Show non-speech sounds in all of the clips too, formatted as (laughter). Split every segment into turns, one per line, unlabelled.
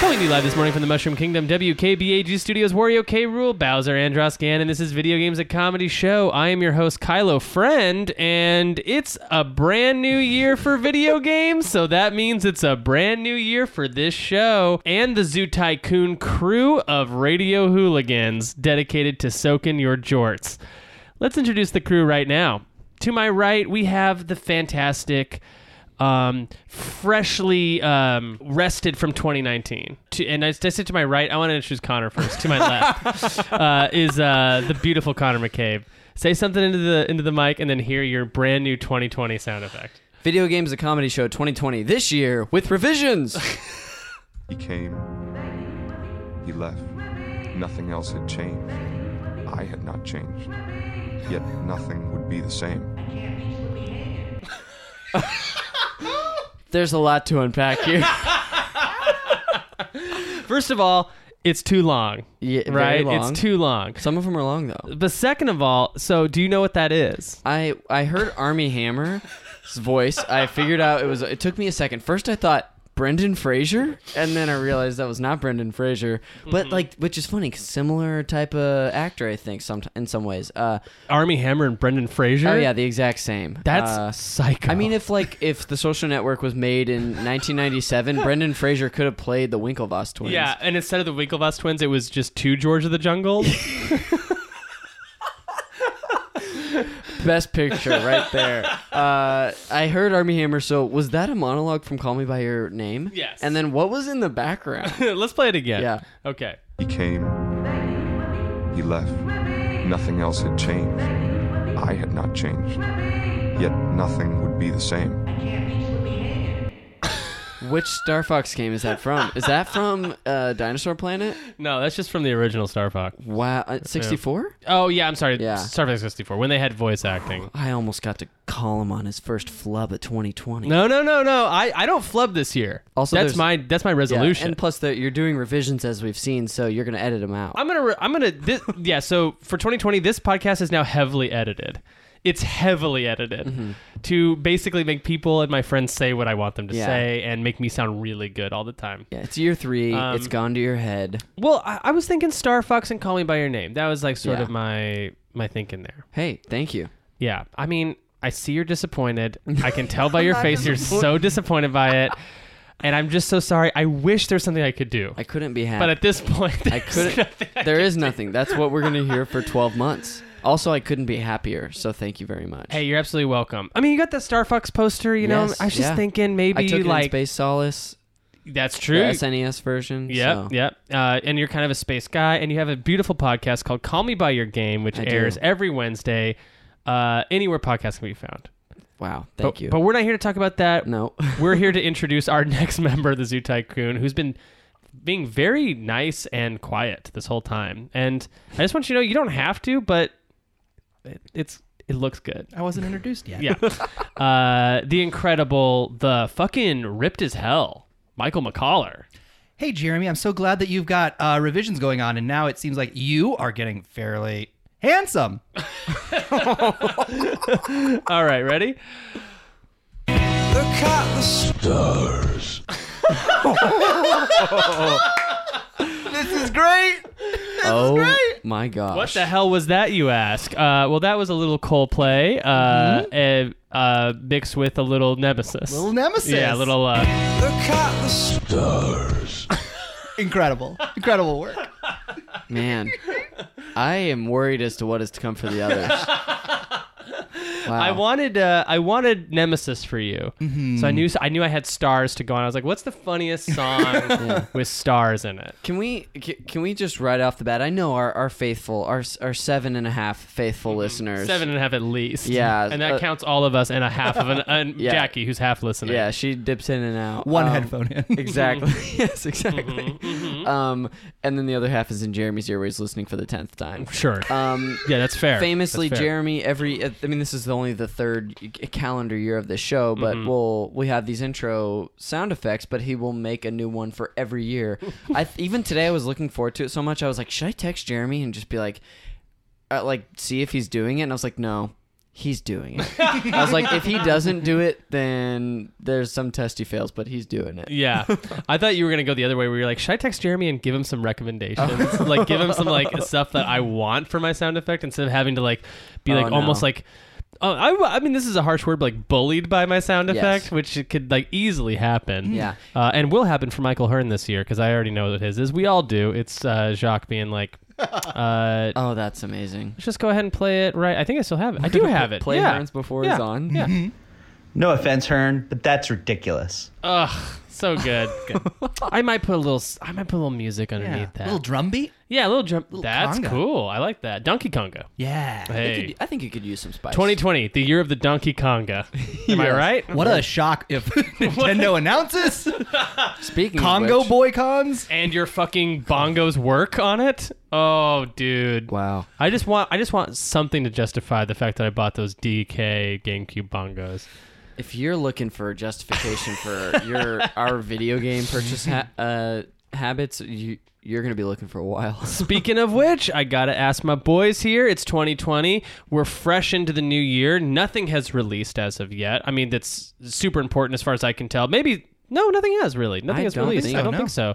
Coming to you live this morning from the Mushroom Kingdom, WKBAG Studios, Wario K. Rule, Bowser, Andros Gann, and this is Video Games a Comedy Show. I am your host, Kylo Friend, and it's a brand new year for video games, so that means it's a brand new year for this show and the Zoo Tycoon crew of radio hooligans dedicated to soaking your jorts. Let's introduce the crew right now. To my right, we have the fantastic, um, freshly um, rested from 2019. To, and I, I said to my right, I want to introduce Connor first.
(laughs)
To my left uh, is uh, the beautiful Connor McCabe. Say something into the into the mic, and then hear your brand new 2020 sound effect.
Video Games a Comedy Show 2020 this year with revisions.
He came. He left. Nothing else had changed. I had not changed. Yet nothing would be the same.
(laughs) There's a lot to unpack here.
First of all, it's too long,
(laughs) Yeah, very
right?
long.
It's too long.
Some of them are long though.
But second of all, so do you know what that is?
I I heard Army Hammer's voice. I figured out it was. It took me a second. First, I thought Brendan Fraser, and then I realized that was not Brendan Fraser. But like, which is funny, 'cause similar type of actor, I think. Some in some ways. Uh,
Army Hammer and Brendan Fraser.
oh yeah, the exact same.
that's
Uh,
psycho.
I mean, if like if the Social Network was made in 1997, (laughs) Brendan Fraser could have played the Winklevoss twins.
Yeah, and instead of the Winklevoss twins, it was just two George of
(laughs)
the Jungle. (laughs)
Best picture right there. Uh, I heard Army Hammer. So was that a monologue from Call Me by Your Name?
Yes.
And then what was in the background?
Let's play it again.
Yeah.
Okay.
He came. He left. Nothing else had changed. I had not changed. Yet nothing would be the same.
Which Star Fox game is that from? Is that from uh, Dinosaur Planet?
No, that's just from the original Star Fox.
Wow, uh, 64?
Oh yeah, I'm sorry.
Yeah.
Star Fox 64 when they had voice acting.
I almost got to call him on his first flub of 2020.
No, no, no, no. I, I don't flub this year.
Also,
that's
there's-
my that's my
Yeah,
resolution.
and plus, the, you're doing revisions as we've seen, so you're going to edit them out.
I'm gonna re- I'm gonna this, (laughs) yeah. So for 2020, this podcast is now heavily edited. It's heavily edited
Mm-hmm.
to basically make people and my friends say what I want them to
Yeah.
say and make me sound really good all the time.
yeah, it's year three.
Um,
it's gone to your head.
Well, I, I was thinking Star Fox and Call Me by Your Name. That was like sort
Yeah.
of my my thinking there.
Hey, thank you.
Yeah, I mean, I see you're disappointed. I can tell by your face you're so disappointed by it, and I'm just so sorry. I wish there's something I could do,
I couldn't be happy.
but at this point,
I
(laughs) there's
couldn't.
nothing I
there is nothing. That's what we're going to hear for 12 months. Also, I couldn't be happier, so thank you very much.
Hey, you're absolutely welcome. I mean, you got that Star Fox poster, you know.
Yes,
I was just
yeah.
thinking
I
maybe
took
you
it in
like
Space Solace,
that's
the
true.
SNES version.
Yep,
so-
yep. Uh, and you're kind of a space guy, and you have a beautiful podcast called "Call Me by Your Game," which
I do.
airs every Wednesday. Uh, anywhere podcasts can be found.
Wow, thank
but,
you.
But we're not here to talk about that. (laughs)
no.
we're here to introduce our (laughs) next member, the Zoo Tycoon, who's been being very nice and quiet this whole time. And I just want you to know you don't have to, but it, it's it looks good.
I wasn't introduced yet.
Yeah. uh, the incredible, the fucking ripped as hell, Michael McCollar.
Hey, Jeremy, I'm so glad that you've got uh, revisions going on, and now it seems like you are getting fairly handsome.
All right, ready?
oh my gosh.
What the hell was that, you ask? Uh, well, that was a little Coldplay uh, and, uh, mixed with a little Nemesis.
Mm-hmm. Little nemesis.
Yeah, a little. Uh,
Incredible. Incredible work.
(laughs)
Man, I am worried as to what is to come for the others. Wow. Mm-hmm.
I wanted, uh, I wanted Nemesis for you. So I knew, I knew I had stars to go on. I was like, what's the
(laughs)
funniest song with stars in it?
Can we ca- can we just right off the bat? I know our, our faithful our s- our seven and a half faithful listeners.
Mm-hmm. Seven and a half at least.
Yeah,
and that
uh,
counts all of us and a half of
(laughs)
an and
Yeah.
Jackie who's half listening.
Yeah, she dips in and out.
One
Um,
headphone (laughs) in.
Exactly. (laughs)
Mm-hmm.
yes, exactly. Um, and then the other half is in Jeremy's ear, where he's listening for the tenth time.
Sure.
Um,
yeah, that's fair.
famously
That's fair.
jeremy every uh, i mean this is only the third c- calendar year of the show but
Mm-hmm.
we'll we have these intro sound effects but he will make a new one for every year i th- even today i was looking forward to it so much i was like should i text jeremy and just be like uh, like see if he's doing it and i was like no he's doing it. I was like, if he doesn't do it, then there's some test he fails, but he's doing it. (laughs)
Yeah, I thought you were gonna go the other way, where you're like, should I text Jeremy and give him some
(laughs)
recommendations, like give him some like stuff that I want for my sound effect, instead of having to like be like
Oh, no.
almost like, oh, I, I mean, this is a harsh word, but like bullied by my sound
Yes.
effect, which it could like easily happen.
Yeah.
uh, and will happen for Michael Hearn this year because I already know what his is. We all do. It's uh, Jacques
(laughs)
being like, uh,
Oh, that's amazing.
let's just go ahead and play it right. I think I still have it.
(laughs)
I do have it.
Play
yeah.
Hearns before
yeah.
he's on.
Yeah.
No offense, Hearn, but that's ridiculous.
Ugh, so good.
(laughs)
I might put a little. s- I might put a little music underneath
(laughs) Yeah.
that.
Little drum beat?
yeah, a little jump. That's
conga.
cool. I like that. Donkey Konga.
Yeah.
I
Hey,
could- I think you could use some spice.
2020, the year of the Donkey (laughs) Konga. Am I
Yes.
right?
What a shock if (laughs) Nintendo (laughs) announces
Speaking of
Congo
which-
boycons.
And your fucking bongos work on it? Oh, dude.
Wow.
I just want. I just want something to justify the fact that I bought those DK GameCube bongos.
If you're looking for justification for your our video game purchase
(laughs)
ha- uh, habits, you you're gonna be looking for a while.
(laughs) Speaking of which, I gotta ask my boys here. It's 2020. We're fresh into the new year. Nothing has released as of yet. I mean, that's super important as far as I can tell. Maybe no, nothing has really. Nothing
I
has
don't
released.
think
I don't
so,
think so.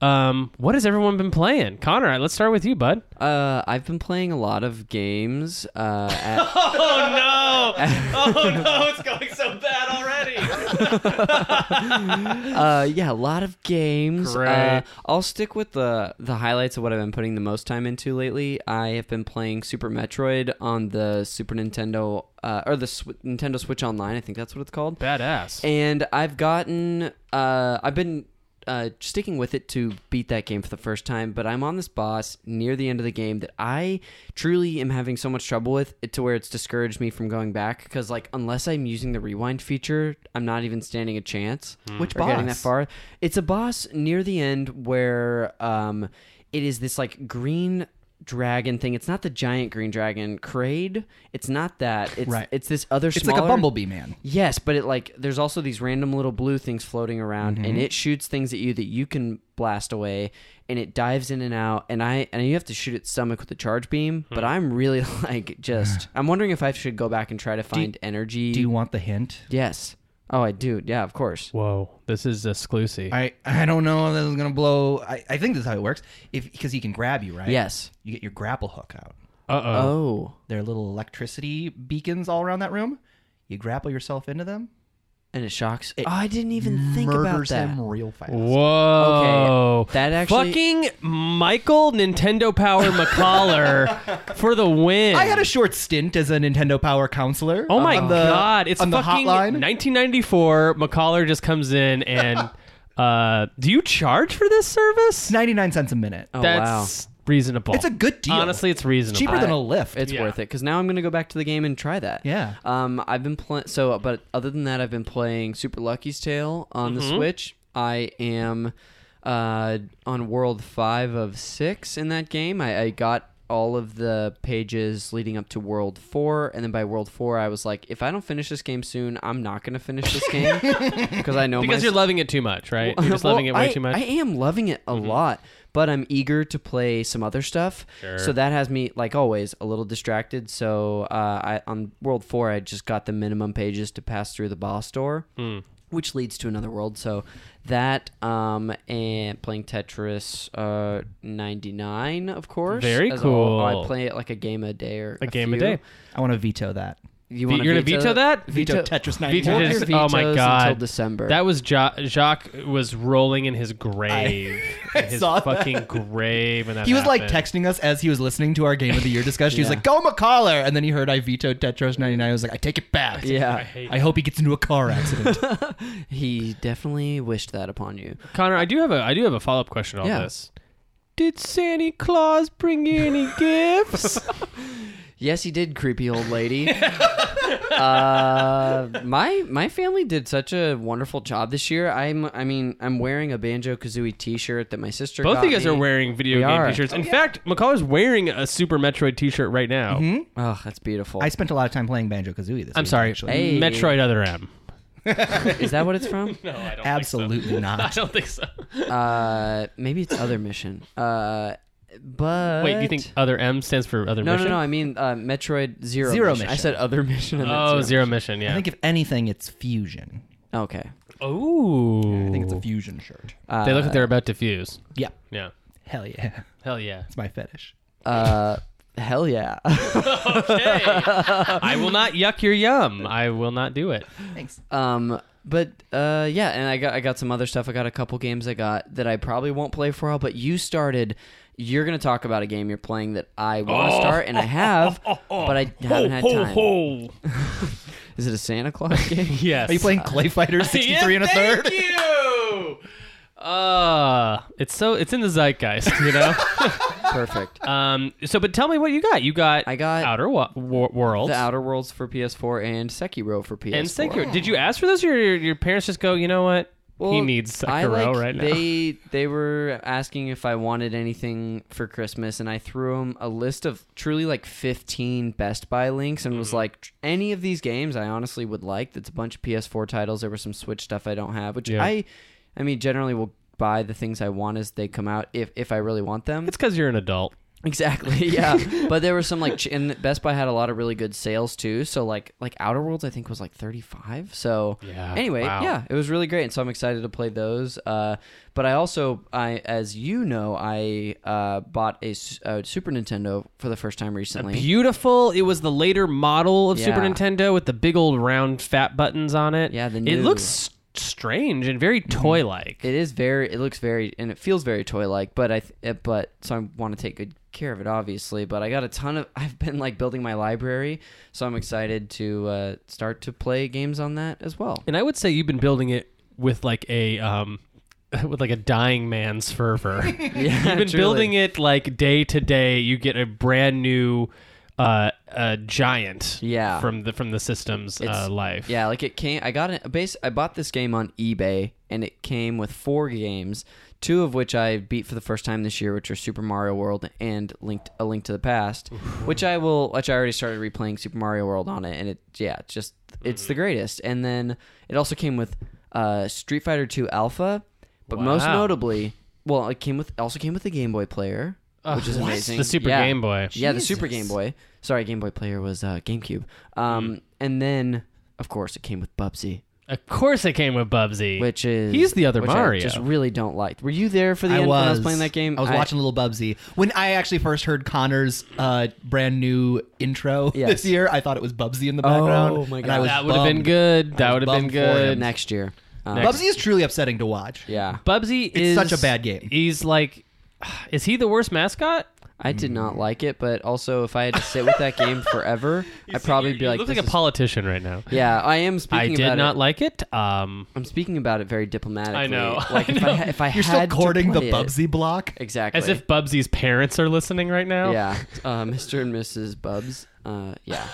Um, what has everyone been playing? Connor, let's start with you, bud.
Uh, I've been playing a lot of games. Uh, at,
(laughs) Oh no! Oh no! It's going so bad already.
(laughs) uh, yeah, a lot of games.
Great.
Uh, I'll stick with the the highlights of what I've been putting the most time into lately. I have been playing Super Metroid on the Super Nintendo uh, or the Sw- Nintendo Switch Online. I think that's what it's called.
Badass.
and I've gotten uh, I've been uh, sticking with it to beat that game for the first time, but I'm on this boss near the end of the game that I truly am having so much trouble with it to where it's discouraged me from going back because like unless I'm using the rewind feature, I'm not even standing a chance.
Which
or Getting that
boss?
far. It's a boss near the end where um, it is this like green dragon thing. It's not the giant green dragon, Kraid. It's not that. It's
Right.
it's this other
It's like a
smaller-
bumblebee man.
Yes, but it like there's also these random little blue things floating around,
Mm-hmm.
and it shoots things at you that you can blast away, and it dives in and out, and I and you have to shoot its stomach with the charge beam.
Hmm.
But I'm really (laughs) like
(sighs)
just I'm wondering if I should go back and try to find energy.
Do you want the hint?
yes. Oh, I do. Yeah, of course.
Whoa, this is exclusive.
I I don't know if this is gonna blow. I, I think this is how it works. If because he can grab you, right?
Yes.
You get your grapple hook out.
Uh oh.
Oh,
There are little electricity beacons all around that room. You grapple yourself into them.
and it shocks. oh, I didn't even think about
murders
that.
him real fast.
Whoa.
Okay, that actually-
Fucking Michael Nintendo Power McCollar for the win.
I had a short stint as a Nintendo Power counselor. Um,
Oh my
on the-
god! It's
on the
fucking
hotline.
1994. McCollar just comes
(laughs)
in and, uh, do you charge for this service?
It's ninety nine cents a minute.
Oh wow.
That's reasonable.
It's a good deal.
Honestly, it's reasonable.
cheaper than
I-
a lift.
It's
Yeah.
worth it because now I'm gonna go back to the game and try that.
Yeah.
Um, I've been playing. So, but other than that, I've been playing Super Lucky's Tale on
Mm-hmm.
the Switch. I am uh, on world five of six in that game. I, I got all of the pages leading up to world four, and then by world four, I was like, if I don't finish this game soon, I'm not gonna finish this
(laughs)
game because I know my-
because you're loving it too much, right? (laughs) You're just
well,
loving it way
I,
too much. Mm-hmm.
I am loving it a lot, but I'm eager to play some other stuff. So that has me, like always, a little distracted. So uh, I, on World 4, I just got the minimum pages to pass through the boss door,
Hmm.
which leads to another world. So that um, and playing Tetris uh, 99, of course.
Very
as a whole. Oh,
cool.
I play it like a game a day or
a game a
few.
day.
I want to veto that.
You
Ve-
wanna
you're gonna veto that?
Veto Tetris
Veto
99.
Hold your
Tetris- oh my
vetoes
god!
until December.
That was ja- Jacques was rolling in his grave,
(laughs)
in his
saw that.
fucking grave. When that
He was like
happened.
texting us as he was listening to our game of the year discussion. He
(laughs)
was
Yeah.
like, "Go McCollar," and then he heard I vetoed Tetris 99. I was like, "I take it back."
(laughs)
Yeah.
I hope he gets into a car accident.
He definitely wished that upon you.
Connor, I do have a I do have a follow up question on
Yeah.
this. Did Santa Claus bring you
(laughs)
any gifts?
Yes, he did, creepy old lady. uh, my my family did such a wonderful job this year. I'm I mean I'm wearing a banjo kazooie T-shirt that my sister.
Both
got
of you guys
me.
are wearing video
We
game
are.
t-shirts. In fact, McCullough's wearing a Super Metroid t-shirt right now.
Oh, that's beautiful.
I spent a lot of time playing Banjo Kazooie this
I'm sorry,
actually.
Hey.
Metroid Other M.
Is that what it's from?
(laughs)
Absolutely
I (laughs)
not.
don't think so.
Uh, maybe it's other mission. Uh, but
Wait, you think other M stands for other
No, no,
mission?
no. I mean uh, Metroid Zero.
Zero
I
Mission.
said other mission. and then
Oh, zero mission.
I
Yeah.
think if anything, it's fusion.
Okay.
Oh.
I think it's a fusion shirt.
Uh,
They look like they're about to fuse.
Yeah.
Yeah.
Hell yeah. (laughs)
Hell yeah.
It's my fetish.
Uh, hell yeah. (laughs)
Okay.
Oh.
I will not yuck your yum. I will not do it.
Thanks.
um, but uh, yeah, and I got I got some other stuff. I got a couple games I got that I probably won't play for a while. But you started. You're gonna talk about a game you're playing that I want to
Oh.
start, and I
(laughs)
have, but I haven't had time. Is it a Santa Claus (laughs) game?
Yes.
Are you playing
(laughs)
Clay Fighter 63 and a third?
Thank you. (laughs) Uh, it's so it's in the zeitgeist, you (laughs) know.
Perfect.
um. So, but tell me what you got. You got
I got
Outer Wo- Wo- Worlds
The Outer Worlds for PS4 and Sekiro for PS4.
and Sekiro. Did you ask for those, or your, your parents just go? You know what? he
Well,
needs Sekiro
I, like,
right now.
They they were asking if I wanted anything for Christmas, and I threw them a list of truly like fifteen Best Buy links, and
Mm-hmm.
was like, "Tr- any of these games I honestly would like. That's a bunch of PS4 titles. There was some Switch stuff I don't have, which
Yeah.
I, I mean, generally will buy the things I want as they come out if if I really want them.
(laughs) it's because you're an adult.
Exactly. (laughs) Yeah. but there were some like ch- and Best Buy had a lot of really good sales too. So like like Outer Worlds I think was like 35. So
Yeah.
anyway,
Wow.
yeah, it was really great and so I'm excited to play those. Uh but I also I as you know, I uh bought a, s- a Super Nintendo for the first time recently.
Beautiful. It was the later model of Super
Yeah.
Nintendo with the big old round fat buttons on it.
Yeah, the
it
new- Mm-hmm.
looks s- strange and very toy like.
it is very it looks very and it feels very toy like but i th- uh, but so i want to take good care of it obviously but i got a ton of (laughs) i've been like building my library so i'm excited to uh, start to play games on that as well
And I would say you've been building it with like a um (laughs) with like a dying man's
(laughs)
fervor.
(laughs) yeah,
you've been building it like day to day. You get a brand new uh, uh giant
Yeah.
from the from the system's uh,
It's-
life.
Yeah, like it came. I got it. a Base. I bought this game on eBay, and it came with four games, two of which I beat for the first time this year, which are Super Mario World and Linked A Link to the Past, which I will. Which I already started replaying Super Mario World on it, and it. Yeah, it's just it's
Mm-hmm.
the greatest. And then it also came with uh, Street Fighter Two Alpha, but most
Wow.
notably, well, it came with also came with the Game Boy Player. Which is amazing.
The Super
Yeah.
Game Boy.
Yeah, the Super Game Boy. Sorry, Game Boy Player was uh, GameCube. Um,
Mm.
And then, of course, it came with Bubsy,
Of course it came with Bubsy.
which is
He's the other
which I
Mario.
just really don't like. Were you there for the
I
end
was.
when I was playing that game?
I was watching Little Bubsy. When I actually first heard Connor's uh, brand new intro (laughs)
Yes.
this year, I thought it was Bubsy in the background.
Oh my
and
God.
I was
that would have been
bummed.
good. That would have been
bummed for him.
good.
next year. Um,
Bubsy is truly upsetting to watch.
Yeah,
Bubsy
It's
is
such a bad game.
He's like (sighs) is he the worst mascot?
I did not like it, but also if I had to sit with that
(laughs)
game forever, I'd probably be
you
like,
look
this
like a
is-
politician right now.
(laughs) Yeah, I am speaking.
I did
about
not
it.
like it. Um
I'm speaking about it very diplomatically.
(laughs) I know.
Like
I
if I,
know.
ha- if I
You're still
had to
courting the
play it-
Bubsy block.
Exactly.
As if Bubsy's parents are listening right now.
Yeah, (laughs) uh, Mr. and Mrs. Bubs. Uh, yeah.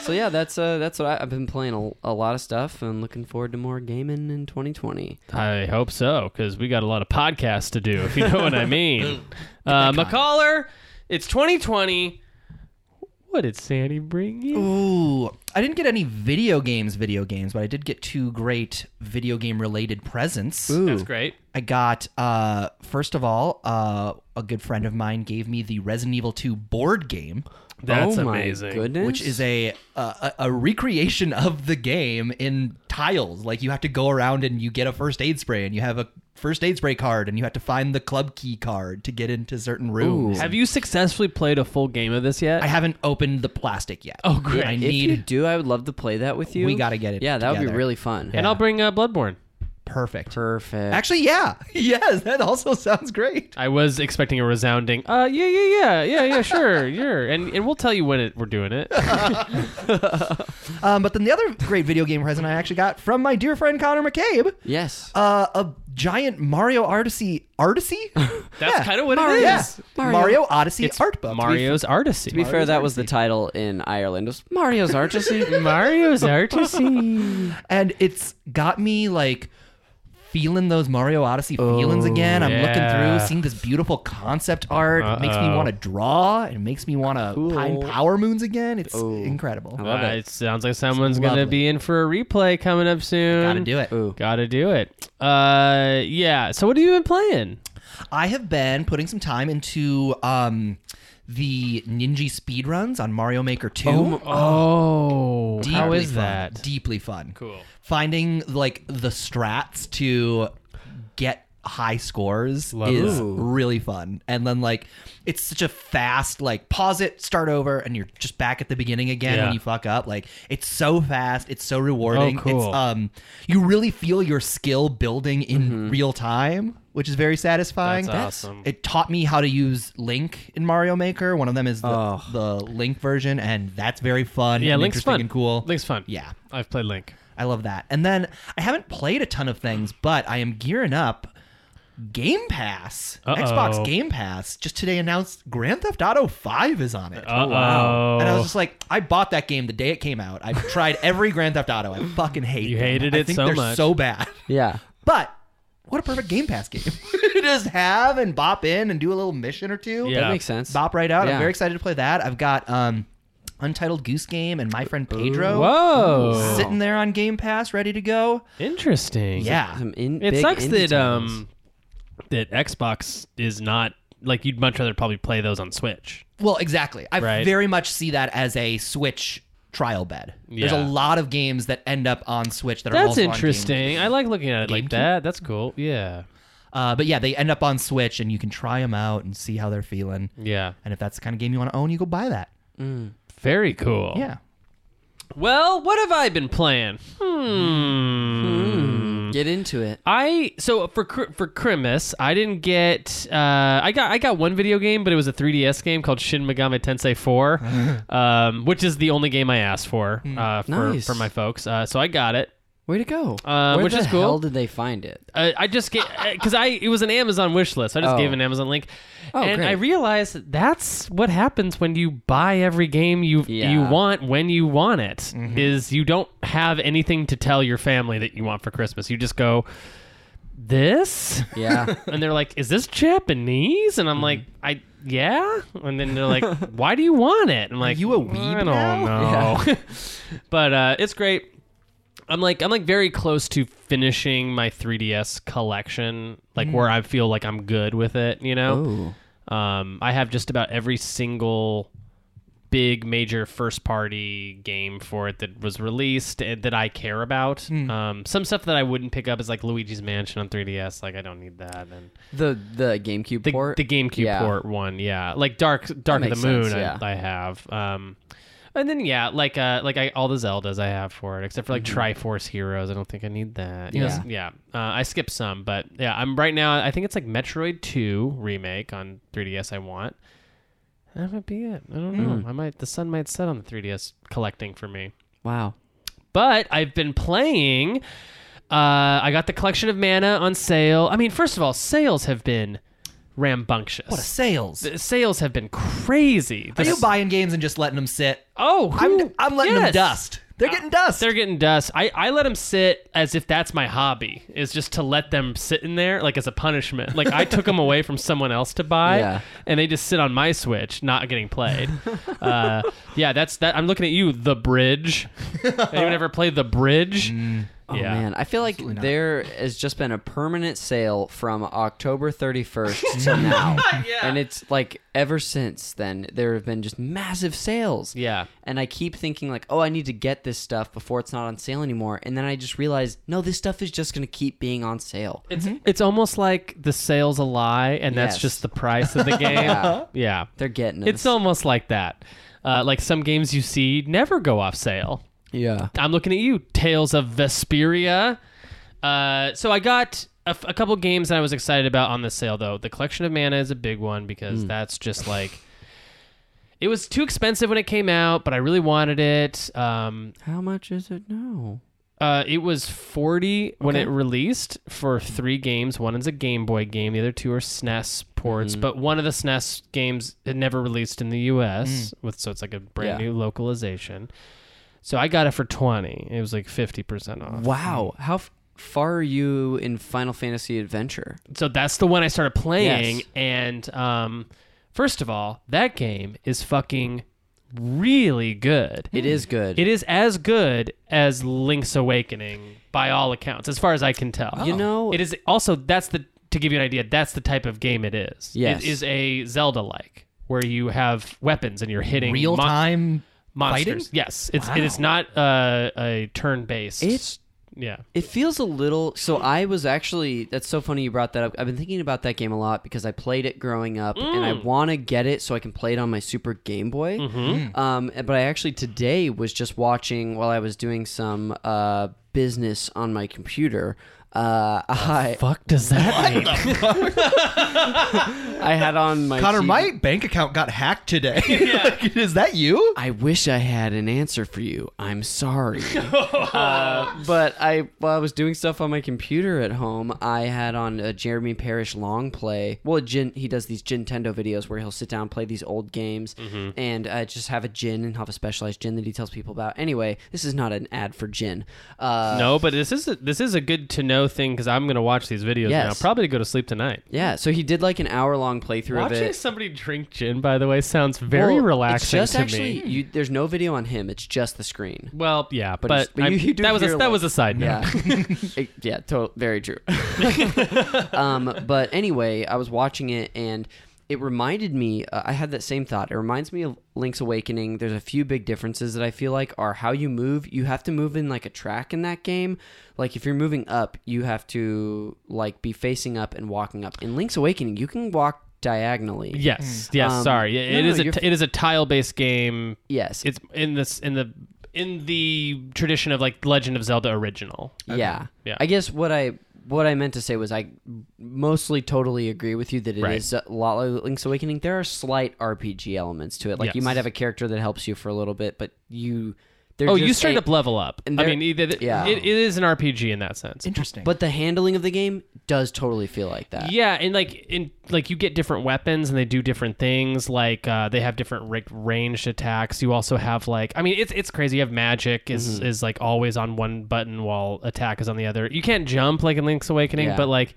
so yeah, that's uh, that's what I, I've been playing a, a lot of stuff and looking forward to more gaming in 2020.
I hope so, because we got a lot of podcasts to do, if you know what
(laughs)
I mean. (laughs) uh, McCaller, it's 2020. What did Sandy bring you?
Ooh, I didn't get any video games, video games, but I did get two great video game related presents.
That's great.
I got uh, first of all, uh, a good friend of mine gave me the Resident Evil 2 board game,
That's
oh my
amazing.
goodness!
which is a, a a- a recreation of the game in tiles. Like you have to go around and you get a first aid spray, and you have a first aid spray card, and you have to find the club key card to get into certain rooms.
Have you successfully played a full game of this yet?
I haven't opened the plastic yet.
Oh, great.
I
if you
need
do, I would love to play that with you.
We gotta get it
Yeah, that would be
together.
really fun.
and I'll bring uh, Bloodborne.
(laughs)
perfect.
Perfect.
Actually, yeah, (laughs) yes, that also sounds great.
I was expecting a resounding, uh, yeah, yeah, yeah, yeah, yeah, sure, (laughs) sure. And, and we'll tell you when it, we're
(laughs)
doing it.
Um, but then the other great video game present I actually got from my dear friend Connor McCabe,
yes.
uh, a giant Mario Odyssey Odyssey.
(laughs) That's kind of what it
Yeah.
is.
Mario. Odyssey art book.
Mario's Artisy.
to be fair, that was the title in Ireland. It was Mario's Artisy.
Mario's Artisy.
and it's got me like feeling those Mario Odyssey feelings again. I'm
Oh, yeah.
looking through, seeing this beautiful concept art. It makes me
Uh-oh.
want to draw. It makes me want to pine power moons again. It's incredible.
Uh, it. sounds like someone's going to
lovely.
be in for a replay coming up soon.
Gotta do it.
Gotta do it. Uh, yeah. So what have you been playing?
I have been putting some time into um, the ninja speed runs on Mario Maker 2.
Oh, how
Deeply
is
fun.
that?
Deeply fun.
Cool.
Finding like the strats to get high scores
Love
is
that.
really fun. And then like it's such a fast like pause it, start over, and you're just back at the beginning again
Yeah.
when you fuck up. Like it's so fast, it's so rewarding.
Oh, cool.
It's um you really feel your skill building in real time. Which is very satisfying.
Mm-hmm. That's awesome.
It taught me how to use Link in Mario Maker. One of them is the,
Oh.
the Link version, and that's very fun
Yeah,
and
Link's
interesting
fun.
and cool.
Link's fun.
Yeah,
I've played Link.
I love that. And then I haven't played a ton of things, but I am gearing up. Game Pass,
Uh-oh.
Xbox Game Pass, just today announced Grand Theft Auto Five is on it.
Uh oh.
And I was just like, I bought that game the day it came out. I've tried every Grand Theft Auto. I fucking hate.
You
them.
hated
I
it
think
so
they're
much.
So bad.
Yeah.
But what a perfect Game Pass game. (laughs) just have and bop in and do a little mission or two.
Yeah.
That makes sense.
Bop right out.
Yeah.
I'm very excited to play that. I've got um, Untitled Goose Game and My Friend Pedro
Whoa.
sitting there on Game Pass, ready to go.
Interesting.
Yeah.
Some in,
It
big
sucks
indie
that
titles.
um that Xbox is not like you'd much rather probably play those on Switch.
Well, exactly. I
Right.
very much see that as a Switch trial bed. There's
Yeah.
a lot of games that end up on Switch that are
That's
also on Game-
interesting. I like looking at it like
GameCube?
that. That's cool. Yeah.
Uh, but yeah, they end up on Switch, and you can try them out and see how they're feeling.
Yeah.
And if that's the kind of game you want to own, you go buy that.
Very cool.
Yeah.
Well, what have I been playing? Hmm.
Get into it.
I so for Cr- for Crimis, I didn't get. Uh, I got I got one video game, but it was a 3DS game called Shin Megami Tensei 4, um, which is the only game I asked for uh, for,
Nice.
for my folks. Uh, so I got it.
Way to go.
Uh,
Where
which
the
is cool.
hell did they find it?
Uh, I just gave because I it was an Amazon wish list. I just
Oh.
gave an Amazon link,
Oh,
and
great.
I realized that that's what happens when you buy every game you you
Yeah. Mm-hmm.
want when you want it. Is you don't have anything to tell your family that you want for Christmas. You just go this,
Yeah.
and they're like, "Is this Japanese?" And I'm
Mm-hmm.
like, "I." Yeah, and then they're like,
(laughs)
"Why do you want it?" I'm like,
you a
I
weeb
don't
now?"
know, (laughs) but uh, it's great. I'm like I'm like very close to finishing my 3DS collection, like
Mm.
where I feel like I'm good with it. You know,
Ooh.
Oh.
um, I have just about every single big major first party game for it that was released and that I care about.
Mm.
Um, some stuff that I wouldn't pick up is like Luigi's Mansion on 3DS. Like I don't need that, and
The the GameCube
the,
port.
the GameCube
Yeah.
port one, yeah. Like Dark Dark of the
makes
Moon,
sense, yeah.
I, I have. Um, and then yeah, like uh, like I, all the Zeldas I have for it, except for like Triforce Heroes. I don't think I need that. You know,
Mm-hmm. Yeah.
s- yeah. Uh, I skipped some, but yeah, I'm right now. I think it's like Metroid Two remake on 3DS. I want. That might be it. I don't
Hmm.
know. I might. The sun might set on the 3DS collecting for me
Wow.
but I've been playing. Uh, I got the collection of mana on sale. I mean, first of all, sales have been rambunctious.
What a sales.
The sales have been crazy.
Are
The-
you buying games and just letting them sit?
oh,
I'm,
who-
I'm letting
yes.
them dust. They're getting dust.
They're getting dust. I, I let them sit as if that's my hobby, is just to let them sit in there, like as a punishment. Like I took them away from someone else to buy,
Yeah.
and they just sit on my Switch, not getting played. uh, yeah, that's that. I'm looking at you, The
(laughs)
Bridge. Anyone ever play The Bridge?
Mm.
Oh man, I feel like there has just been a permanent sale from October 31st to now, and it's like ever since then there have been just massive sales.
Yeah.
and I keep thinking like, oh, I need to get this stuff before it's not on sale anymore, and then I just realize no, this stuff is just gonna keep being on sale.
It's it's almost like the sale's a lie, and that's
Yes.
just the price of the game.
Yeah.
yeah.
They're getting us.
it's almost like that. Uh, like some games you see never go off sale.
yeah.
I'm looking at you, Tales of Vesperia. Uh, so I got a, f- a couple games that I was excited about on the sale, though. The Collection of Mana is a big one because that's just like. It was too expensive when it came out, but I really wanted it. Um,
How much is it now?
uh, it was 40 when it released for three games. One is a Game Boy game, the other two are SNES ports,
Mm-hmm.
but one of the SNES games had never released in the US, with so it's like a
Mm.
brand
Yeah.
new localization. So I got it for 20. It was like 50% off. Hmm.
Wow, how f- far are you in Final Fantasy Adventure?
So that's the one I started playing
Yes.
and um first of all, that game is fucking really good.
It is good.
It is as good as Link's Awakening by all accounts, as far as I can tell.
You know-
it is also that's the to give you an idea, that's the type of game it is.
Yes.
It is a Zelda like where you have weapons and you're hitting
Real
mon-
time
monsters.
fighting?
Yes, it's
Wow.
it's not uh, a turn based.
It's-
yeah.
It feels a little. So I was actually. That's so funny you brought that up. I've been thinking about that game a lot because I played it growing up, and I want to get it so I can play it on my Super Game Boy.
Mm.
Um, but I actually today was just watching while I was doing some uh, business on my computer. Uh, I
Fuck does that mean?
I had on my
Connor,
TV
my bank account got
(laughs)
hacked today. Like, (laughs) is that you?
I wish I had an answer for you. I'm sorry.
(laughs)
Uh, but I, while I was doing stuff on my computer at home, I had on a Jeremy Parrish long play. Well, a gin, he does these Nintendo videos where he'll sit down, play these old games,
Mm-hmm.
and uh, just have a gin and have a specialized gin that he tells people about. Anyway, this is not an ad for gin. Uh,
No, but this is a, this is a good to know thing because I'm gonna watch these videos
Yes.
now. Probably to go to sleep tonight.
Yeah, so he did like an hour long playthrough of
Watching
it.
somebody drink gin, by the way, sounds very
Well,
relaxing
It's just
to
actually,
me.
you, there's no video on him. It's just the screen.
Well, yeah, but,
it's- but
I'm-
you- you do
that was a,
hear,
that
like-
was a side note.
Yeah. It- yeah, to- very true. (laughs) um, but anyway, I was watching it and it reminded me, uh, I had that same thought. It reminds me of Link's Awakening. There's a few big differences that I feel like are how you move. You have to move in like a track in that game. Like if you're moving up, you have to like be facing up and walking up. In Link's Awakening, you can walk diagonally.
Yes, yes.
Um,
sorry, It-
no,
it
no,
is a
you're
t- it is a tile based game.
Yes.
It's in this in the in the tradition of like Legend of Zelda original.
Yeah.
Yeah.
I guess what I what I meant to say was I mostly totally agree with you that it is
Right.
a lot like Link's Awakening. There are slight RPG elements to it. Like you
Yes.
might have a character that helps you for a little bit, but you they're
Oh,
just
you straight
a-
up level up.
and
I
there-
mean, either th-
yeah.
it, it is an RPG in that sense.
Interesting.
But the handling of the game does totally feel like that.
Yeah, and like in like you get different weapons and they do different things. Like uh, they have different ra- ranged attacks. You also have like I mean it's it's crazy. You have magic is
Mm-hmm.
is like always on one button while attack is on the other. You can't jump like in Link's Awakening,
Yeah.
but like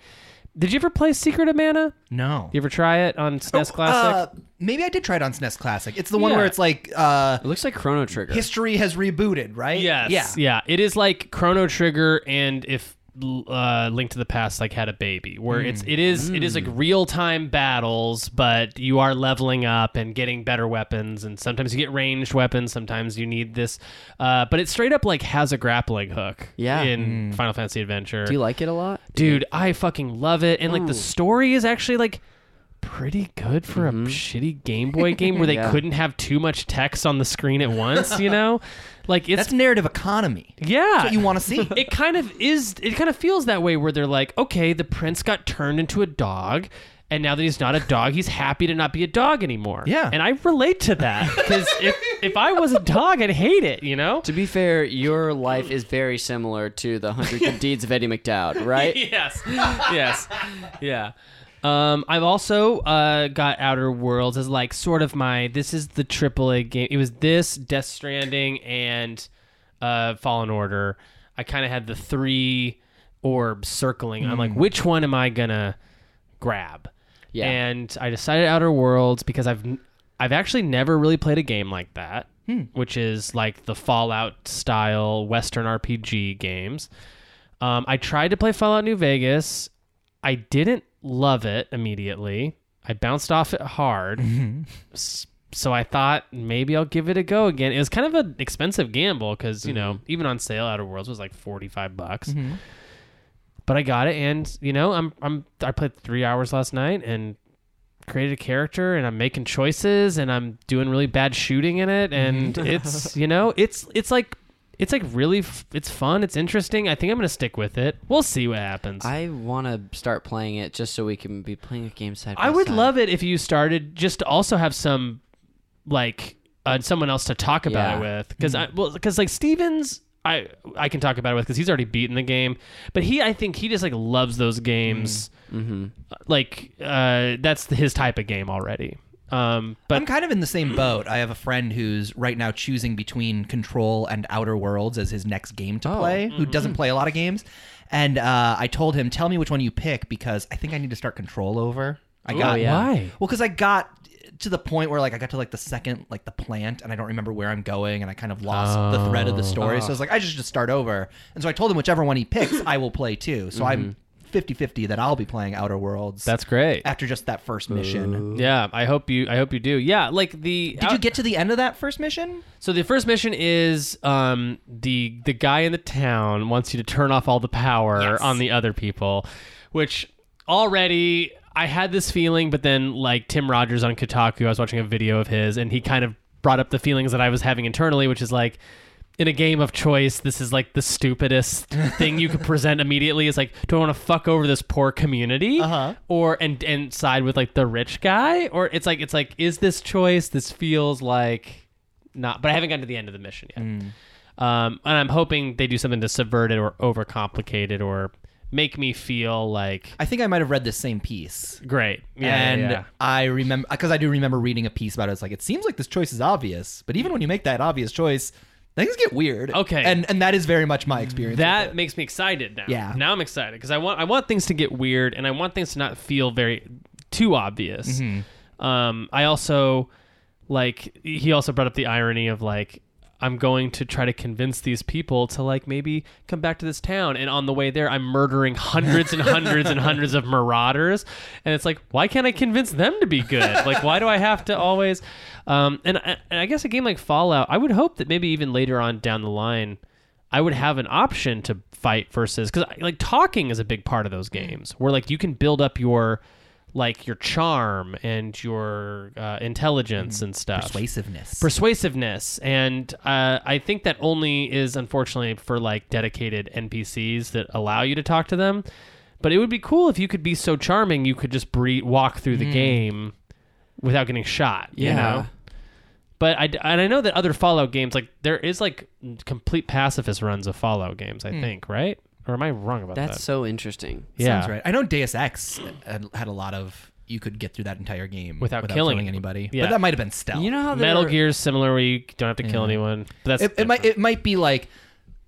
did you ever play Secret of Mana?
no.
You ever try it on SNES Classic?
Uh, maybe I did try it on SNES Classic. It's the one
Yeah.
where it's like uh,
It looks like Chrono Trigger.
history has rebooted, right?
Yes.
Yeah.
Yeah. It is like Chrono Trigger and if uh, Link to the Past like had a baby, where it's it is it is like real time battles, but you are leveling up and getting better weapons, and sometimes you get ranged weapons, sometimes you need this, uh, but it straight up like has a grappling hook.
Yeah.
In Final Fantasy Adventure,
Do you like it a lot?
dude, I fucking love it, and like
Ooh.
the story is actually like. Pretty good for
Mm-hmm.
a shitty Game Boy game where
(laughs)
they
Yeah.
couldn't have too much text on the screen at once, you know? Like it's
That's narrative economy.
(laughs) yeah.
That's what you want to see.
it kind of is it kind of feels that way where they're like, okay, the prince got turned into a dog and now that he's not a dog, he's happy to not be a dog anymore.
Yeah.
And I relate to that cuz
(laughs)
if if I was a dog, I'd hate it, you know?
To be fair, your life is very similar to the Hundred
(laughs)
Good Deeds of Eddie McDowd, right?
yes. (laughs) Yes. Yeah. Um, I've also uh, got Outer Worlds as like sort of my this is the AAA game. It was this Death Stranding and uh, Fallen Order. I kind of had the three orbs circling. I'm like, which one am I gonna grab?
Yeah.
And I decided Outer Worlds because I've I've actually never really played a game like that, which is like the Fallout style Western RPG games. Um, I tried to play Fallout New Vegas. I didn't love it immediately. I bounced off it hard. S- So I thought maybe I'll give it a go again. It was kind of an expensive gamble because, you know, even on sale, Outer Worlds was like 45 bucks. But I got it and, you know, I'm I'm I played 3 hours last night and created a character and I'm making choices and I'm doing really bad shooting in it and it's you know it's it's like it's like really f- it's fun it's interesting I think I'm gonna stick with it we'll see what happens I,
I want to start playing it just so we can be playing a game side. by
would
side.
love it if you started just to also have some like uh, someone else to talk
Yeah.
about it with because I
Mm-hmm.
well because like Stevens I I can talk about it with because he's already beaten the game but he I think he just like loves those games
Mm-hmm.
like uh that's his type of game already um but
I'm kind of in the same boat. I have a friend who's right now choosing between Control and Outer Worlds as his next game
Oh.
to play, who
Mm-hmm.
doesn't play a lot of games. And uh, I told him, tell me which one you pick because I think I need to start Control over. I got
yeah.
Why?
Well, because I got to the point where like I got to like the second like the plant and I don't remember where I'm going and I kind of lost the
Oh.
thread of the story. So I was like, I just just start over. And so I told him whichever one he picks, I will play too. So I'm 50-50 that I'll be playing Outer Worlds.
Mm-hmm. That's great.
after just that first mission.
Yeah, I hope you. I hope you do. Yeah, like the.
Did you get to the end of that first mission?
So the first mission is um, the the guy in the town wants you to turn off all the power on the other people, which already I had this feeling, but then like Tim Rogers on Kotaku, I was watching a video of his, and he kind of brought up the feelings that I was having internally, which is like. In a game of choice, this is like the stupidest thing you could present immediately. Is like, do I want to fuck over this poor community, uh-huh. or and and side with like the rich guy, or it's like it's like, is this choice? This feels like not but i haven't gotten to the end of the mission yet um, and i'm hoping they do something to subvert it or overcomplicate it or make me feel like
I think I might have read the same piece.
great yeah,
and
yeah, yeah.
I remember because I do remember reading a piece about it. It's like it seems like this choice is obvious, but even when you make that obvious choice, things get weird.
Okay.
and and that is very much my experience.
that makes me excited now
Yeah.
now i'm excited because i want i want things to get weird and i want things to not feel very too obvious um, i also like he also brought up the irony of like I'm going to try to convince these people to like maybe come back to this town and on the way there I'm murdering hundreds and hundreds and hundreds of marauders and it's like why can't I convince them to be good like why do I have to always um and I, and I guess a game like Fallout I would hope that maybe even later on down the line I would have an option to fight versus cuz like talking is a big part of those games where like you can build up your like your charm and your uh, intelligence and stuff
persuasiveness.
persuasiveness and uh, i think that only is unfortunately for like dedicated npcs that allow you to talk to them but it would be cool if you could be so charming you could just bre- walk through the
Mm.
game without getting shot you know but I, d- and I know that other fallout games like there is like complete pacifist runs of fallout games
Hmm.
i think right or am i wrong about
That's
that
so interesting.
yeah
That's right. I know Deus Ex had, had a lot of you could get through that entire game
Without killing anybody.
anybody.
Yeah.
But that might have been stealth.
You know how they
metal
were-
gear's similar where you don't have to kill anyone but that's
it, it might it might be like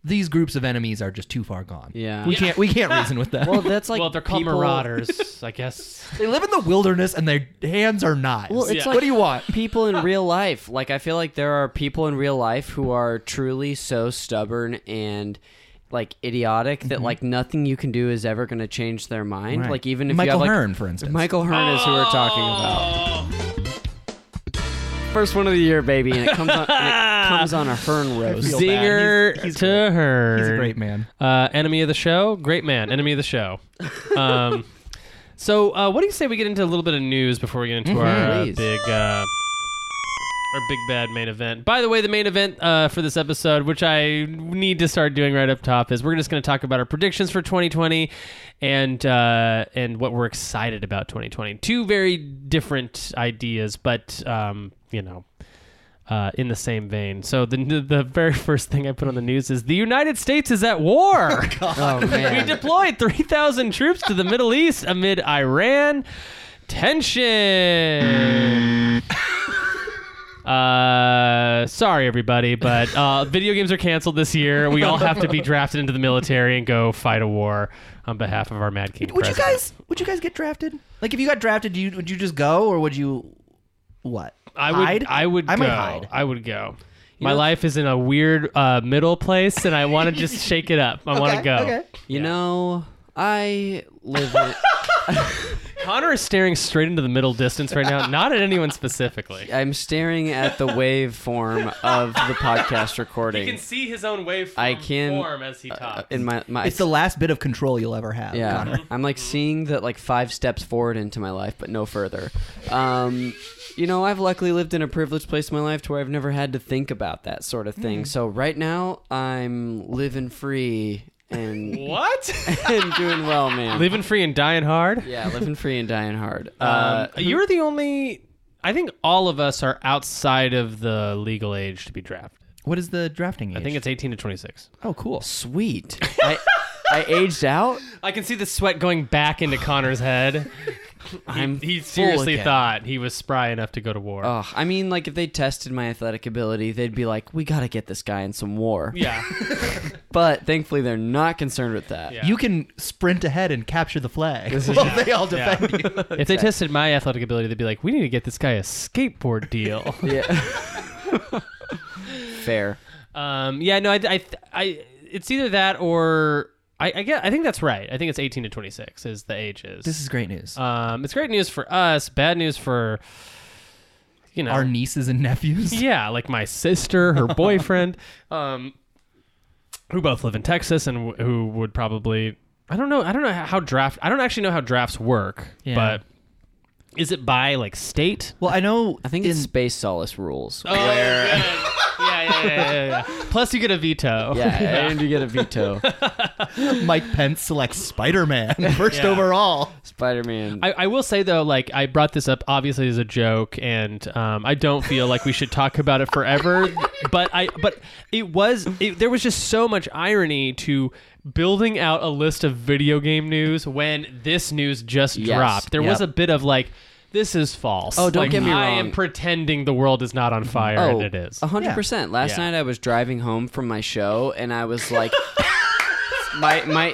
these groups of enemies are just too far gone.
Yeah.
we can't we can't reason with them.
Well, that's like
well they're called
people-
marauders i guess
(laughs) They live in the wilderness and their hands are knives.
Well, it's
Yeah.
like
what do you want?
(laughs) People in
(laughs)
real life. Like I feel like there are people in real life who are truly so stubborn and like idiotic
Mm-hmm.
that like nothing you can do is ever going to change their mind. Like even if
Michael
you have, like,
Hearn, Oh. for instance.
Michael Hearn is who we're talking about. First one of the year, baby, and it comes on,
(laughs)
and it comes on a Hearn roast.
feel bad.
Zinger to her.
He's a great man.
Uh, enemy of the show, great man. Enemy of the show.
(laughs)
Um, so, uh, what do you say we get into a little bit of news before we get
Mm-hmm,
into our uh,
Please.
big, uh, our big bad main event? By the way, the main event uh, for this episode, which I need to start doing right up top, is we're just going to talk about our predictions for 2020 and uh, and what we're excited about 2020. Two very different ideas, but um, you know uh, in the same vein. So the the very (laughs) first thing I put on the news is the United States is at
(laughs)
war.
Oh
we
man,
deployed three thousand troops to the Middle East amid Iran
(laughs)
tension. Uh, sorry everybody, but uh, video games are canceled this year. We all have to
(laughs)
be drafted into the military and go fight a war on behalf of our mad king.
Would you
president.
guys would you guys get drafted? Like if you got drafted, do you would you just go or would you what?
I would.
Hide?
I would
I
go.
might hide.
I would go. My life is in a weird uh, middle place, and I want to
(laughs)
just shake it up. I want to
Okay,
go.
okay.
you know I live. In,
Connor is staring straight into the middle distance right now, not at anyone specifically.
I'm staring at the waveform of the podcast recording.
see his own waveform
I can- form
as he
Uh, in my, my
It's the last bit of control you'll ever have.
Yeah,
Connor.
I'm like seeing that like five steps forward into my life, but no further. Um, you know, I've luckily lived in a privileged place in my life to where I've never had to think about that sort of
Mm.
thing. So right now, I'm living free and (laughs)
what?
and doing well, man.
Living free and dying hard.
yeah, living free and dying hard. Uh,
Um, you're the only. I think all of us are outside of the legal age to be drafted.
What is the drafting age?
I think it's 18 to 26.
oh cool.
sweet. I I aged
(laughs)
out.
I can see the sweat going back into
(sighs)
Connor's head.
I'm
He
full
seriously
again. Oh.
thought he was spry enough to go to war.
Ugh, I mean, like if they tested my athletic ability, they'd be like, "We gotta get this guy in some war."
Yeah.
But thankfully, they're not concerned with that.
Yeah.
You can sprint ahead and capture the flag. (laughs) Well, they all defend you.
if they tested my athletic ability, they'd be like, we need to get this guy a skateboard
(laughs)
deal.
Yeah.
(laughs)
Fair.
um, yeah, no, I, I, I, it's either that or I, I get. I think that's right. I think it's 18 to 26 is the age is.
This is great news.
um, it's great news for us. Bad news for you know
Our nieces and nephews.
(laughs) Yeah, like my sister,
(laughs)
her boyfriend, um, who both live in Texas and w- who would probably I don't know I don't know how draft I don't actually know how drafts work,
Yeah.
but is it by like state?
Well, I know.
I think
in,
it's space solace rules.
Oh, (laughs) yeah, yeah, yeah, yeah, yeah. Plus, you get a veto.
(laughs) Yeah, and you get a
(laughs)
veto.
Mike Pence selects Spider Man (laughs) first
Yeah.
overall.
Spider Man.
(laughs) I, I will say though, like I brought this up obviously as a joke, and um, I don't feel like we should talk about it forever. (laughs) but I, but it was it, there was just so much irony to building out a list of video game news when this news just
Yes.
dropped. There was a
Yep.
bit of like, this is false.
Oh, don't
Like,
get me
I am
wrong. Mm-hmm.
pretending the world is not on fire, and it is.
Oh, a hundred percent. Last
Yeah.
night I was driving home from my show, and I was (laughs) like, my my.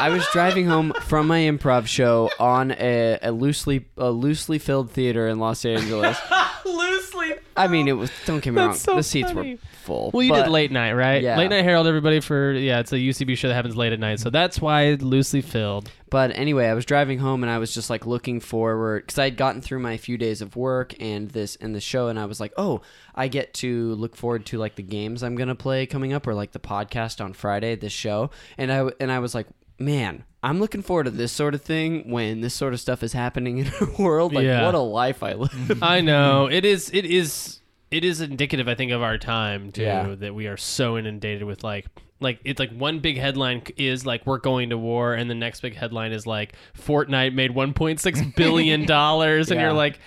I was driving home from my improv show on a, a loosely a loosely filled theater in Los Angeles.
(laughs) Loosely.
I mean, it was. Don't get me wrong.
That's so
the seats
funny.
were full.
Well, you
but
did late night, right?
Yeah.
Late night Herald, everybody for yeah, it's a UCB show that happens late at night, so that's why loosely filled.
But anyway, I was driving home and I was just like looking forward because I had gotten through my few days of work and this and the show, and I was like, oh, I get to look forward to like the games I'm gonna play coming up or like the podcast on Friday, this show, and I and I was like, man, I'm looking forward to this sort of thing when this sort of stuff is happening in our (laughs) world. Like,
Yeah. Mm-hmm.
what a life I live.
I know it is. It is. It is indicative, I think, of our time too.
Yeah.
That we are so inundated with like, like it's like one big headline c- is like we're going to war, and the next big headline is like Fortnite made 1.6 billion dollars, and
Yeah.
you're like,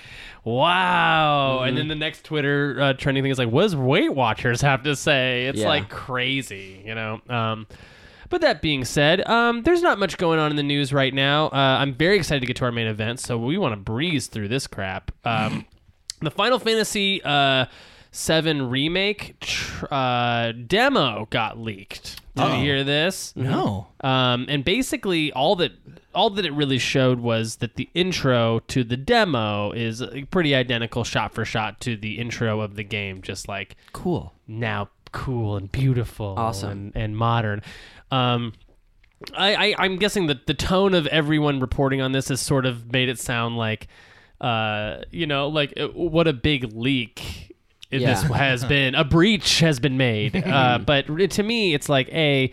wow. And then the next Twitter uh, trending thing is like, what does Weight Watchers have to say? It's
Yeah.
like crazy, you know. Um, but that being said, um, there's not much going on in the news right now. Uh, I'm very excited to get to our main event, so we want to breeze through this crap. Um, the Final Fantasy uh, Seven remake tr- uh, demo got leaked. Did you hear this?
Oh.
No.
Um, and basically, all that all that it really showed was that the intro to the demo is uh, pretty identical, shot for shot, to the intro of the game. Just like
Cool.
now cool and beautiful
Awesome.
and, and modern. Um, I, I, I'm guessing that the tone of everyone reporting on this has sort of made it sound like, uh, you know, like uh, what a big leak it- this
Yeah.
has been. A breach has been
(laughs)
made. Uh, but r- to me, it's like, A,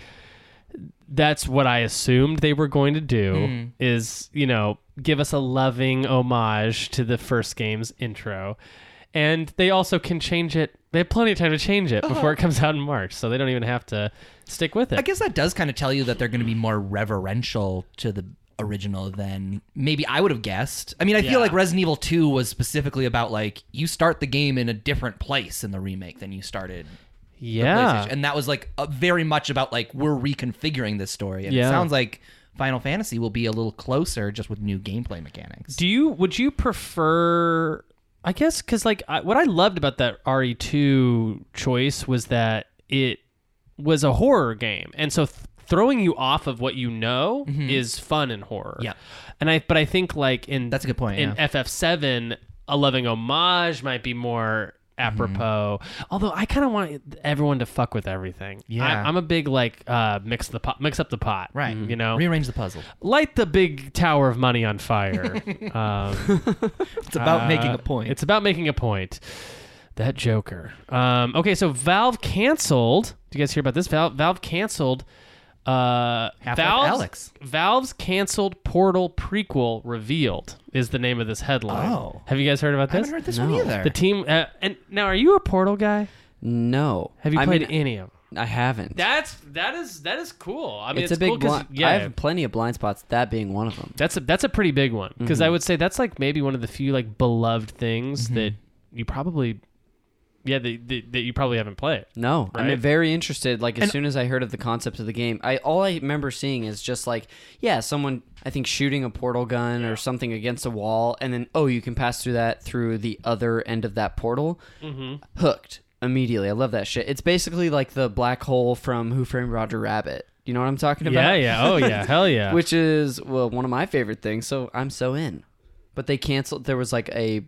that's what I assumed they were going to do
Hmm.
is, you know, give us a loving homage to the first game's intro. And they also can change it. They have plenty of time to change it before it comes out in March, so they don't even have to stick with it.
Uh-huh. I guess that does kind of tell you that they're going to be more reverential to the original than maybe I would have guessed. I mean, I
Yeah.
feel like Resident Evil 2 was specifically about like you start the game in a different place in the remake than you started.
yeah.
PlayStation. And that was like a, very much about like we're reconfiguring this story. And
Yeah.
it sounds like Final Fantasy will be a little closer just with new gameplay mechanics.
Do you would you prefer? I guess because like I, what I loved about that RE2 choice was that it was a horror game, and so th- throwing you off of what you know is fun in horror.
Mm-hmm. Yeah.
and I but I think like in
That's a good point,
In
yeah.
FF7, a loving homage might be more apropos.
Mm-hmm.
Although I kind of want everyone to fuck with everything.
Yeah.
I, I'm a big like uh, mix the pot, mix up the pot.
Right. Mm-hmm.
you know,
Rearrange the puzzle.
light the big tower of money on
(laughs)
fire. um,
It's about making
uh,
a point.
It's about making a point. That Joker. Um, okay, so Valve canceled. Do you guys hear about this? Valve, Valve canceled. Uh,
Half-Life
Valve's,
Alyx.
Valve's canceled Portal prequel revealed is the name of this headline.
Oh.
have you guys heard about
I haven't
this?
heard this one
No.
either.
The team. Uh, and now, are you a Portal guy?
no,
Have you
I
played
mean,
any of? them?
I haven't.
That's that is that is cool. I mean,
it's,
it's,
a big
cool 'cause-
blind.
Yeah,
I have plenty of blind spots. That being one of them.
That's a that's a pretty big one because I would say that's like maybe one of the few like beloved things that you probably, yeah, that, that, that you probably haven't played.
No,
Right?
I'm very interested. Like as soon as I heard of the concept of the game, I all I remember seeing is just like, yeah, someone I think shooting a portal gun or something against a wall, and then oh, you can pass through that through the other end of that portal. Mm-hmm. Hooked immediately. I love that shit. It's basically like the black hole from Who Framed Roger Rabbit. You know what I'm talking about?
Yeah, yeah, oh yeah, hell
(laughs)
yeah.
Which is well one of my favorite things. So I'm so in. But they canceled. There was like a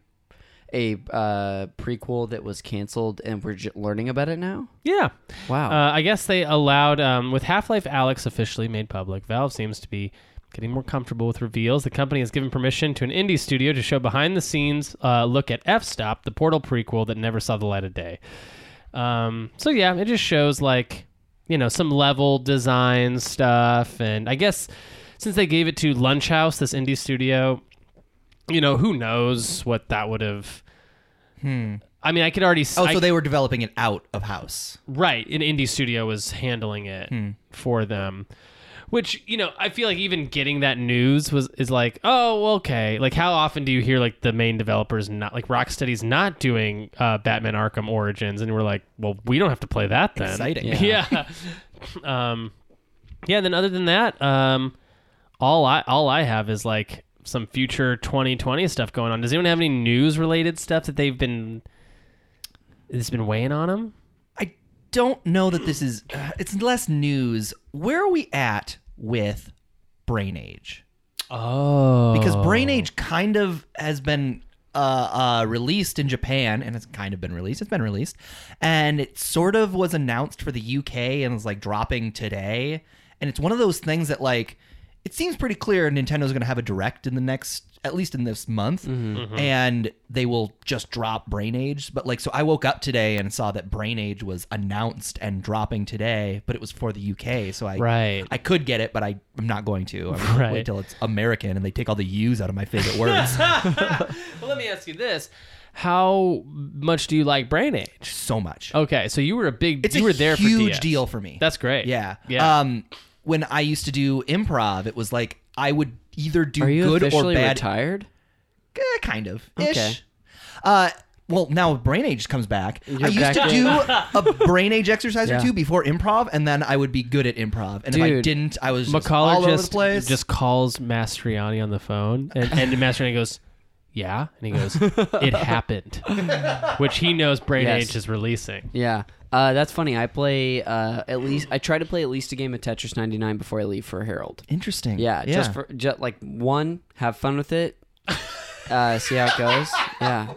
a uh, prequel that was canceled, and we're j- learning about it now.
Yeah.
Wow.
Uh, I guess they allowed, um, with Half Life Alex officially made public, Valve seems to be getting more comfortable with reveals. The company has given permission to an indie studio to show behind the scenes uh, look at F Stop, the Portal prequel that never saw the light of day. Um, so, yeah, it just shows like, you know, some level design stuff. And I guess since they gave it to Lunch House, this indie studio, you know, who knows what that would have. Hmm. I mean, I could already. s-
Oh,
I-
so they were developing it out of house.
Right, an indie studio was handling it for them. Which, you know, I feel like even getting that news was is like, oh, well, okay. Like how often do you hear like the main developers not like Rocksteady's not doing uh, Batman Arkham Origins and we're like, well, we don't have to play that then.
Exciting.
(laughs) Yeah. um yeah, and then other than that, um all I all I have is like some future 2020 stuff going on. Does anyone have any news related stuff that they've been that's been weighing on them?
I don't know that this is. Uh, it's less news. Where are we at with Brain Age?
Oh,
Because Brain Age kind of has been uh, uh, released in Japan, and it's kind of been released. It's been released, and it sort of was announced for the UK and is like dropping today. And it's one of those things that like it seems pretty clear Nintendo's going to have a direct in the next, at least in this month,
Mm-hmm.
and they will just drop Brain Age. But like, so I woke up today and saw that Brain Age was announced and dropping today, but it was for the UK, so I
Right.
I could get it, but I, I'm not going to. I'm gonna
Right.
wait till it's American and they take all the U's out of my
(laughs)
favorite words.
Well, let me ask you this: How much do you like Brain Age?
so much.
Okay, so you were a big,
it's
Oh, you
a
were there
huge
for DS.
deal for me.
That's great.
yeah.
yeah.
Um, when I used to do improv, it was like I would either do
Are you
good
officially
or bad.
retired?
Eh, kind of. Ish.
Okay.
Uh, well, now Brain Age comes back. I used
back
to
in.
do a Brain Age
(laughs)
exercise
Yeah.
or two before improv, and then I would be good at improv. And if I
Dude,
didn't, I was just
McCullough
all over the
just
place.
just calls Mastriani on the phone, and,
(laughs)
and Mastriani goes, "Yeah," and he goes, "It happened," which he knows Brain
Yes.
Age is releasing.
Yeah. Uh, that's funny. I play uh, at least. I try to play at least a game of Tetris 99 before I leave for Herald.
interesting.
Yeah, just for just like one, have fun with it. Uh, see how it goes. Yeah,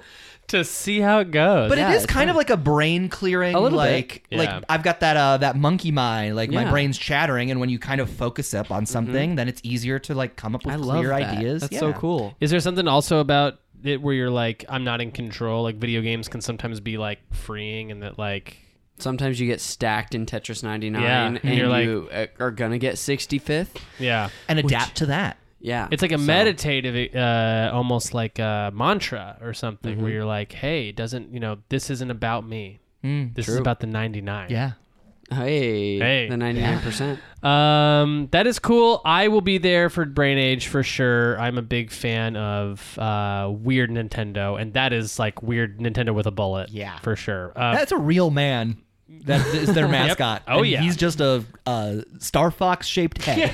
To see how it goes.
But
Yeah,
it is
it's
kind of like a brain clearing.
A little bit.
like
Yeah.
like I've got that uh that monkey mind. Like
Yeah. Mm-hmm.
my brain's chattering, and when you kind of focus up on something, then it's easier to like come up
(laughs)
with
I love
clear
that.
ideas.
That's
Yeah.
so cool.
Is there something also about it where you're like, I'm not in control? Like video games can sometimes be like freeing, and that like,
Sometimes you get stacked in Tetris 99,
Yeah,
and,
and you're like-
you uh, are gonna get 65th.
yeah.
And adapt to that.
Yeah,
It's like a
so-
meditative, uh, almost like a mantra or something,
Mm-hmm.
where you're like, "Hey, it doesn't you know this isn't about me. this is about the 99."
Mm, Yeah.
Hey,
Hey.
the 99 (laughs) percent.
Um, that is cool. I will be there for Brain Age for sure. I'm a big fan of uh, weird Nintendo, and that is like weird Nintendo with a bullet.
Yeah.
for sure. Uh,
That's a real man. That
(laughs)
is their mascot.
Oh,
And
yeah.
He's just a uh, Star Fox shaped head.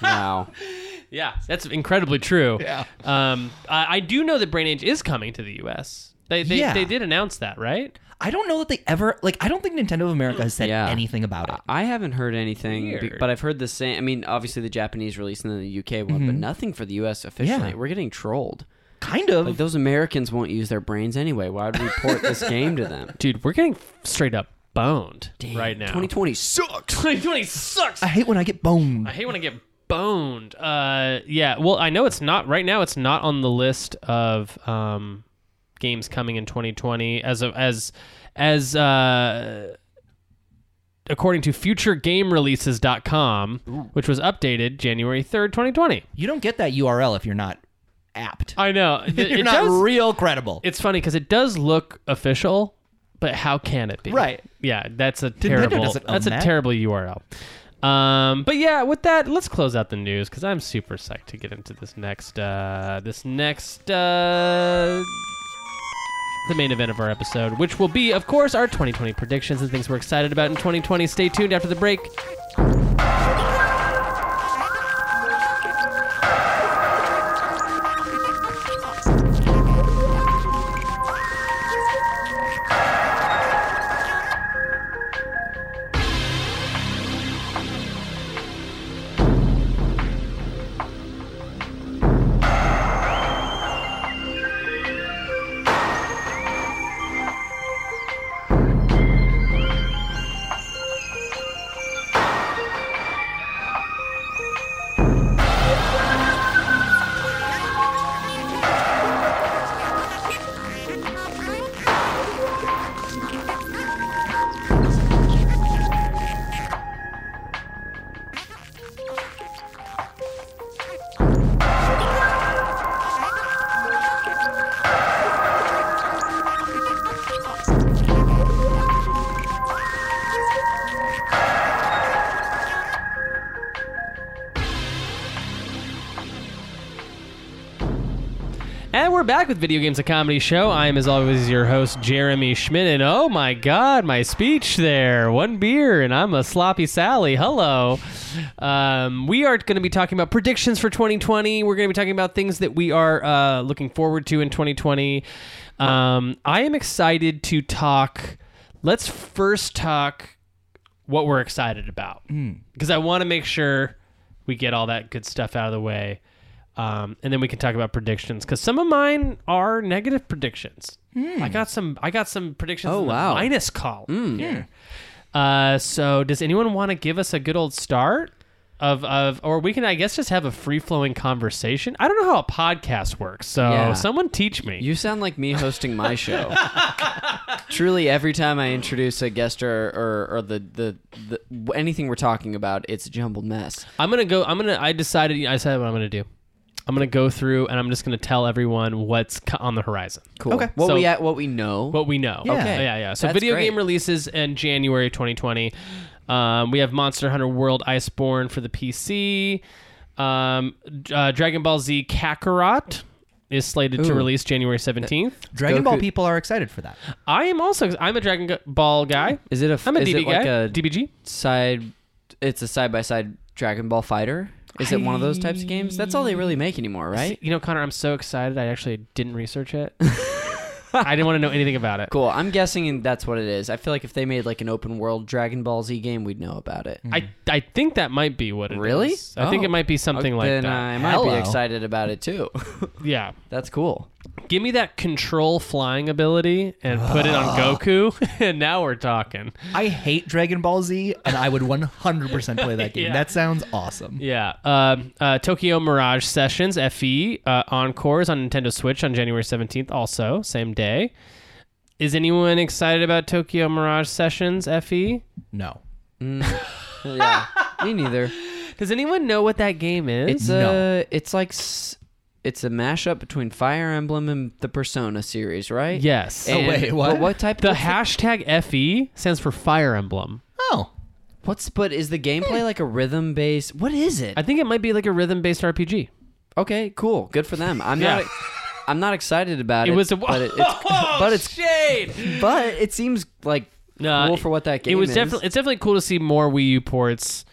Wow.
yeah, that's incredibly true. Yeah. Um, I, I do know that Brain Age is coming to the U.S. They they,
Yeah.
they did announce that, right?
I don't know that they ever like I don't think Nintendo of America has said
Yeah. Uh,
anything about it.
I haven't heard anything, be-
Weird.
but I've heard the same. I mean, obviously the Japanese release and then the UK one, but nothing for the US officially.
Yeah.
We're getting trolled.
Kind of.
Like those Americans won't use their brains anyway. Why would we port this game to
(laughs)
them?
Dude, we're getting straight up boned right now.
2020 sucks.
2020 sucks.
I hate when I get boned.
I hate when I get boned. Uh, yeah. Well, I know it's not right now. It's not on the list of um, games coming in 2020 as of as as uh, according to FutureGameReleases.com, which was updated January 3rd, 2020.
you don't get that URL if you're not apt.
Uh,
I (laughs) know. It,
(laughs) you're
it
not
does-
real credible.
it's funny because it does look official, but how can it be?
Right.
Yeah, that's a terrible.
doesn't own
That's a
that.
terrible URL. Um, but yeah, with that, let's close out the news because I'm super psyched to get into this next. Uh, this next. Uh, the main event of our episode, which will be, of course, our 2020 predictions and things we're excited about in 2020. Stay tuned after the break. And we're back with Video Games, a comedy show. I am, as always, your host, Jeremy Schmidt. And oh my God, my speech there. One beer, and I'm a sloppy Sally. Hello. Um, we are going to be talking about predictions for 2020. We're going to be talking about things that we are uh, looking forward to in 2020. Um, I am excited to talk. Let's first talk what we're excited about because I want to make sure we get all that good stuff out of the way, um, and then we can talk about predictions because some of mine are negative predictions. I got some. I got some predictions.
Oh,
in the
wow. Hmm.
minus column. here. Uh, so does anyone want to give us a good old start? Of, of or we can I guess just have a free flowing conversation. I don't know how a podcast works, so
Yeah.
someone teach me.
You sound like me hosting my
(laughs)
show. Truly, every time I introduce a guest or or, or the, the the anything we're talking about, it's a jumbled mess.
I'm gonna go. I'm gonna. I decided. I decided what I'm gonna do. I'm gonna go through and I'm just gonna tell everyone what's co- on the horizon.
Cool.
Okay.
What
So-
we at, what we know.
What we know. Yeah.
Okay.
Yeah. Yeah. So
That's
video
great.
game releases in January 2020. Um, we have Monster Hunter World Iceborne for the PC. Um, d- uh, Dragon Ball Z Kakarot is slated to
Ooh.
release January 17th.
Dragon
Goku-
Ball people are excited for that.
I am also. I'm a Dragon G- Ball guy.
is it? A f-
I'm a
is
DB
it like
guy.
a
DBG.
side? It's a side by side Dragon Ball fighter. Is it one of those types of games? That's all they really make anymore, right?
You know, Connor, I'm so excited. I actually didn't
(laughs)
research it. I didn't want to know anything about it.
Cool. I'm guessing that's what it is. I feel like if they made like an open world Dragon Ball Z game, we'd know about it.
I, I think that might be what it is.
Really?
I think
Oh.
it might be something like
then
that.
I might
Hello.
be excited about it too. (laughs)
yeah.
that's cool.
Give me that control flying ability and put it (sighs) on Goku, (laughs) and now we're talking.
(gasps) I hate Dragon Ball Z, and I would 100% play that game.
Yeah.
That sounds awesome.
Yeah. Um, uh, Tokyo Mirage Sessions FE uh, Encores on Nintendo Switch on January 17th, also, same day. Is anyone excited about Tokyo Mirage Sessions E? FE?
No.
Yeah. Me
(laughs)
neither.
Does anyone know what that game is?
It's
No.
a it's like s- it's a mashup between Fire Emblem and the Persona series, right?
yes.
And-
wait, what?
but What type?
the
what's,
hashtag FE stands for Fire Emblem.
Oh.
what's but is the gameplay like a rhythm based? What is it?
I think it might be like a rhythm based RPG.
okay, cool, good for them. I'm
Yeah.
not. I'm not excited about it.
It was a Oh,
but
(laughs)
it, it's (laughs) but it's
shade.
but it seems like
No,
cool for what that game
it was
is.
definitely it's definitely cool to see more Wii U ports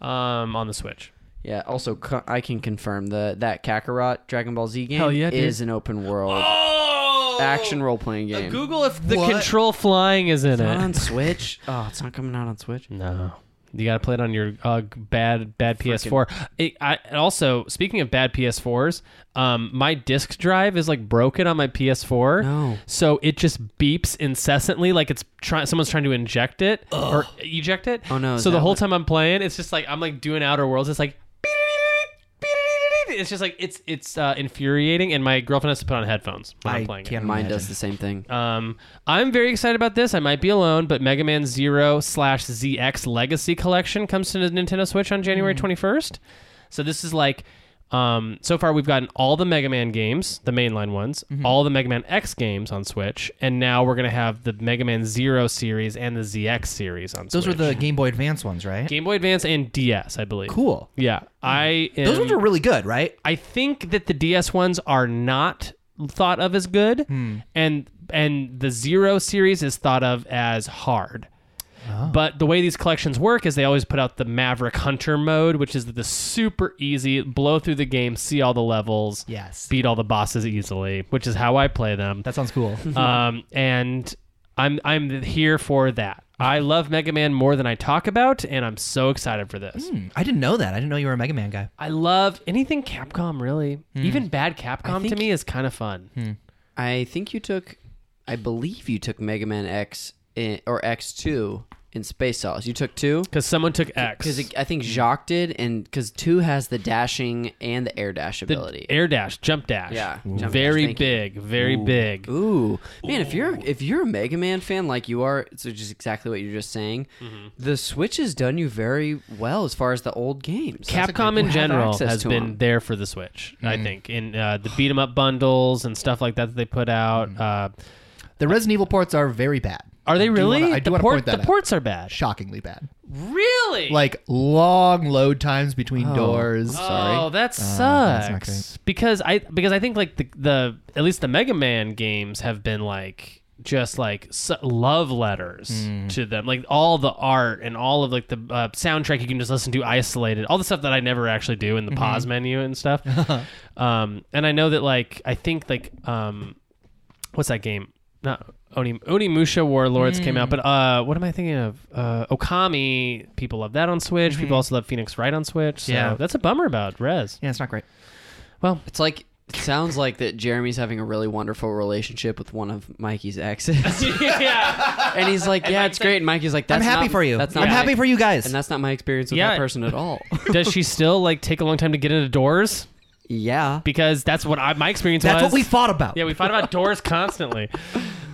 um, on the Switch.
yeah. Also, co- I can confirm the that Kakarot Dragon Ball Z game
Hell yeah, dude.
is an open world
Oh,
action role playing game.
Google if the
What?
control flying is in
Not on
it.
Switch. Oh, it's not coming out on Switch.
No, you got to play it on your uh, bad bad PS4. It, I, and also, speaking of bad PS4s, um, my disc drive is like broken on my PS4.
No.
so it just beeps incessantly, like it's trying. Someone's trying to inject it or eject it.
Oh, no, is
So the
that
whole
what-
time I'm playing, it's just like I'm like doing Outer Worlds. It's like. It's just like it's it's uh, infuriating, and my girlfriend has to put on headphones when I'm
I
playing it.
can't
Mine
imagine.
does the same thing.
Um, I'm very excited about this. I might be alone, but Mega Man Zero slash ZX Legacy Collection comes to the Nintendo Switch on January
Hmm.
21st. So this is like, um, so far we've gotten all the Mega Man games, the mainline ones,
Mm-hmm.
all the Mega Man X games on Switch, and now we're gonna have the Mega Man Zero series and the ZX series on
Those
Switch.
were the Game Boy Advance ones, right?
Game Boy Advance and DS, I believe.
cool.
Yeah, I am,
Those ones were really good, right?
I think that the DS ones are not thought of as good, and and the Zero series is thought of as hard. But the way these collections work is they always put out the Maverick Hunter mode, which is the super easy blow through the game, see all the levels,
Yes.
beat all the bosses easily, which is how I play them.
That sounds (laughs) cool.
um, and I'm I'm here for that. I love Mega Man more than I talk about, and I'm so excited for this.
I didn't know that. I didn't know you were a Mega Man guy.
I love anything Capcom really.
Hmm.
Even bad Capcom to me is kind of fun.
I think you took, I believe you took Mega Man X in, or X two in Space Sauce. You took two
Cuz someone took X.
because I think Jacques did, and because two has the dashing and the air dash ability.
Air dash, jump dash.
Yeah, Ooh. jump dash,
very
thank you.
big, very big.
Ooh, man! If you're if you're a Mega Man fan like you are, it's just exactly what you're just saying. The Switch has done you very well as far as the old games.
Capcom in
have
general
access
has
to
been
'em.
there for the Switch, I
Hmm.
think, in uh, the beat 'em up bundles and stuff like that that they put out. Uh,
The Resident Evil ports are very bad.
Are they
do
really?
wanna- Hmm. I
the
do wanna
port-
point that
the
out.
ports are bad.
Shockingly bad.
Really?
Like long load times between doors.
Oh, that sucks.
Uh, not great.
Because I because I think like the the at least the Mega Man games have been like just like s love letters
Mm.
to them like all the art and all of like the uh, soundtrack you can just listen to isolated all the stuff that i never actually do in the
Mm-hmm.
pause menu and
(laughs)
stuff um and i know that like i think like um what's that game? Not Oni Onimusha Warlords came
Mm.
out, but uh, what am I thinking of? Uh, Okami. People love that on Switch.
Mm-hmm.
People also love Phoenix Wright on Switch. So
Yeah.
that's a bummer about Res.
Yeah, it's not great.
Well,
It's like it sounds like that Jeremy's having a really wonderful relationship with one of Mikey's exes,
yeah,
and he's like, "Yeah, it's great." And Mikey's like,
I'm
"That's
happy
not-
for you.
That's not
I'm
my-
happy for you guys.
And that's not my experience with
Yeah.
that person at all.
(laughs)
(laughs)
does she still like take a long time to get into doors?
yeah.
Because that's what I, my experience
That's
was.
what we fought about.
Yeah, we fight about doors constantly.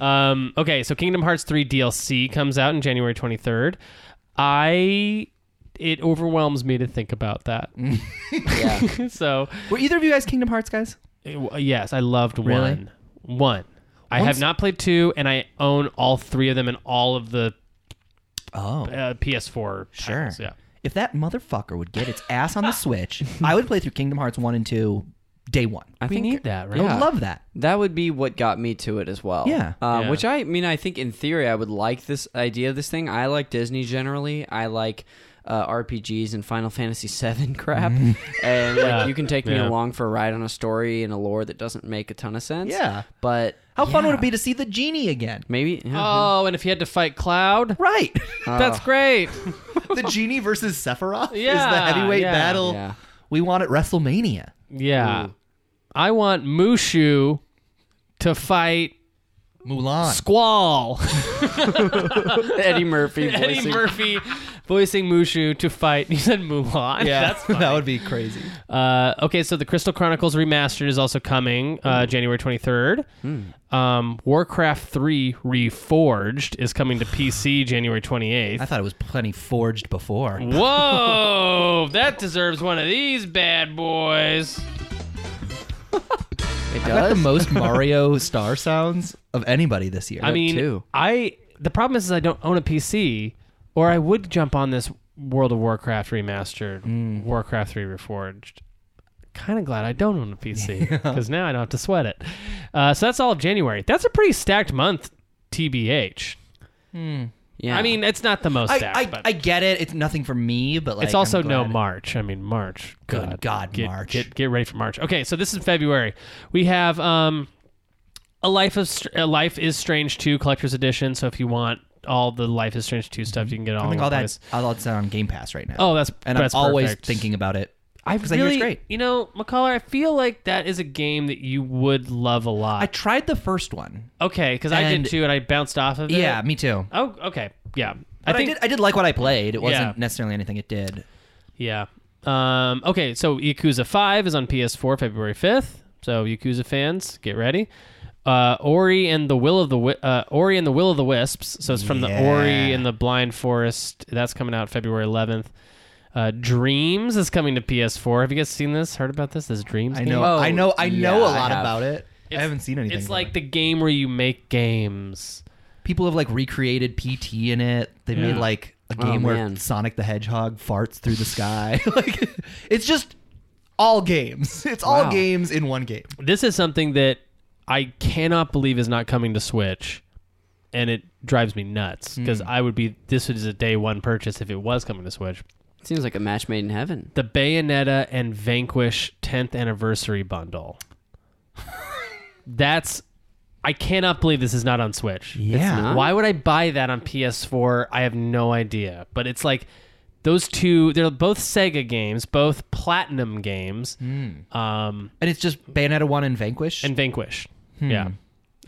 Um, okay, so Kingdom Hearts 3 DLC comes out in January 23rd. I it overwhelms me to think about
(laughs)
that. yeah. (laughs) so
Were either of you guys Kingdom Hearts guys?
It w- Yes, I loved one. One. I have not played two, and I own all three of them and all of the
Oh,
uh, PS4.
sure.
titles, Yeah.
If that motherfucker would get its ass on the Switch, I would play through Kingdom Hearts 1 and 2 day one. I, Oh.
I
We
think
need that, right?
would
yeah.
love that.
That would be what got me to it as well.
Yeah.
Uh,
Yeah.
Which I mean, I think in theory, I would like this idea of this thing. I like Disney generally. I like uh, RPGs and Final Fantasy (laughs) VII crap.
Mm-hmm.
and like, you can take me
Yeah.
along for a ride on a story and a lore that doesn't make a ton of sense.
Yeah.
But
How fun would it be to see the genie again?
maybe.
Oh, and if you had to fight Cloud,
Right.
(laughs) that's (laughs) great.
the genie versus Sephiroth is the
Yeah,
heavyweight
yeah.
battle.
Yeah. (laughs)
We want at WrestleMania.
yeah. I want Mushu to fight
Mulan.
Squall.
Eddie Murphy.
(laughs) Eddie
voicing-
Murphy (laughs) voicing Mushu to fight. (laughs) You said Mulan. (laughs) That's funny.
that would be crazy.
Uh, okay, so the Crystal Chronicles Remastered is also coming uh, January 23rd. Um, Warcraft 3 Reforged is coming to (sighs) PC January 28th.
I thought it was plenty forged before.
Whoa, that deserves one of these bad boys.
It
I got the
does.
(laughs)
(laughs) most Mario star sounds of anybody this year.
I mean,
too.
I the problem is, is I don't own a PC, or I would jump on this World of Warcraft Remastered,
Mm.
Warcraft 3 Reforged. Kind of glad I don't own a
(laughs)
PC because now I don't have to sweat it. Uh, so that's all of January. That's a pretty stacked month, TBH.
yeah.
I mean, it's not the most
I,
stacked,
I,
but
I get it. It's nothing for me, but like
it's also
I'm
no
glad-
March. I mean, March.
Good God,
get,
March.
Get, get ready for March. Okay, so this is February. We have um, a life of Str- a life is strange two collector's edition. So if you want all the life is strange two stuff, you can get it all.
Mm-hmm. I think
in
all
one
that
place.
all that's on Game Pass right now.
Oh, that's
and
that's
I'm always
perfect.
thinking about it.
I
'cause I hear it's
really,
great.
you know, McCullough, I feel like that is a game that you would love a lot.
I tried the first one.
okay, because I did
and-
too, and I bounced off of it.
Yeah, me too.
Oh, okay. Yeah.
But I,
think
did. I did like what I played. It wasn't
Yeah.
necessarily anything it did.
Yeah. Um, okay, so Yakuza 5 is on PS4 February 5th. So Yakuza fans, get ready. Uh, Ori and the Will of the Wi- uh, Ori and the Will of the Wisps. So it's from the Ori and the Blind Forest. That's coming out February 11th. Uh, Dreams is coming to PS4. Have you guys seen this? Heard about this? This Dreams
I
game?
know. I know. Oh, I know
yeah,
a lot
I have.
about it. I haven't seen anything.
It's
about
like
it.
the game where you make games.
people have like recreated PT in it. They made like a game where
man.
Sonic the Hedgehog farts through the sky. (laughs) like it's just all games. (laughs) It's all
Wow.
games in one game.
This is something that I cannot believe is not coming to Switch, and it drives me nuts because I would be this is a day one purchase if it was coming to Switch.
seems like a match made in heaven.
The Bayonetta and Vanquish 10th anniversary bundle. That's I cannot believe this is not on Switch.
Yeah.
Why would I buy that on PS4? I have no idea. But it's like those two they're both Sega games, both platinum games. Um
And it's just Bayonetta 1 and Vanquish.
and Vanquish. Yeah.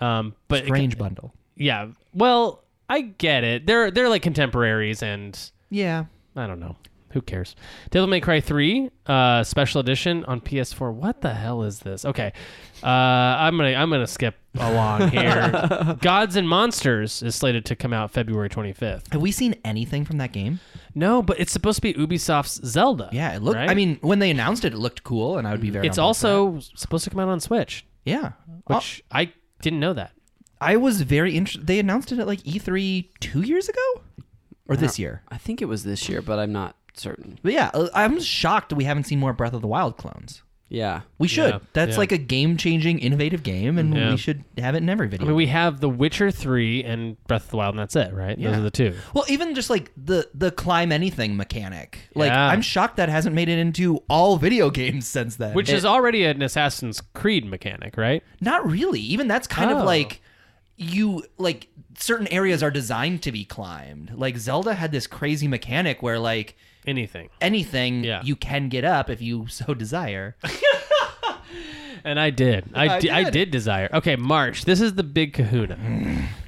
Um but it-
Strange bundle.
yeah. Well, I get it. They're they're like contemporaries and
Yeah.
I don't know. Who cares? Devil May Cry 3 uh, special edition on PS4. What the hell is this? Okay. Uh, I'm going to I'm going to skip along here.
(laughs)
Gods and Monsters is slated to come out February 25th.
Have we seen anything from that game?
No, but it's supposed to be Ubisoft's Zelda.
Yeah, it looked
right? Mm.
I mean, when they announced it, it looked cool and I would be very on
it's
board for Oh.
also supposed to come out on Switch,
that. Yeah.
which I didn't know that.
I was very interested. They announced it at like E3 two years ago, or this year.
I think it was this year, but I'm not certain.
But yeah, uh, I'm shocked we haven't seen more Breath of the Wild clones.
Yeah.
We should.
Yeah,
That's
yeah.
like a game-changing, innovative game, and
Yeah.
we should have it in every video.
I mean, we have The Witcher 3 and Breath of the Wild, and that's it, right? Those
Yeah.
are the two.
Well, even just like the the climb anything mechanic. Like
Yeah.
I'm shocked that hasn't made it into all video (laughs) games since then.
Which
is
is already an Assassin's Creed mechanic, right?
not really. Even that's kind
Oh.
of like you like certain areas are designed to be climbed. Like Zelda had this crazy mechanic where like
Anything.
anything
Yeah.
you can get up if you (laughs) so desire.
And I did. I,
I
di- I
did.
did desire. Okay, March. This is the big kahuna.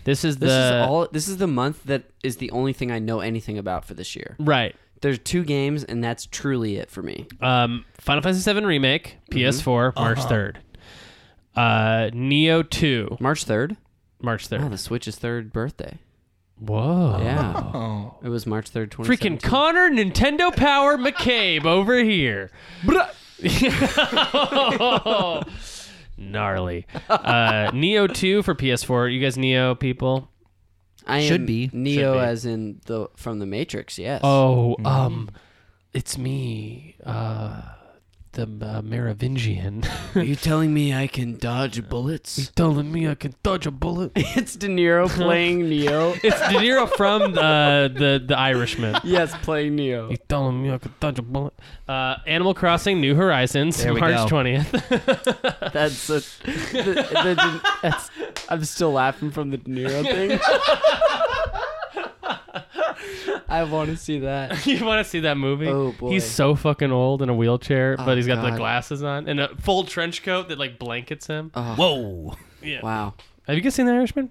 this is the.
This is all. This is the month that is the only thing I know anything about for this year.
Right.
There's two games, and that's truly it for me.
Um, Final Fantasy VII Remake,
Mm-hmm.
PS4, March
Uh-huh.
3rd. Uh, Neo 2,
March third.
March
Oh,
3rd.
the Switch's third birthday.
Whoa.
Yeah,
Oh.
it was March third, twenty.
Freaking Connor Nintendo Power McCabe over here. (laughs) Gnarly. Uh, Neo 2 for PS4. You guys, Neo people?
I am
Should be.
Neo,
Should be.
as in the from the Matrix. Yes.
Oh, um, it's me, uh, the uh, Merovingian. (laughs)
are you telling me I can dodge
(laughs)
bullets?
Telling me I can dodge a bullet.
it's De Niro playing Neo.
(laughs) It's De Niro from uh, the the Irishman.
yes, playing Neo.
(laughs) You telling me I could dodge a bullet? Uh, Animal Crossing: New Horizons,
There we
March
go.
twentieth. (laughs)
That's a, the, the, that's, I'm still laughing from the De Niro thing. (laughs) I want to see that.
(laughs)
you want to see that movie?
Oh, boy.
He's so fucking old in a wheelchair,
Oh,
but he's got the
God.
glasses on and a full trench coat that like blankets him.
Whoa.
yeah.
Wow.
Have you guys seen The Irishman?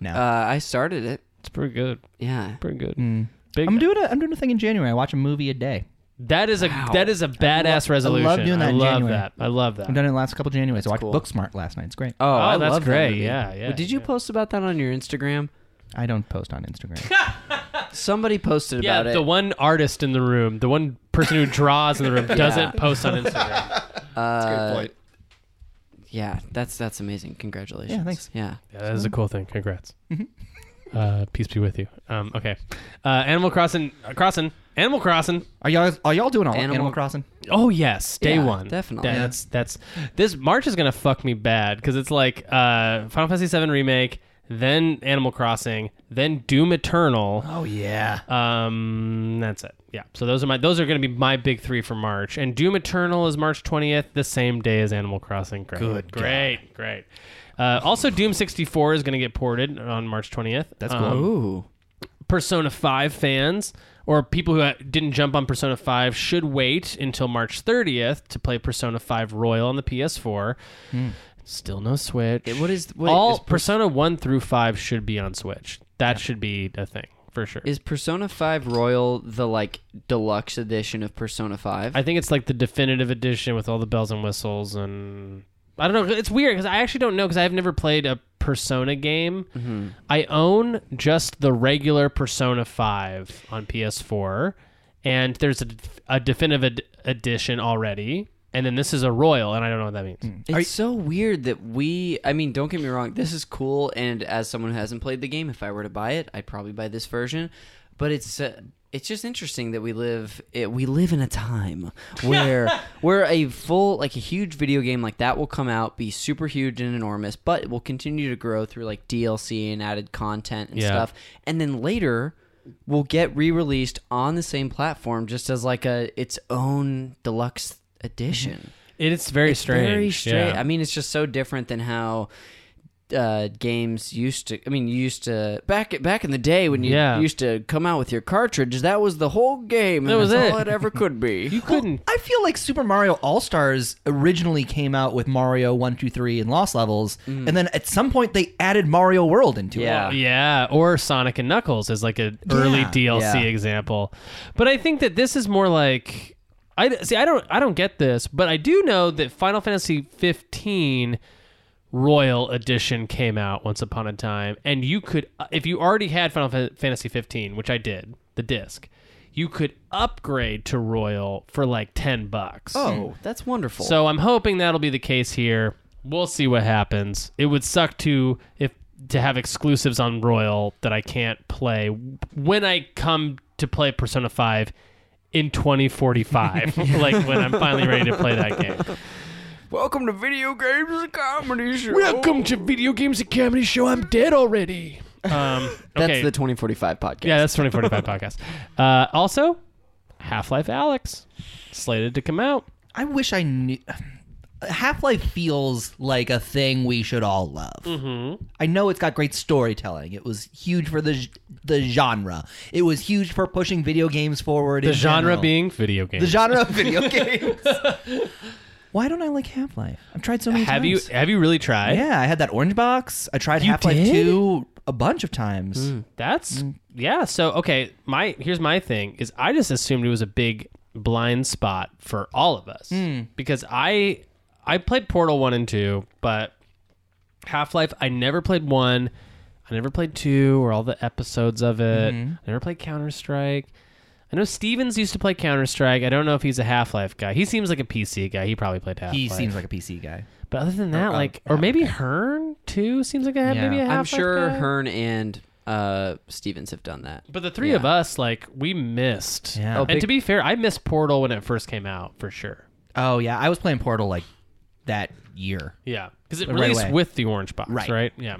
No.
Uh, I started it.
It's pretty good.
Yeah.
Pretty good. Big.
Hmm. I'm doing a, I'm doing a thing in January. I watch a movie a day.
that is a
Wow.
that is a badass resolution.
doing that
I
in
love
January.
that. I love that.
I've done it the last couple of Januaries. I watched
cool.
Booksmart last night. It's great.
Oh, I
that's
love that
great.
movie.
Yeah, yeah,
Well, Did you
yeah.
post about that on your Instagram?
I don't post on Instagram.
Somebody posted
yeah,
about it.
the one artist in the room, the one person who draws
(laughs)
in the room, doesn't post on Instagram.
Uh,
point.
Yeah, that's that's amazing. Congratulations.
Yeah, thanks.
Yeah.
Yeah, that is a cool thing. Congrats. uh, peace be with you. Um, okay, uh, Animal Crossing, uh, Crossing, Animal Crossing.
Are y'all are y'all doing all
Animal-
Animal, Crossing?
Oh yes, day
Yeah,
one.
definitely.
That- That's that's this March is gonna fuck me bad because it's like uh, Final Fantasy VII remake, then Animal Crossing, then Doom Eternal.
Oh yeah.
Um, that's it. Yeah. So those are my those are going to be my big three for March. And Doom Eternal is March twentieth, the same day as Animal Crossing. Great.
Good God.
Great. Great. Uh, also, Doom sixty four is going to get ported on March twentieth. Um, That's cool.
Ooh.
Persona five fans or people who uh, didn't jump on Persona five should wait until March thirtieth to play Persona five Royal on the PS four. Still no Switch.
It- Eh, what is what
All
is,
Persona one through five should be on Switch. That should be a thing for sure.
is Persona 5 Royal the like deluxe edition of Persona 5?
I think it's like the definitive edition with all the bells and whistles and I don't know. It's weird because I actually don't know because I've never played a Persona game. I own just the regular Persona Five on PS4, and there's a, a definitive ed- edition already, and then this is a royal, and I don't know what that means.
it's so weird that we I mean, don't get me wrong, this is cool and as someone who hasn't played the game, if I were to buy it, I'd probably buy this version, but it's uh, it's just interesting that we live it, we live in a time where where a full like a huge video game like that will come out be super huge and enormous, but it will continue to grow through like DLC and added content and
Yeah.
stuff. and then later will get re-released on the same platform just as like a its own deluxe edition.
It's very strange.
Very straight.
yeah.
I mean, it's just so different than how uh, games used to. I mean, you used to back back in the day when you
Yeah.
used to come out with your cartridge. That was the whole game. And
That was
that's
it.
all it ever could be.
(laughs) you couldn't.
I feel like Super Mario All Stars originally came out with Mario One, Two, Three, and Lost Levels, and then at some point they added Mario World into
Yeah.
it.
Yeah, or Sonic and Knuckles is like an early
Yeah.
DLC
Yeah.
example. But I think that this is more like I see I don't I don't get this, but I do know that Final Fantasy 15 Royal Edition came out once upon a time and you could uh, if you already had Final Fa- Fantasy 15, which I did, the disc, you could upgrade to Royal for like 10 bucks.
Oh, that's wonderful.
So I'm hoping that'll be the case here. We'll see what happens. It would suck to if to have exclusives on Royal that I can't play when I come to play Persona 5 in (laughs) 2045, like when I'm finally ready to play that game.
Welcome to Video Games and Comedy Show.
to Video Games and Comedy Show. I'm dead already. Um, (laughs)
That's
okay.
the 2045 podcast.
Yeah, that's 2045 (laughs) podcast. Uh, also, Half Life Alex slated to come out.
I wish I knew. Half Life feels like a thing we should all love. I know it's got great storytelling. It was huge for the the genre. It was huge for pushing video games forward.
The
in
genre
general.
being video
the
games.
genre of
(laughs)
video games. Why don't I like Half Life? I've tried so many
have you
times.
have you really tried?
Yeah, I had that orange box. I tried
You
Half Life
did? Mm,
Two a bunch of times.
That's yeah. So okay, my here's my thing is I just assumed it was a big blind spot for all of us because I I played Portal one and two, but Half Life I never played one, I never played two or all the episodes of it. I never played Counter Strike. I know Stevens used to play Counter Strike. I don't know if he's a Half Life guy. He seems like a PC guy. He probably played Half Life.
He seems like a PC guy.
but other than that, like, or maybe Hearn too seems like a
Yeah.
maybe a Half
I'm
Life
sure
guy.
Hearn and uh, Stevens have done that.
But the three of us, like, we missed.
Yeah. Oh,
and
big-
to be fair, I missed Portal when it first came out for sure.
Oh yeah, I was playing Portal like that year.
Yeah, because it
Right
released
away.
with the orange box, right?
Right.
Yeah.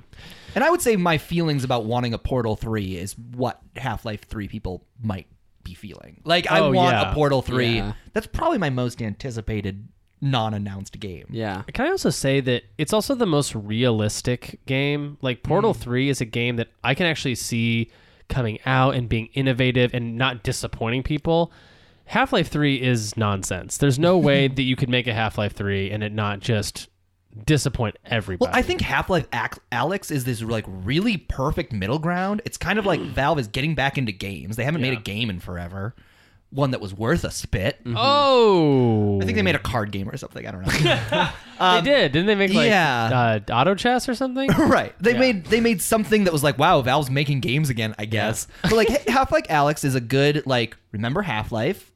And I would say my feelings about wanting a Portal 3 is what Half Life 3 people might be feeling. Like, I
Oh,
want
yeah.
a Portal 3.
Yeah.
That's probably my most anticipated non announced game.
Yeah.
Can I also say that it's also the most realistic game? Like Portal Three is a game that I can actually see coming out and being innovative and not disappointing people. Half Life Three is nonsense. There's no (laughs) way that you could make a Half Life Three and it not just disappoint everybody.
Well, I think Half Life Alex is this like really perfect middle ground. It's kind of like Valve is getting back into games. They haven't made a game in forever, one that was worth a spit.
Mm-hmm. Oh,
I think they made a card game or something. I don't know.
Um,
they did, didn't they? Make like
yeah.
uh, auto chess
(coughs)
or something. (laughs)
Right. They
Yeah.
made they made something that was like, wow, Valve's making games again, I guess. But like Half Life Alex is a good like remember Half Life,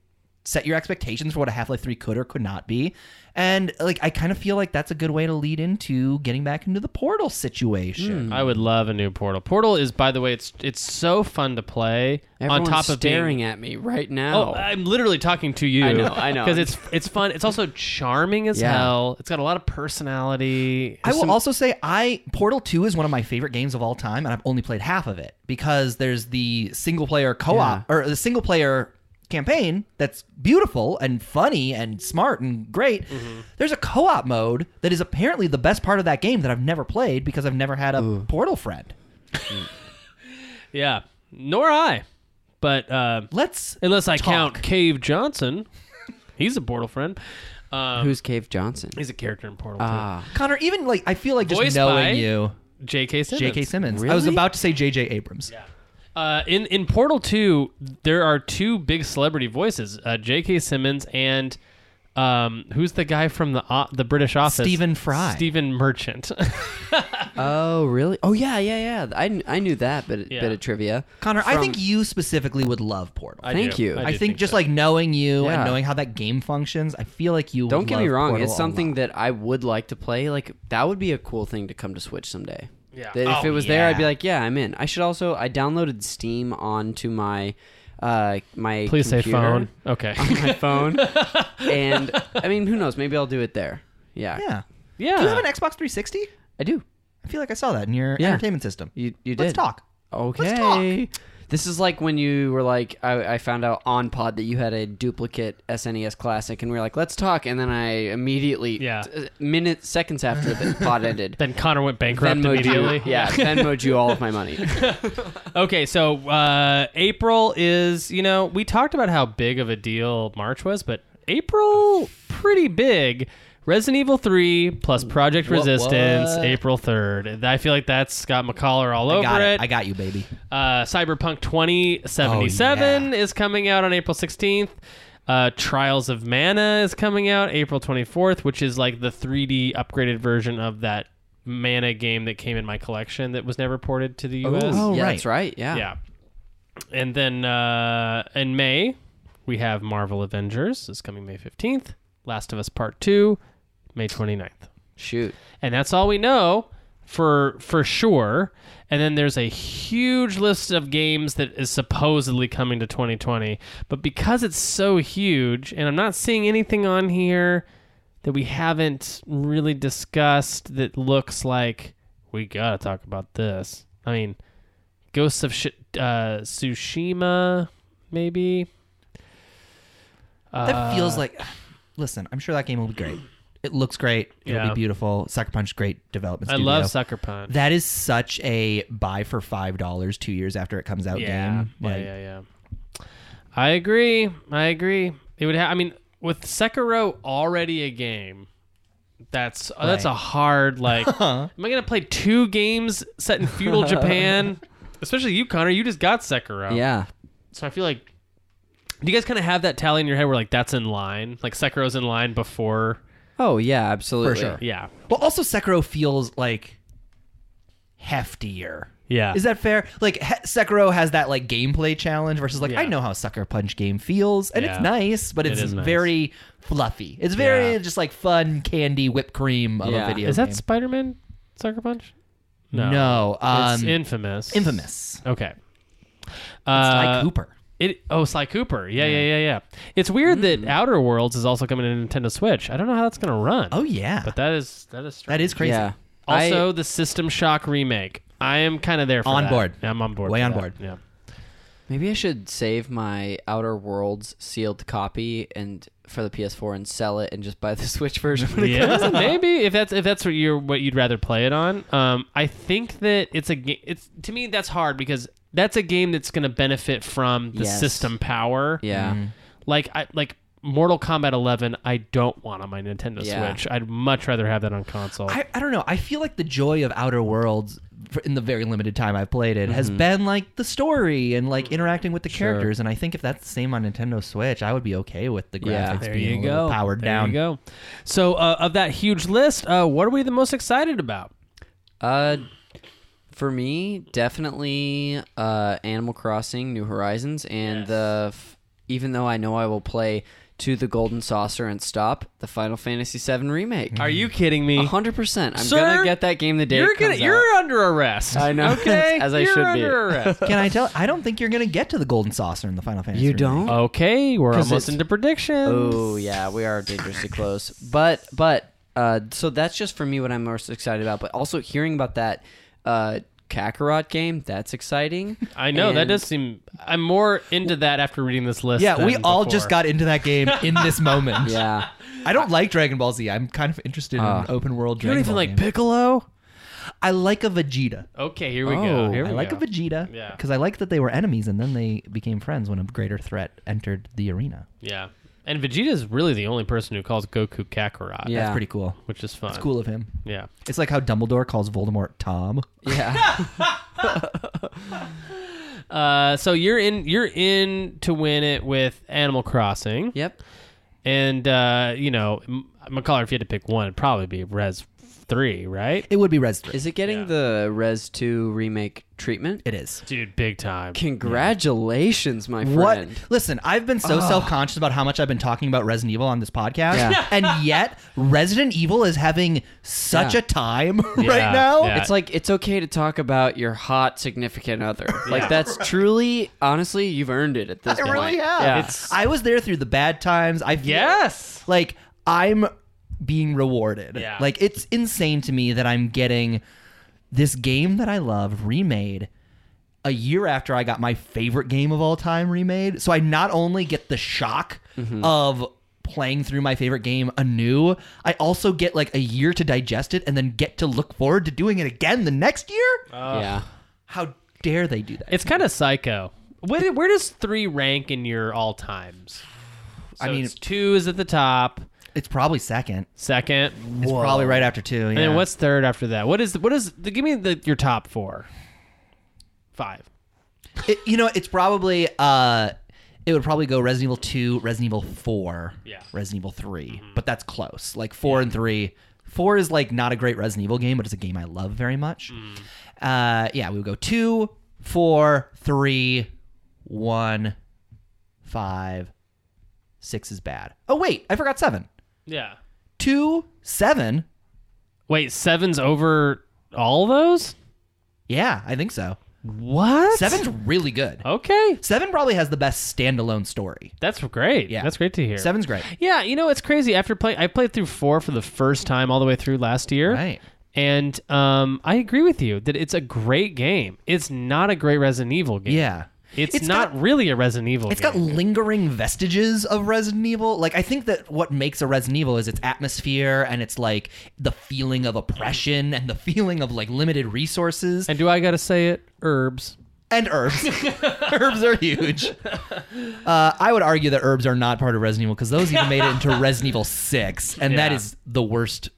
set your expectations for what a Half Life 3 could or could not be. And like I kind of feel like that's a good way to lead into getting back into the portal situation.
I would love a new Portal. Portal is, by the way, it's it's so fun to play.
Everyone's
on top of
staring
being,
at me right now.
oh, I'm literally talking to you.
I know, I know.
Because it's it's fun. It's also charming as
Yeah.
hell. It's got a lot of personality.
I
There's
will
some-
also say I Portal 2 is one of my favorite games of all time and I've only played half of it because there's the single player co-op or the single player campaign that's beautiful and funny and smart and great. There's a co-op mode that is apparently the best part of that game that I've never played because I've never had a Portal friend.
yeah. Nor I, but uh,
Let's
unless I
Talk.
count Cave Johnson, he's a Portal friend. Um,
Who's Cave Johnson?
he's a character in Portal.
Ah.
Connor even like I feel like just
Voiced by
knowing you
too. J.K. Simmons.
JK Simmons. I was
Really?
about to say JJ Abrams. Yeah.
Uh, in in Portal Two, there are two big celebrity voices: uh, J.K. Simmons and um, who's the guy from the o the British Office?
Stephen Fry.
Stephen Merchant. (laughs)
Oh, really? Oh, yeah, yeah, yeah. I, kn- I knew that bit,
Yeah.
bit of trivia.
Connor, I
From-
think you specifically would love Portal.
I
Thank
do.
you.
I,
I
do
think, just like knowing you
Yeah.
and knowing how that game functions, I feel like you.
Don't
would
get me
love
wrong.
Portal
It's
a
something
lot.
that I would like to play. Like that would be a cool thing to come to Switch someday.
Yeah.
That if
Oh,
it was there, I'd be
yeah.
like, yeah, I'm in. I should also. I downloaded Steam onto my, uh, my.
Please say
computer,
phone. Okay.
My phone. and I mean, who knows? Maybe I'll do it there. Yeah.
Yeah.
yeah.
Do you have an Xbox 360?
I do.
I feel like I saw that in your
Yeah.
entertainment system.
You you did.
Let's talk.
Okay.
talk.
This is like when you were like, I, I found out on Pod that you had a duplicate SNES Classic, and we were like, let's talk. And then I immediately,
Yeah.
t- minutes, seconds after the pod ended,
(laughs) then Connor went bankrupt
Venmo'd you-
immediately.
Yeah, Venmo'd you all of my money.
Okay, so uh, April is, you know, we talked about how big of a deal March was, but April, pretty big. Resident Evil 3 plus Project Resistance,
what?
April 3rd. I feel like that's Scott McCollar all
I
over
got
it.
it. I got Oh, you, baby.
Uh, Cyberpunk 2077 is coming out on April 16th. Uh, Trials of Mana is coming out April 24th, which is like the 3D upgraded version of that Mana game that came in my collection that was never ported to the
Oh,
US.
yeah,
right.
that's right. Yeah.
Oh, Yeah. And then uh, in May, we have Marvel Avengers is coming May 15th, Last of Us Part 2, May 29th.
Shoot.
And that's all we know for for sure. And then there's a huge list of games that is supposedly coming to 2020. But because it's so huge, and I'm not seeing anything on here that we haven't really discussed that looks like we gotta talk about this. I mean, Ghosts of Sh- uh, Tsushima, maybe.
That
Uh,
feels like. (sighs) Listen, I'm sure that game will be great. It looks great. It'll
Yeah.
be beautiful. Sucker Punch, great development.
I
Studio.
love Sucker Punch.
That is such a buy for five dollars two years after it comes out
yeah,
game.
yeah,
Like,
yeah, yeah. I agree. I agree. It would. Ha- I mean, with Sekiro already a game, that's uh, that's a
(laughs)
hard like.
Uh-huh.
Am I gonna play two games set in feudal
(laughs)
Japan? Especially you, Connor. You just got Sekiro.
Yeah.
So I feel like. Do you guys kind of have that tally in your head where like that's in line, like Sekiro's in line before?
Oh yeah, absolutely.
sure.
Yeah.
Well, also Sekiro feels like heftier.
Yeah.
Is that fair? Like he- Sekiro has that like gameplay challenge versus like
Yeah.
I know how Sucker Punch game feels and
Yeah.
it's nice, but
It
it's
is nice.
very fluffy. It's very
Yeah.
just like fun candy whipped cream of
Yeah.
a video.
Is that
game.
Spider Man Sucker Punch?
no?
It's
um,
infamous.
infamous.
Okay.
Sly
Uh,
Cooper.
It oh Sly Cooper. Yeah, yeah, yeah, yeah. It's weird
Mm-hmm.
that Outer Worlds is also coming to Nintendo Switch. I don't know how that's gonna run.
Oh yeah,
But that is that is strange.
that is crazy.
Yeah.
also the System Shock remake. I am kind of there for
On
that.
board.
Yeah, I'm on board.
Way
for
on
that.
board. (laughs)
Yeah.
Maybe I should save my Outer Worlds sealed copy and for the PS4 and sell it and just buy the (laughs) Switch version. when it comes
Yeah,
out.
maybe if that's if that's what you're what you'd rather play it on. Um, I think that it's a game. It's to me that's hard because that's a game that's going to benefit from the
Yes.
system power.
Yeah.
like I like Mortal Kombat 11. I don't want on my Nintendo
Yeah.
Switch. I'd much rather have that on console.
I, I don't know. I feel like the joy of Outer Worlds for- in the very limited time I've played it
Mm-hmm.
has been like the story and like interacting with the characters. And I think if that's the same on Nintendo Switch, I would be okay with the graphics
Yeah.
there
being
you
a little
go.
powered
there
down.
You go. So uh, of that huge list, uh, what are we the most excited about?
Uh, for me, definitely uh, Animal Crossing: New Horizons, and the f- even though I know I will play to the Golden Saucer and stop the Final Fantasy VII remake.
Are you kidding me?
hundred percent? I'm
Sir,
gonna get that game the day
You're
it comes
you're
out.
under arrest.
I know, (laughs)
Okay,
as I
You're
should be. (laughs)
under arrest.
Can I tell? I don't think you're gonna get to the Golden Saucer in the Final Fantasy.
You
remake.
don't?
okay, we're
'Cause it's-
almost into predictions.
Oh yeah, we are dangerously close. But but uh, so that's just for me what I'm most excited about. But also hearing about that uh, Kakarot game, that's exciting.
(laughs) I know that
And-
does seem. I'm more into that after reading this list.
Yeah, we
than
all
before.
just got into that game in
(laughs)
this
(laughs)
moment.
Yeah.
I don't like Dragon Ball Z. I'm kind of interested
Ah.
in open world.
You don't
Dragon
even
Ball
like
game.
Piccolo.
I like a Vegeta.
Okay, here we
Oh,
go. Here we
I like
go.
a Vegeta
Yeah.
because I like that they were enemies and then they became friends when a greater threat entered the arena.
Yeah, and Vegeta's really the only person who calls Goku Kakarot.
Yeah.
That's pretty cool.
which is fun.
It's cool of him.
Yeah.
It's like how Dumbledore calls Voldemort Tom.
(laughs)
Yeah.
Uh, so you're in you're in to win it with Animal Crossing,
yep.
and uh, you know, M- McCullough, if you had to pick one, it'd probably be Res Three, right?
It would be Res 3.
Is it getting
Yeah.
the Res 2 remake treatment?
It is.
Dude, big time.
Congratulations, my
What?
friend.
Listen, I've been so self-conscious about how much I've been talking about Resident Evil on this podcast,
Yeah.
and yet Resident Evil is having such
Yeah.
a time (laughs)
Yeah,
right now.
yeah.
It's like it's okay to talk about your hot significant
(laughs)
other. Like that's truly, honestly, you've earned it at this
I
point.
really have.
Yeah.
I was there through the bad times. I feel
Yes.
like I'm being rewarded.
Yeah.
Like it's insane to me that I'm getting this game that I love remade a year after I got my favorite game of all time remade. So I not only get the shock of playing through my favorite game anew, I also get like a year to digest it and then get to look forward to doing it again the next year.
yeah.
How dare they do that?
It's kind of psycho. Where, where does three rank in your all times?
(sighs) I
So
mean-
it's two is at the top,
It's probably second.
second,
It's probably right after two. Yeah.
and then what's third after that? What is what is? The, give me the, your top four, five.
It, you know, it's probably uh, it would probably go Resident Evil two, Resident Evil four,
Yeah. Mm-hmm.
Resident Evil 3 but that's close. Like four and three. Four is like not a great Resident Evil game, but it's a game I love very much.
Mm-hmm.
Uh, yeah, we would go two, four, three, one, five, six is bad. Oh wait, I forgot seven.
Yeah.
Two, seven.
Wait, seven's over all those?
Yeah, I think so.
What? Oh.
Seven's really good.
Okay.
Seven probably has the best standalone story.
That's great.
Yeah.
That's great to hear.
Seven's great.
Yeah, you know it's crazy. After playing, I played through four for the first time all the way through last year,
Right.
and um, I agree with you that it's a great game. It's not a great Resident Evil game.
Yeah.
it's,
It's
not
got-
really a Resident Evil.
It's
game.
got lingering vestiges of Resident Evil. Like I think that what makes a Resident Evil is its atmosphere and it's like the feeling of oppression and the feeling of like limited resources
And do I gotta say it? Herbs.
and
(laughs)
herbs. herbs are huge. Uh, I would argue that herbs are not part of Resident Evil because those even made it
(laughs)
into Resident Evil Six, and that
Yeah.
is the worst.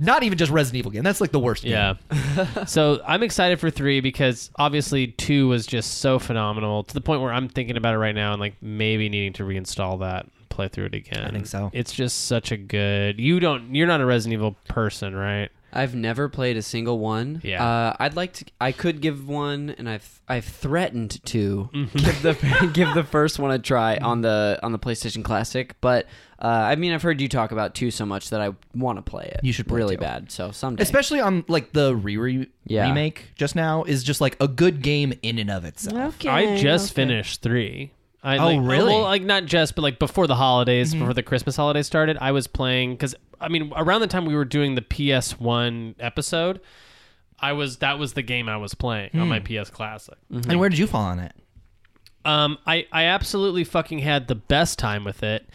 Not even just Resident Evil game. That's like the worst.
Yeah.
(laughs) game.
so I'm excited for three because obviously two was just so phenomenal to the point where I'm thinking about it right now and like maybe needing to reinstall that, and play through it again. I
think so.
It's just such a good. You don't. You're not a Resident Evil person, right?
I've never played a single one.
Yeah.
Uh, I'd like to. I could give one, and I've I've threatened to
Mm-hmm.
give the (laughs) give the first one a try on the on the PlayStation Classic. But uh, I mean, I've heard you talk about two so much that I want to play it.
You should play
really
two.
bad. So someday,
Especially on like the re
Yeah.
remake just now is just like a good game in and of itself.
I just finished three. I,
Oh,
like,
really?
Well, like not just, but like before the holidays, before the Christmas holiday started, I was playing because I mean around the time we were doing the PS One episode, I was that was the game I was playing on my PS Classic.
And where did you fall on it?
Um, I I absolutely fucking had the best time with it.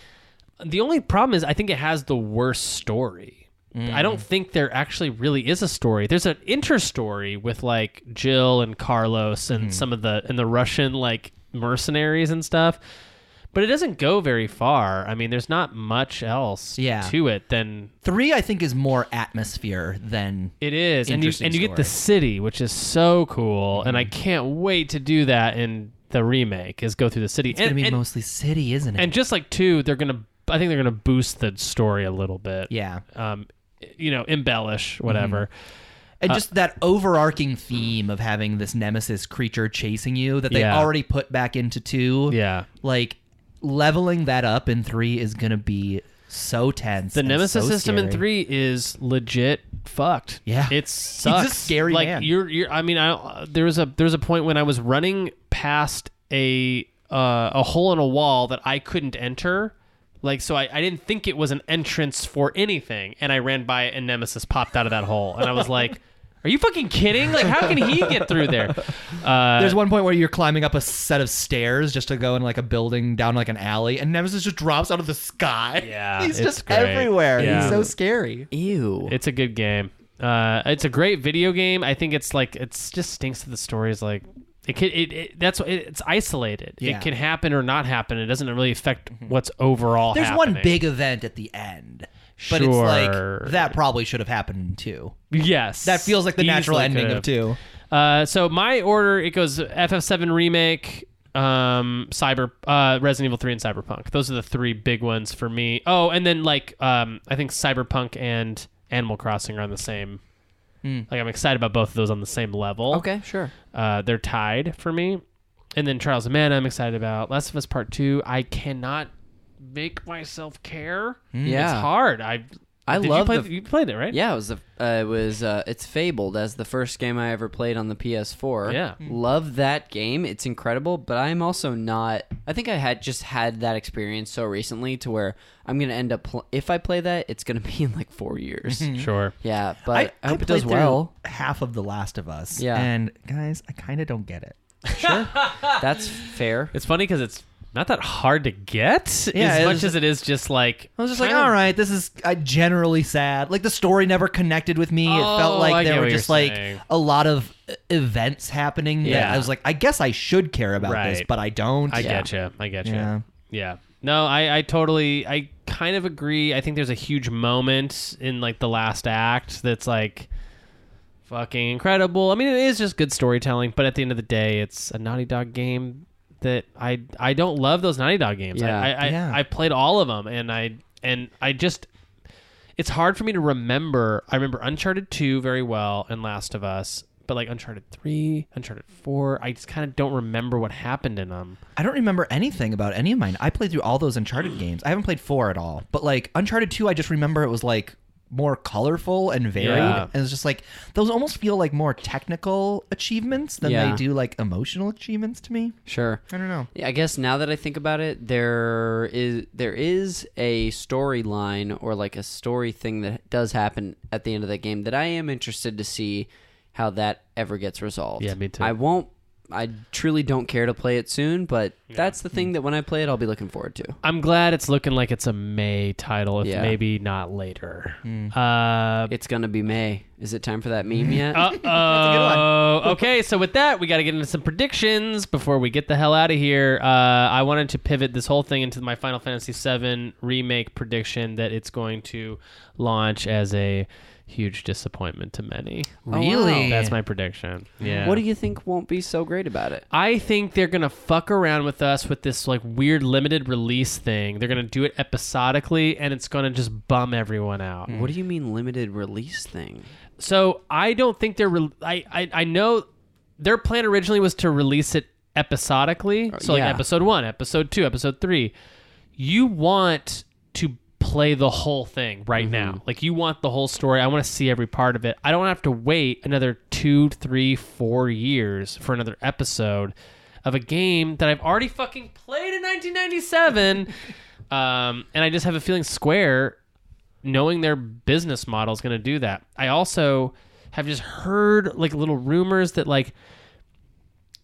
The only problem is I think it has the worst story. I
Mm.
don't think there actually really is a story. There's an interstory with like Jill and Carlos
Hmm.
and some of the and the Russian like mercenaries and stuff. But it doesn't go very far. I mean, there's not much else
Yeah.
to it than
Three, I think, is more atmosphere than
it is. And you
Interesting
and you get
story. Mm-hmm.
the city, which is so cool, and I can't wait to do that in the remake is go through the city.
it's gonna
And-
be
and-
mostly city, isn't it?
and just like two, they're gonna. I think they're gonna boost the story a little bit.
yeah, Mm-hmm.
Um, you know, embellish whatever.
and just that overarching theme of having this nemesis creature chasing you that they
Yeah.
already put back into two.
Yeah.
like leveling that up in three is gonna be so tense.
The
and
Nemesis
so
system in three
scary.
is legit fucked.
Yeah.
it sucks.
He's a scary
like
man.
you're. You're. I mean, I there was a there was a point when I was running past a uh, a hole in a wall that I couldn't enter. Like so, I, I didn't think it was an entrance for anything, and I ran by it, and Nemesis popped out of that hole, and I was
(laughs)
like, "Are you fucking kidding? Like, how can he get through there?" Uh,
There's one point where you're climbing up a set of stairs just to go in like a building down like an alley, and Nemesis just drops out of the sky.
(laughs) Yeah,
he's
it's
just
great.
everywhere.
Yeah.
He's so scary.
ew.
It's a good game. Uh, it's a great video game. I think it's like it's just stinks that the story is like it can it, it that's it, it's isolated.
Yeah. Mm-hmm.
It can happen or not happen. It doesn't really affect what's overall.
There's one
happening.
big event at the end, but it's
Sure.
like that probably should have happened in two.
yes
That feels like the natural
Easily
ending
could've.
of two.
Uh, so my order it goes FF7 remake, um, Cyber, uh, Resident Evil 3 and Cyberpunk. Those are the three big ones for me. Oh, and then like um, I think Cyberpunk and Animal Crossing are on the same. Like I'm excited about both of those on the same level.
Hmm. okay, sure.
Uh, they're tied for me. And then Trials of Mana, I'm excited about. Last of Us Part 2, I cannot make myself care.
Hmm. Yeah.
It's hard. I
I
did
love
you, play,
the-
you played it, right?
Yeah, it was the uh, it was uh, it's fabled as the first game I ever played on the PS4.
Yeah.
love that game. It's incredible, but I'm also not. I think I had just had that experience so recently to where I'm gonna end up pl- if I play that, it's gonna (laughs) be in like four years.
Sure.
yeah, but I, hope it
played
does
(laughs)
well.
through Half of The Last of Us.
Yeah.
And guys, I kind of don't get it.
That's fair.
It's funny because it's not that hard to get
Yeah, it
as much
was-
as it is just like
I was just like,
kind of-
all right, this is uh, generally sad. Like the story never connected with me. it
Oh,
felt
I
like
get
there were
what you're
just like
saying.
a lot of uh, events happening that
Yeah.
I was like, I guess I should care about this,
Right.
but I don't.
I get you. I get you.
Yeah.
Yeah. No, I, I totally, I kind of agree. I think there's a huge moment in like the last act that's like fucking incredible. I mean, it is just good storytelling, but at the end of the day, it's a Naughty Dog game that I I don't love those Naughty Dog games.
Yeah.
I I,
Yeah.
I, I played all of them, and I and I just it's hard for me to remember. I remember Uncharted 2 very well and Last of Us, but like Uncharted 3, Uncharted 4, I just kind of don't remember what happened in them.
I don't remember anything about any of mine. I played through all those Uncharted games. I haven't played four at all, but like Uncharted two, I just remember it was like more colorful and varied.
Yeah.
And it's just like those almost feel like more technical achievements than
Yeah.
they do like emotional achievements to me.
Sure.
I don't know.
Yeah, I guess now that I think about it, there is there is a storyline or like a story thing that does happen at the end of that game that I am interested to see how that ever gets resolved.
Yeah, me too.
I won't. I truly don't care to play it soon, but that's the thing that when I play it, I'll be looking forward to.
I'm glad it's looking like it's a May title, if
Yeah.
maybe not later.
(laughs)
Uh,
It's gonna be May. Is it time for that
(laughs)
meme yet?
Oh, Uh oh. okay, so with that, we got to get into some predictions before we get the hell out of here. Uh, I wanted to pivot this whole thing into my Final Fantasy VII remake prediction that it's going to launch as a huge disappointment to many.
Really?
That's my prediction. Yeah.
Oh, What do you think won't be so great about it?
I think they're gonna fuck around with us with this like weird limited release thing. They're gonna do it episodically, and it's gonna just bum everyone out.
What do you mean limited release thing?
So I don't think they're. Re- I, I I know their plan originally was to release it episodically. So
yeah.
like episode one, episode two, episode three. You want to play the whole thing right now. Like you want the whole story. I want to see every part of it. I don't have to wait another two, three, four years for another episode of a game that I've already fucking played in 1997. um, and I just have a feeling Square knowing their business model is going to do that. I also have just heard like little rumors that like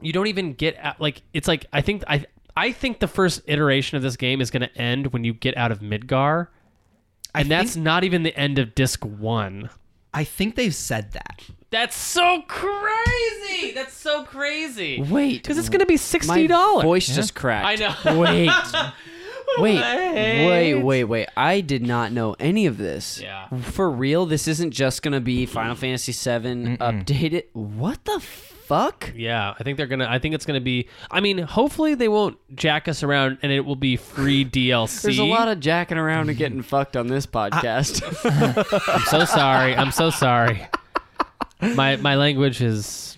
you don't even get out, like it's like I think I I think the first iteration of this game is going to end when you get out of Midgar. And that's not even the end of disc 1.
I think they've said that.
That's so crazy. That's so crazy.
Wait,
Cuz it's going to be $60.
My voice just cracked.
I know.
(laughs) Wait. Wait, wait, wait, wait. I did not know any of this.
Yeah.
For real, this isn't just going to be Final Fantasy VII updated. What the fuck?
Yeah, I think they're gonna. I think it's gonna be. I mean, hopefully they won't jack us around, and it will be free DLC.
(laughs) There's a lot of jacking around and
(laughs)
getting fucked on this podcast. (laughs)
I'm so sorry. I'm so sorry. My my language is.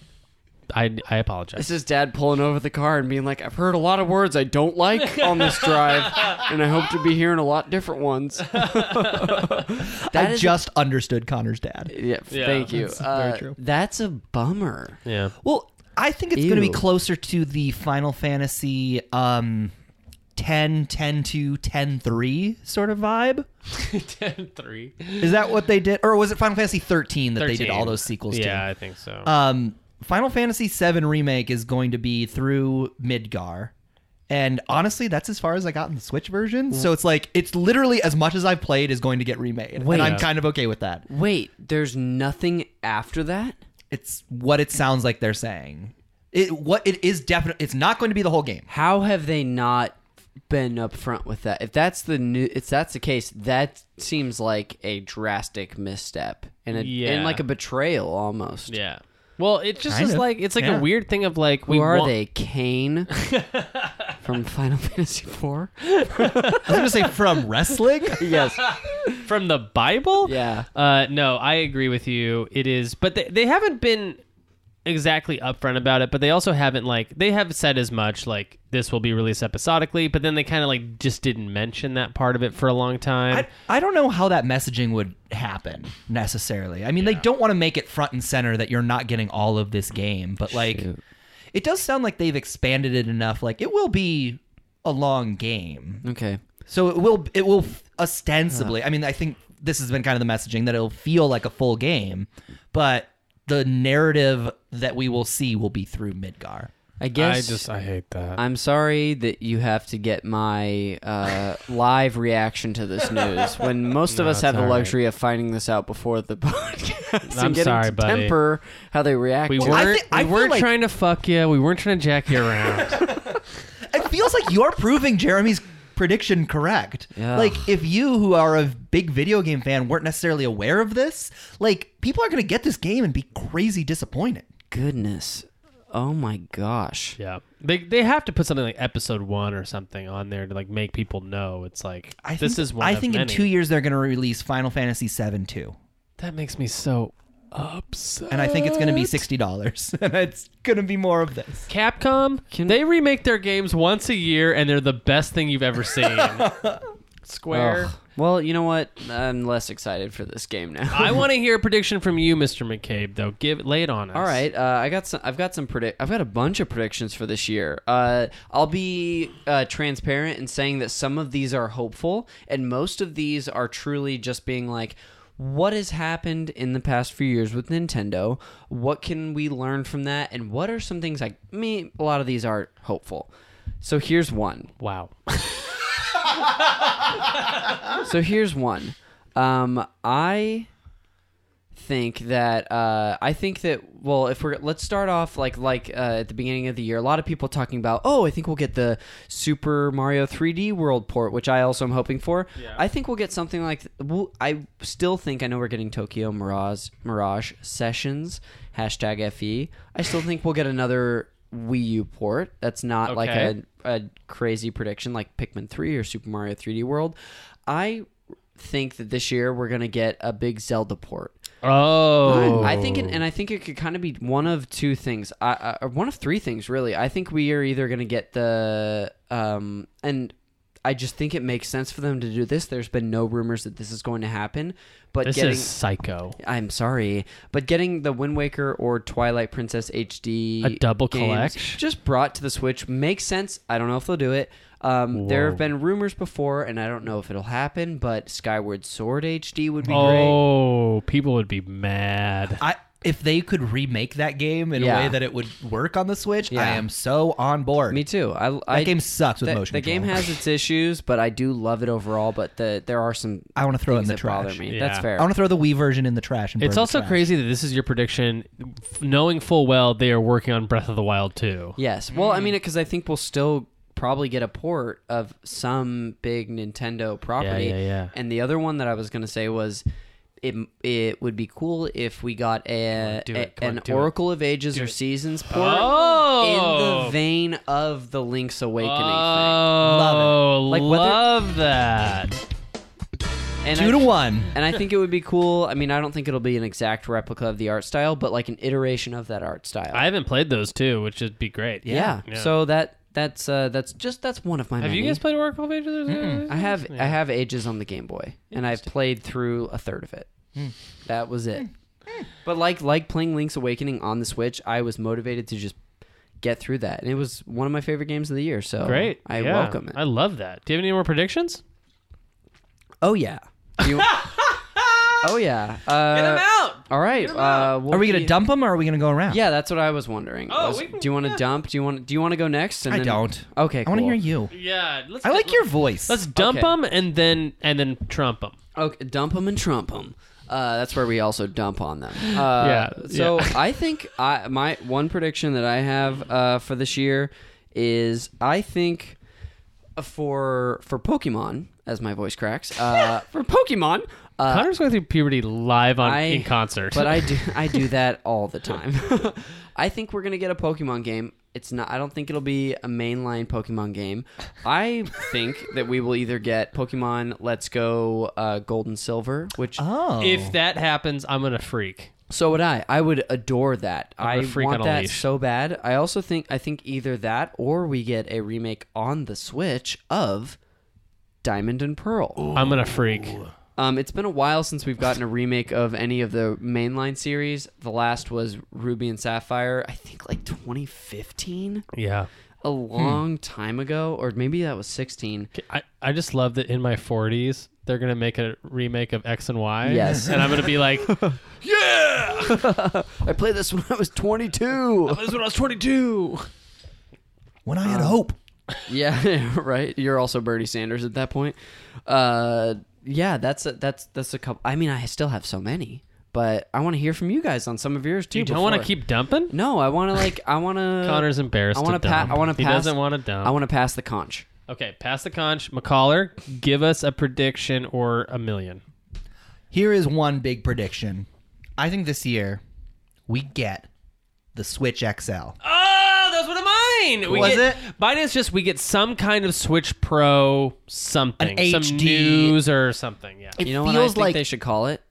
I I apologize.
this is dad pulling over the car and being like, I've heard a lot of words I don't like on this drive, and I hope to be hearing a lot different
(laughs)
ones. (laughs) That
I
is-
just understood Connor's dad.
Yeah, thank you.
that's very
Uh,
true.
that's a bummer.
Yeah.
Well, I think it's going to be
Ew.
closer to the Final Fantasy um 10 10 2 10 3 sort of vibe.
(laughs) Ten three.
Is that what they did or was it Final Fantasy 13 that they did
13.
all those sequels
Yeah, I
to?
think so.
Um Final Fantasy 7 remake is going to be through Midgar. And honestly, that's as far as I got in the Switch version. So it's like it's literally as much as I've played is going to get remade.
Wait.
and I'm kind of okay with that.
Wait, there's nothing after that?
It's what it sounds like they're saying. It what it is definitely it's not going to be the whole game.
How have they not been upfront with that? If that's the new, if that's the case, that seems like a drastic misstep and a,
Yeah.
and like a betrayal almost.
yeah. Well, it just
Kind
is
of.
like it's like
Yeah.
a weird thing of like we
Who are
want-
they? Kane
(laughs)
from Final Fantasy IV?
I was gonna say from (laughs) wrestling.
Yes.
from the Bible?
Yeah.
Uh, no, I agree with you. It is, but they, they haven't been exactly upfront about it. But they also haven't like they have said as much like this will be released episodically. But then they kind of like just didn't mention that part of it for a long time.
I, I don't know how that messaging would happen necessarily. I mean, they don't want to make it front and center that you're not getting all of this game, but like, it does sound like they've expanded it enough. Like, it will be a long game,
Okay.
so it will it will ostensibly. I mean, I think this has been kind of the messaging that it'll feel like a full game, but the narrative that we will see will be through Midgar.
I guess.
I hate that.
I'm sorry that you have to get my uh, live reaction to this news when most of us have the
all right.
luxury of finding this out before the (laughs) podcast
I'm
and getting
sorry,
to
buddy.
temper how they react.
We
to
weren't.
it.
thi-
we
I feel
weren't
like-
trying to fuck you. We weren't trying to jack you (laughs) around.
It feels like you're proving Jeremy's prediction correct.
Yeah.
Like if you who are a big video game fan weren't necessarily aware of this, like people are going to get this game and be crazy disappointed.
Goodness. Oh my gosh.
yeah. They they have to put something like episode one or something on there to like make people know it's like
I
this
think,
is one.
I
of
think in
many.
2 years they're going to release Final Fantasy 7 too.
that makes me so upset.
And I think it's going to be $60 (laughs) and it's going to be more of this.
Capcom,
Can-
they remake their games once a year and they're the best thing you've ever seen. (laughs) square.
Ugh. Well, you know what? I'm less excited for this game now.
I want to hear a prediction from you, Mr. McCabe. Though, give lay it on us.
All right, uh, I got some. I've got some predict. I've got a bunch of predictions for this year. Uh, I'll be uh, transparent in saying that some of these are hopeful, and most of these are truly just being like, what has happened in the past few years with Nintendo? What can we learn from that? And what are some things like me? A lot of these are hopeful. So here's one.
(laughs) Wow.
So here's one. Um, I think that uh, I think that well, if we're let's start off like like uh, at the beginning of the year, a lot of people talking about oh, I think we'll get the Super Mario 3D World port, which I also am hoping for. I think we'll get something like we'll, I still think I know we're getting Tokyo Mirage Mirage Sessions hashtag fe. I still think we'll get another Wii U port. That's not like
Okay.
a a crazy prediction like Pikmin 3 or Super Mario 3D World. I think that this year we're going to get a big Zelda port.
Oh,
I, I think, it, and I think it could kind of be one of two things, I, I, or one of three things, really. I think we are either going to get the, um, and I just think it makes sense for them to do this. There's been no rumors that this is going to happen, but
this
getting,
is psycho.
I'm sorry, but getting the Wind Waker or Twilight Princess HD
A double
games
collect?
just brought to the Switch makes sense. I don't know if they'll do it. Um, there have been rumors before, and I don't know if it'll happen. But Skyward Sword HD would be great.
Oh, people would be mad.
I if they could remake that game in
Yeah.
a way that it would work on the Switch, I
Yeah.
am so on board.
Me too. I,
That game sucks with
the,
motion.
The game
control.
has its issues, but I do love it overall. But the there are some
I want to throw it in
things
the
that bother
trash.
me.
Yeah.
That's fair.
I want to throw the Wii version in the trash. And burn
It's
the
also
trash.
crazy that this is your prediction, f- knowing full well they are working on Breath of the Wild too.
Yes. Well, I mean,
Mm.
because I think we'll still probably get a port of some big Nintendo property.
yeah, yeah.
And the other one that I was going to say was it it would be cool if we got a,
do it,
a-
come on,
an
do it.
Oracle of Ages or Seasons port in
Oh,
the vein of the Link's Awakening
Oh,
Like, whether-
love that.
thing. And
Two
I-
to one.
And I think it would be cool. I mean, I don't think it'll be an exact replica of the art style, but like an iteration of that art style.
I haven't played those two, which would be great.
yeah.
Yeah.
So that that's uh that's just that's one of my
Have you
many.
guys played Oracle of Ages?
I have I have Ages on the Game Boy, and I've played through a third of it.
Hmm.
That was it. But like like playing Link's Awakening on the Switch, I was motivated to just get through that, and it was one of my favorite games of the year. So
Great.
I
Yeah.
welcome it.
I love that. Do you have any more predictions?
oh yeah.
(laughs)
You- oh yeah. Uh, Get him out. All right. Uh, we'll
Are we gonna
be-
dump them or are we gonna go around?
Yeah, that's what I was wondering.
Oh,
Was-
we can-
do you want to dump? Do you want? Do you want to go next? And
I
then-
don't.
Okay,
I want to
cool.
hear you.
Yeah. Let's
I like your voice.
Let's dump
Okay.
them and then and then trump them.
Okay, dump them and trump them. Uh, that's where we also dump on
(laughs)
them. Uh,
Yeah,
So
yeah.
I think I my one prediction that I have uh, for this year is I think for for Pokemon as my voice cracks
(laughs)
uh, for Pokemon. Uh,
Connor's going through puberty live on
I-
in concert.
But I do I do that all the time. (laughs) I think we're gonna get a Pokemon game. It's not. I don't think it'll be a mainline Pokemon game. I think that we will either get Pokemon Let's Go uh, Gold and Silver, which
Oh.
(laughs) if that happens, I'm gonna freak.
so would I. I would adore that.
gonna
I
freak
want
on a
that
leash.
so bad. I also think I think either that or we get a remake on the Switch of Diamond and Pearl.
I'm gonna freak.
Um, it's been a while since we've gotten a remake of any of the mainline series. The last was Ruby and Sapphire, I think like 2015,
Yeah.
a
Hmm.
long time ago, or maybe that was 16.
I, I just love that in my 40s they're gonna make a remake of X and Y.
Yes.
and I'm gonna be
(laughs)
like, "That
I played this when I was
(laughs)
22.
was when I was 22."
when I had hope.
(laughs) yeah, (laughs) right. You're also Bernie Sanders at that point. Uh, yeah, that's a, that's that's a couple. I mean, I still have so many, but I want to hear from you guys on some of yours too.
You don't want to
before-
keep dumping.
No, I want to like I want to.
Connor's embarrassed.
I want
to
to. Pa-
dump.
I want to
He
pass.
doesn't want to dump.
I want to pass the conch.
Okay, pass the conch. McCaller, give us a prediction or a million.
Here is one big prediction. I think this year we get the Switch XL.
Oh, that was one of mine. We
Was
get, Mine is just we get some kind of Switch Pro something,
An
some
HD.
news or something. Yeah.
you know what I
feels
think
like-
they should call it?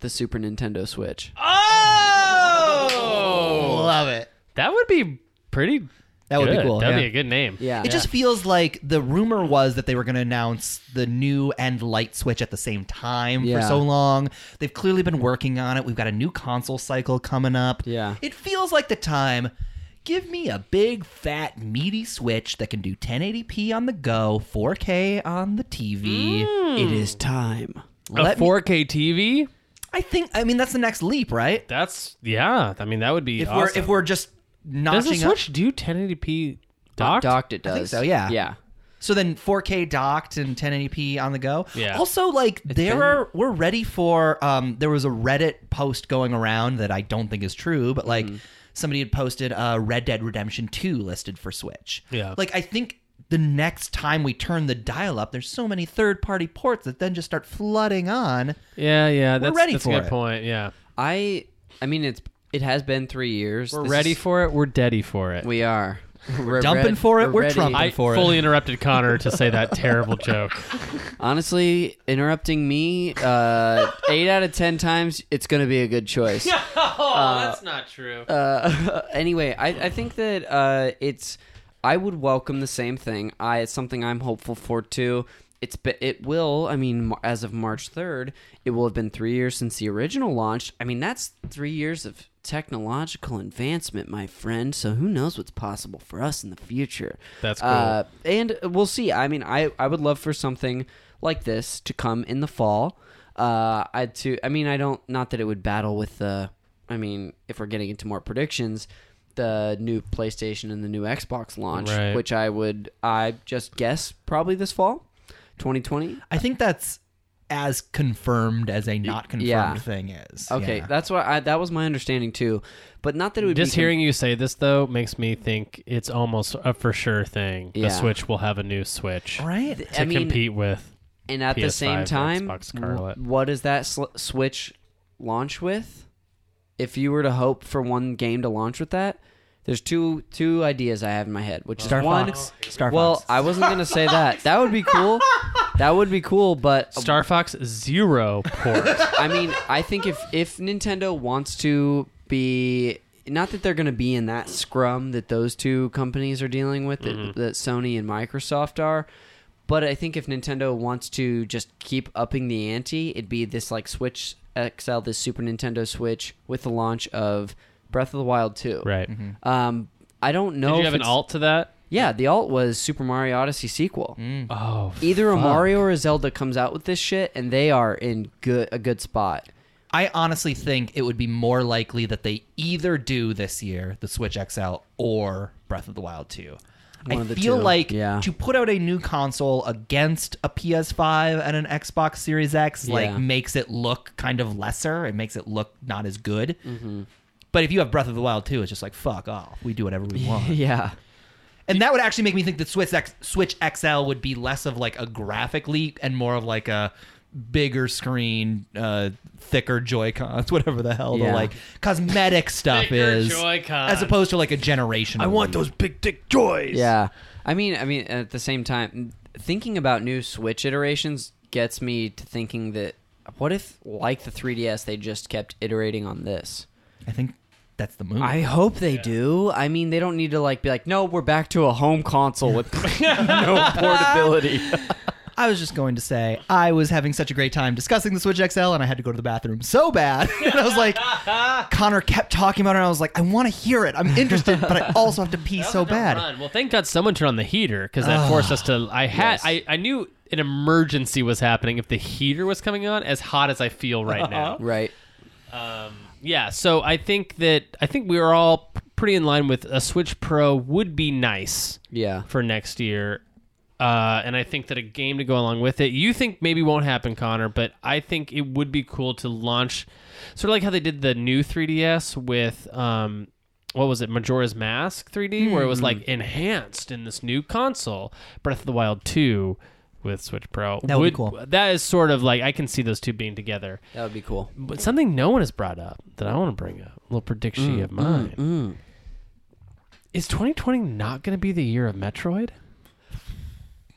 The Super Nintendo
Uh,
Switch.
Oh,
Love it.
that would be pretty
That would be
Good.
cool.
That'd
yeah.
be a good name.
Yeah.
It just feels like the rumor was that they were going to announce the new and light switch at the same time for
Yeah.
so long. They've clearly been working on it. We've got a new console cycle coming up.
Yeah.
It feels like the time. Give me a big, fat, meaty switch that can do 1080p on the go, 4K on the TV.
It is time.
Hmm. A
Let me-
4K TV.
I think, I mean, that's the next leap, right?
That's yeah. I mean, that would be
If
awesome.
we're if we're just
does the
notching up.
Switch do 1080p docked?
Docked it does.
I think so, yeah.
Yeah.
So then 4K docked and 1080p on the go.
Yeah.
Also, like there
been-
are we're ready for. Um, there was a Reddit post going around that I don't think is true, but like
Mm-hmm.
somebody had posted uh, Red Dead Redemption 2 listed for Switch.
Yeah.
Like I think the next time we turn the dial up, there's so many third party ports that then just start flooding on.
Yeah, yeah. That's,
ready
that's
for
a good
it.
point. Yeah,
I I mean it's it has been 3 years.
we're
This
ready
is-
for it. We're deady for it.
(laughs) We are. We're
dumping
red-
for it, we're
ready.
trumping.
I
for it.
fully interrupted Connor to say (laughs) that terrible joke.
Honestly, interrupting me
(laughs)
uh, 8 out of 10 times it's going to be a good choice.
Oh, that's not true.
Uh, (laughs) anyway, I, I think that uh, it's. I would welcome the same thing. I it's something I'm hopeful for too. It's be- it will. I mean, mar- as of March third, it will have been three years since the original launched. I mean, that's three years of technological advancement, my friend. So who knows what's possible for us in the future?
That's cool.
Uh, and we'll see. I mean, I I would love for something like this to come in the fall. Uh, I to I mean, I don't not that it would battle with the. I mean, if we're getting into more predictions, the new PlayStation and the new Xbox launch,
Right.
which I would I just guess probably this fall, 2020.
I think that's as confirmed as a not confirmed
Yeah.
thing is.
Okay,
Yeah.
that's what I that was my understanding too, but not that it would
Uh, Just
be con-
hearing you say this though makes me think it's almost a for sure thing.
Yeah.
The Switch will have a new Switch
Right.
to
I mean,
compete with.
(laughs) and at the
PS5
same
and
time,
Xbox
wh-
Scarlet.
what does that sl- Switch launch with? If you were to hope for one game to launch with that, there's two two ideas I have in my head, which
Star
is one.
Fox. Star
Well,
Fox.
I wasn't gonna say that. That would be cool. That would be cool,
(laughs)
but
Star Fox Zero port.
(laughs) I mean, I think if if Nintendo wants to be not that they're going to be in that scrum that those two companies are dealing with that,
Mm-hmm.
that Sony and Microsoft are, but I think if Nintendo wants to just keep upping the ante, it'd be this like Switch XL, this Super Nintendo Switch with the launch of Breath of the Wild 2.
right.
Um I don't know
Did you
if
have an
it's-
alt to that?
Yeah, the alt was Super Mario Odyssey sequel
Oh,
either a Mario or a Zelda comes out with this shit, and they are in good a good spot.
I honestly think it would be more likely that they either do this year the Switch XL or Breath of the Wild 2. I
One of the
feel
two,
like
yeah.
to put out a new console against a PS5 and an Xbox Series X
Yeah.
like makes it look kind of lesser. It makes it look not as good.
Mm-hmm.
But if you have Breath of the Wild 2, it's just like fuck off. We do whatever
(laughs)
we want.
Yeah,
And that would actually make me think that Switch X, Switch XL would be less of like a graphic leap and more of like a bigger screen, uh, thicker Joy Cons, (laughs) whatever the hell
Yeah.
the like cosmetic stuff
Thicker
is,
Joy-Cons.
as opposed to like a generation. I want those.
yeah. I mean, I mean, at the same time, thinking about new Switch iterations gets me to thinking that what if, like the 3DS, they just kept iterating on this.
I think that's the move.
I hope they do. I mean, they don't need to like be like, no, we're back to a home console with (laughs) no portability.
I was just going to say I was having such a great time discussing the Switch XL, and I had to go to the bathroom so bad. (laughs) and I was
(laughs)
like, Connor kept talking about it, and I was like, I want to hear it. I'm interested, but I also have to pee so bad.
Oh, Well, thank God someone turned on the heater because that forced us to. I had. I, I knew an emergency was happening if the heater was coming on. As hot as I feel
Uh-huh.
right now.
right.
Yeah. So I think that I think we are all p- pretty in line with a Switch Pro would be nice
Yeah.
for next year. Uh, and I think that a game to go along with it. You think maybe won't happen, Connor, but I think it would be cool to launch, sort of like how they did the new 3DS with, um, what was it, Majora's Mask 3D, where it was
Hmm.
like enhanced in this new console, Breath of the Wild 2 with Switch Pro.
That would be cool.
That is sort of like I can see those two being together.
That would be cool.
But something no one has brought up that I want to bring up, a little prediction
Mm,
of mine. Is 2020 not going to be the year of Metroid?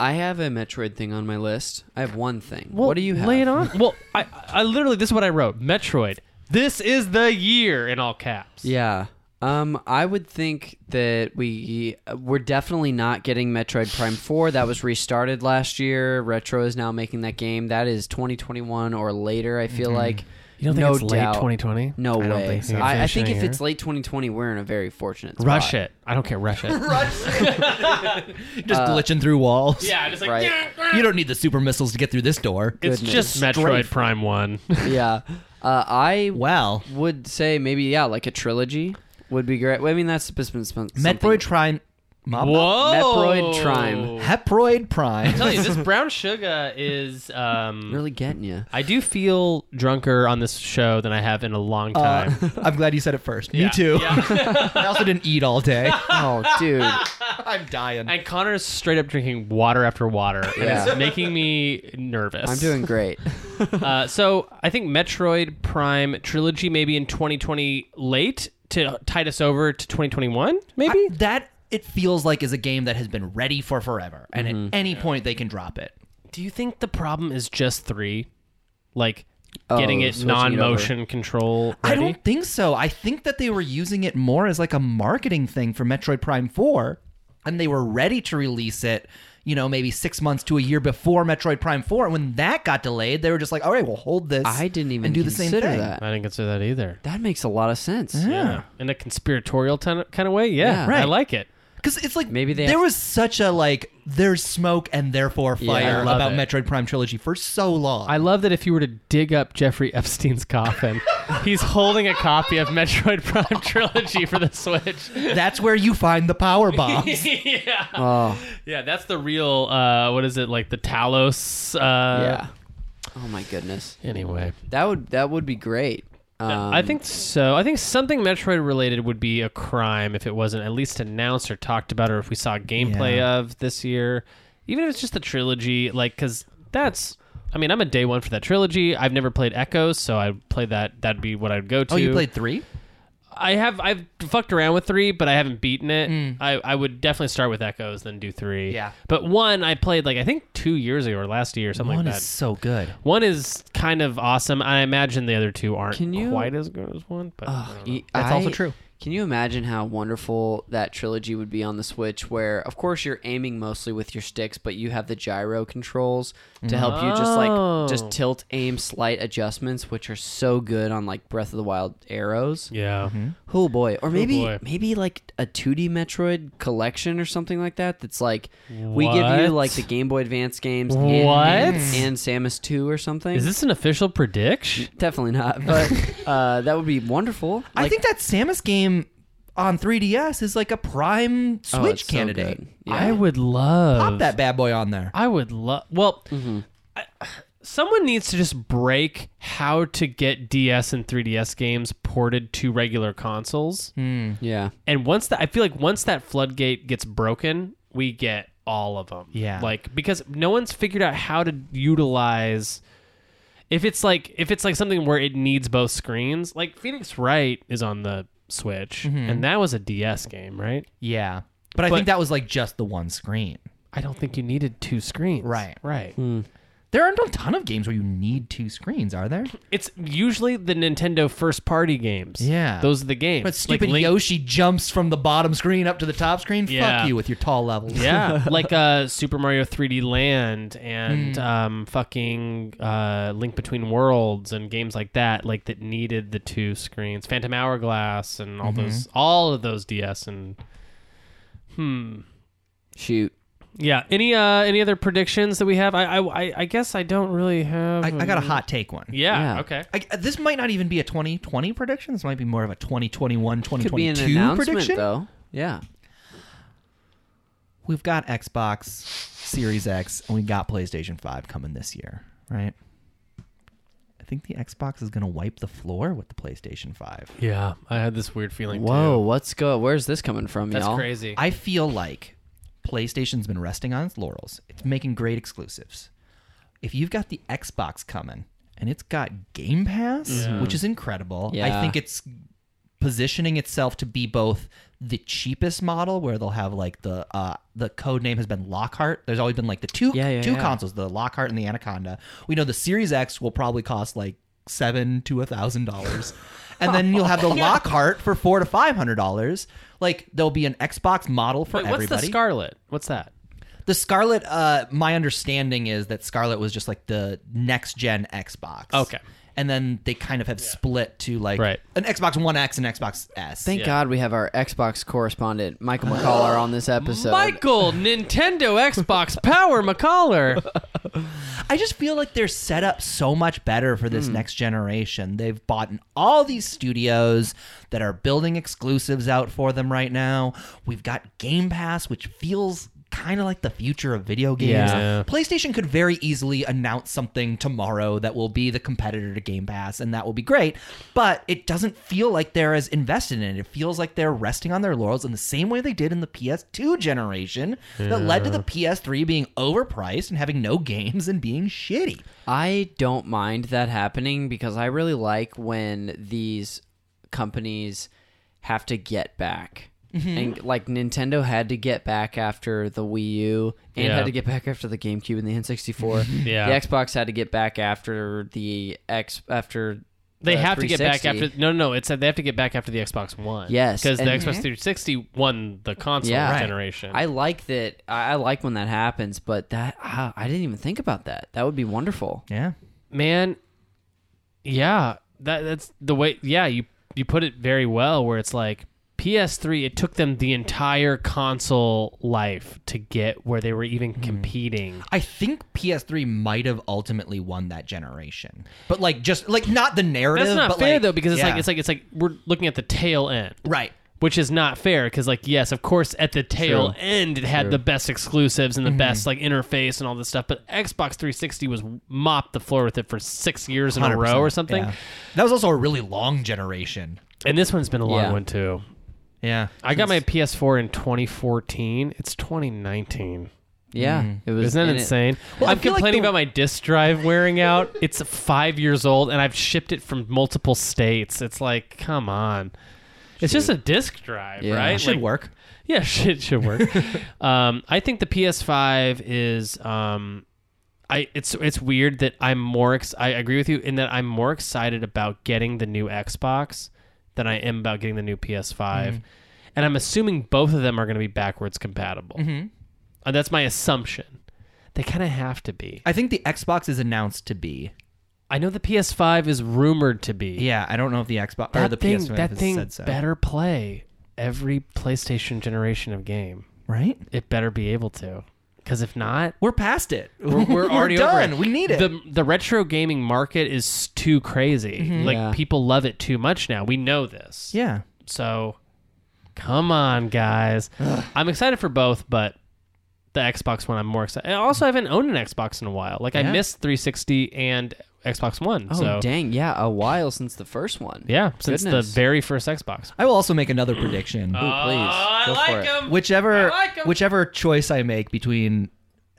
I have a Metroid thing on my list. I have one thing.
Well,
what do you have?
Lay it on. (laughs) well, I, I literally, this is what I wrote Metroid. This is the year in all caps.
Yeah. Um, I would think that we we're definitely not getting Metroid Prime Four. That was restarted last year. Retro is now making that game. That is 2021 or later. I feel like.
Mm-hmm. You don't think
no
it's late
doubt.
2020?
No way.
think so.
I, I
Finishing
think if
here.
it's late 2020, we're in a very fortunate spot.
Rush it. I don't
(laughs)
care. Rush it.
Just glitching through walls.
yeah, just like
Right.
You don't need the super missiles to get through this door.
it's
Goodness.
just Metroid
Strength. (laughs)
Prime One.
yeah. Uh, I
Well,
would say maybe yeah, like a trilogy would be great. Well, I mean, that's been been- been something-
Metroid Prime.
(laughs)
Mom,
Whoa,
Metroid
(laughs)
Prime.
Heproid Prime.
tell you, this brown sugar is. Um,
Really getting
(laughs)
you.
I do feel drunker on this show than I have in a long
Uh,
time.
(laughs)
(laughs)
I'm glad you said it first.
Yeah,
Me too.
yeah.
(laughs) I also didn't eat
(laughs)
all day.
Oh, dude.
I'm dying.
and Connor is straight up drinking water after water, and
Yeah.
it's making me nervous.
I'm doing
(laughs)
great.
Uh, so I think Metroid Prime trilogy maybe in 2020 late to tide us over to 2021 maybe.
I- that it feels like is a game that has been ready for forever, and at any point they can drop it.
Do you think the problem is just three, like
Oh,
getting it
switching it over.
non-motion control
I
ready?
don't think so. I think that they were using it more as like a marketing thing for Metroid Prime 4, and they were ready to release it, you know, maybe six months to a year before Metroid Prime 4. And when that got delayed, they were just like, all right, we'll hold this.
I didn't even
and do the same
consider
thing.
that.
I didn't consider that either.
That makes a lot of sense.
Yeah, in a conspiratorial ton- kind of way. Yeah,
Yeah.
I
Right.
like it.
Because it's like
Maybe they
there
have-
was such a like there's smoke and therefore fire
I
love
about
it.
Metroid Prime trilogy for so long.
I love that if you were to dig up Jeffrey Epstein's coffin, he's holding a copy of Metroid Prime trilogy for the Switch. (laughs)
That's where you find the
(laughs)
power bombs.
yeah.
Oh,
Yeah, that's the real. Uh, what is it like the Talos? Uh,
yeah. Oh my goodness.
Anyway,
That would that would be great. Um,
I think so. I think something Metroid related would be a crime if it wasn't at least announced or talked about, or if we saw gameplay of this year. Even if it's just the trilogy, like because that's. I mean, I'm a day one for that trilogy. I've never played Echoes, so I play that. That'd be what I'd go to.
oh, you played three?
I have. I've fucked around with three, but I haven't beaten it. I, I would definitely start with Echoes, then do three.
Hmm. Yeah.
But one I played like I think two years ago or last year or something
One
like that.
is so good.
One is kind of awesome. I imagine the other two aren't
Can you-
quite as good as one, but I don't know.
Y-
That's also
I-
true.
Can you imagine how wonderful that trilogy would be on the Switch? Where, of course, you're aiming mostly with your sticks, but you have the gyro controls to help you just
Oh.
like just tilt, aim, slight adjustments, which are so good on like Breath of the Wild arrows.
yeah.
Oh boy, or maybe
boy.
maybe like a 2D Metroid collection or something like that. That's like we give you
What?
like the Game Boy Advance games,
What?
and, and Samus Two or something.
Is this an official prediction?
Definitely
(laughs)
not, but uh, that would be wonderful.
I think that Samus game on 3DS is like a prime
Oh,
Switch
it's so
candidate.
good. Yeah.
I would love
Pop that bad boy on there.
I would love. Well,
mm-hmm.
I- someone needs to just break how to get DS and 3DS games ported to regular consoles.
yeah.
and once that I feel like once that floodgate gets broken, we get all of them.
Yeah.
Like because no one's figured out how to utilize if it's like if it's like something where it needs both screens, like Phoenix Wright is on the Switch and that was a DS game, right?
Yeah. But I
But-
think that was like just the one screen.
I don't think you needed two screens.
Right.
Right.
There aren't a ton of games where you need two screens, are there?
It's usually the Nintendo first party games.
Yeah.
Those are the games.
But stupid
Link-
Yoshi jumps from the bottom screen up to the top screen.
Yeah.
Fuck you with your tall levels.
(laughs) Yeah, like uh, Super Mario 3D Land and um, fucking uh, Link Between Worlds and games like that, like that needed the two screens, Phantom Hourglass and all those, all of those DS and hmm,
Shoot.
yeah. Any uh, any other predictions that we have? I I, I- I guess I don't really have.
I, I got a hot take one.
Yeah,
Yeah.
Okay.
I, this might not even be a 2020 prediction. This might be more of a 2021,
Could be
2022
an announcement
prediction.
though. Yeah.
We've got Xbox Series X and we got PlayStation 5 coming this year, right? I think the Xbox is going to wipe the floor with the PlayStation 5.
Yeah, I had this weird feeling.
Whoa,
too.
what's go? Where's this coming from,
that's
y'all?
crazy.
I feel like PlayStation's been resting on its laurels. It's making great exclusives. If you've got the Xbox coming and it's got Game Pass, which is incredible,
Yeah.
I think it's positioning itself to be both the cheapest model where they'll have like the uh the code name has been Lockhart. There's always been like the two
Yeah, yeah,
two
yeah.
consoles, the Lockhart and the Anaconda. We know the Series X will probably cost like seven to a thousand dollars, and then you'll
(laughs)
have the Lockhart for four to five hundred dollars. Like there'll be an Xbox model for
Wait, what's
everybody.
the Scarlet? What's that?
The Scarlet, uh, my understanding is that Scarlet was just like the next gen Xbox.
Okay.
And then they kind of have split to like
Right.
an Xbox One X and Xbox S.
Thank
Yeah.
God we have our Xbox correspondent, Michael McCullough, on this episode.
Michael (laughs) Nintendo Xbox Power McCollar.
I just feel like they're set up so much better for this next generation. They've bought in all these studios that are building exclusives out for them right now. We've got Game Pass, which feels kind of like the future of video games.
Yeah.
PlayStation could very easily announce something tomorrow that will be the competitor to Game Pass, and that will be great. But it doesn't feel like they're as invested in it. It feels like they're resting on their laurels in the same way they did in the PS2 generation that led to the PS3 being overpriced and having no (laughs) games and being shitty.
I don't mind that happening because I really like when these companies have to get back.
Mm-hmm.
And like Nintendo had to get back after the Wii U and
Yeah.
had to get back after the GameCube and the
(laughs)
N64.
Yeah.
The Xbox had to get back after the X after
They
the
have to get back
360.
after no, no, no. It's that they have to get back after the Xbox One.
Yes,
because the
and-
Mhm.
Xbox 360 won the console
Yeah. Right.
generation.
I like that I I like when that happens, but that ah, I didn't even think about that. That would be wonderful.
Yeah.
man yeah that that's the way yeah you you put it very well where it's like PS3 it took them the entire console life to get where they were even
Mm-hmm.
competing
I think PS3 might have ultimately won that generation. But like just like not the narrative.
that's not
but
fair
like-
though because it's
yeah.
like it's like it's like we're looking at the tail end
Right.
which is not fair because like yes of course at the tail end it had the best exclusives
Mm-hmm.
and the best like interface and all this stuff but Xbox 360 was mopped the floor with it for 6 years in a row or something
Yeah. That was also a really long generation.
and this one's been a long
Yeah.
one too
Yeah.
I got my PS4 in 2014. It's 2019.
Yeah, it was
Mm. Isn't that
and it-
insane?
Well, I
I'm
feel like
complaining
the-
about my disk drive wearing out. (laughs) it's five years old, and I've shipped it from multiple states. It's like, come on. It's just a disk drive,
Yeah.
right?
It
Should
Like-
work.
Yeah, (laughs) shit should work.
(laughs)
um, I think the PS5 is. Um, I, it's it's weird that I'm more ex- I agree with you in that I'm more excited about getting the new Xbox than I am about getting the new PS5,
Mm-hmm.
and I'm assuming both of them are going to be backwards compatible.
Mm-hmm.
Uh, that's my assumption. They kind of have to be.
I think the Xbox is announced to be.
I know the PS5 is rumored to be.
Yeah, I don't know if the Xbox or
that
the
thing
PS5
that
has
thing
said so.
better play every PlayStation generation of game.
right?
It better be able to. Because if not,
We're past it.
(laughs) we're, we're already over
done.
it.
We need it.
The the retro gaming market is too crazy. Like
Yeah.
people love it too much now. We know this.
yeah.
So come on, guys. I'm excited for both, but the Xbox One I'm more excited. And also, I haven't owned an Xbox in a while. Like I
Yeah.
missed 360 and Xbox One.
Oh
so
dang, yeah, a while since the first one.
yeah, since
Goodness.
the very first Xbox.
I will also make another prediction.
Ooh, please. go for it.
whichever
Uh, I like 'em.
whichever choice I make between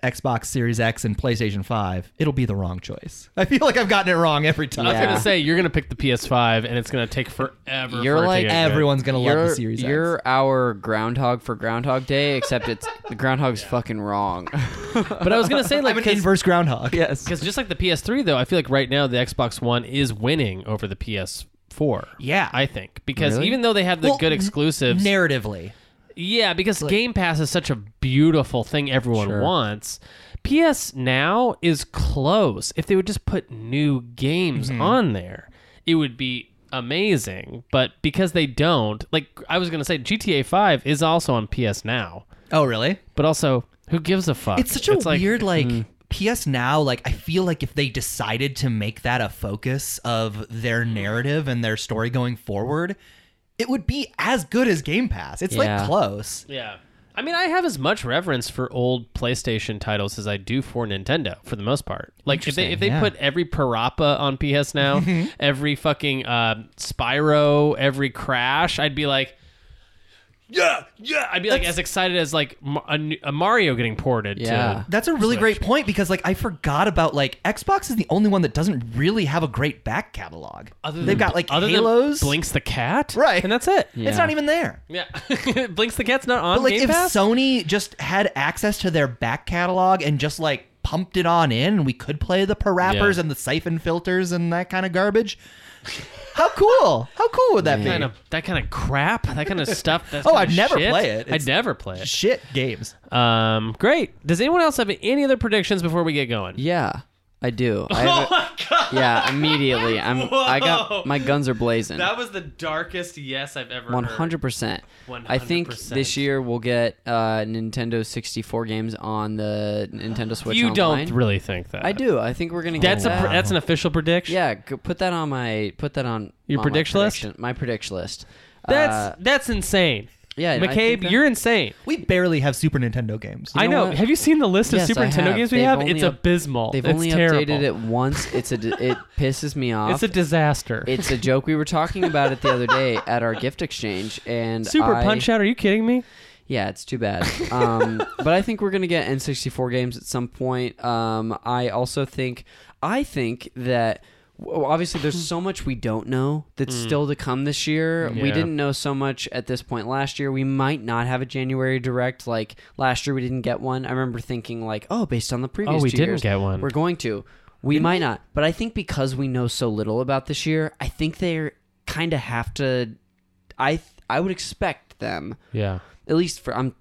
Xbox Series X and PlayStation 5, it'll be the wrong choice. I feel like I've gotten it wrong every time.
I was
Yeah.
gonna say you're gonna pick the PS5, and it's gonna take forever.
You're
for it to
like
get good.
Everyone's going to love the
You're,
Series
you're
X.
our groundhog for Groundhog Day, except it's the
(laughs)
groundhog's fucking wrong. (laughs)
But I was gonna say like
I'm an
'cause-
inverse groundhog. Yes.
Because just like the PS3, though, I feel like right now the Xbox One is winning over the PS4.
Yeah.
I think because
Really?
even though they have the
Well,
good
n-
exclusives,
Narratively.
yeah, because Game Pass is such a beautiful thing everyone wants. PS Now is close. If they would just put new games
Mm-hmm.
on there, it would be amazing. But because they don't, like I was gonna say, GTA Five is also on PS Now,
Oh, really?
but also who gives a fuck?
It's such a
like- hmm.
weird like PS Now. Like I feel like if they decided to make that a focus of their narrative and their story going forward, it would be as good as Game Pass. It's
Yeah.
like close.
Yeah. I mean, I have as much reverence for old PlayStation titles as I do for Nintendo, for the most part. Like if they if they
yeah. Mm-hmm.
put every Parappa on PS now, every fucking uh, Spyro, every Crash, I'd be like, yeah, yeah. I'd be like as excited as like Ma- a, new- a Mario getting ported.
Yeah.
To,
That's a really great point because like I forgot about like Xbox is the only one that doesn't really have a great back catalog. They've got like
other
Halos.
than Blinks the Cat,
Right.
And that's it.
It's not even there.
Yeah, (laughs) Blinks the Cat's not on
But like
Game
if
Pass.
Sony just had access to their back catalog and just like pumped it on in, and we could play the parappers
Yeah.
and the siphon filters and that kind of garbage. How cool! How cool would that be?
Kind of that kind of crap, that kind of stuff. That's
(laughs) Oh,
kind of
I'd never
shit.
play it.
I'd
It's-
never play it.
Shit games.
Um, great. Does anyone else have any other predictions before we get going?
Yeah, I
(laughs)
do. I have a- Yeah, immediately. I'm. I
Oh Whoa.
got my guns are blazing.
That was the darkest yes I've ever.
One hundred percent. I think
100%.
this year we'll get uh, Nintendo sixty four games on the Nintendo Switch.
You
Online.
don't really think that.
I do. I think we're gonna.
That's
get
a
that.
pr- that's an official prediction.
Yeah, go- put that on my put that on
Your
on my
prediction list?
prediction- My prediction list.
That's
Uh,
that's insane.
yeah. I think
McCabe,
that-
you're insane.
We barely have Super Nintendo games.
I
know
know.
what?
Have you seen the list of
Yes,
Super
I
Nintendo
have.
games we
They've
have?
only
It's
up-
abysmal.
They've
Oh, it's
only
terrible.
updated it once. It's a
(laughs)
d- it pisses me off.
It's a disaster.
It's a joke. We were talking about it the other day at our gift exchange, and
Super
I-
Punch Out. Are you kidding me?
Yeah, it's too bad.
(laughs)
Um, but I think we're gonna get N64 games at some point. Um, I also think, I think that well, obviously
(laughs)
there's so much we don't know that's still to come this year. We
Mm. Yeah.
didn't know so much at this point last year. We might not have a January direct. Like last year, we didn't get one. I remember thinking like, oh, based on the previous,
we
two
didn't
years,
get one.
We're going to. We might not, but I think because we know so little about this year, I think they're kind of have to. I th- I would expect them
Yeah.
at least for I'm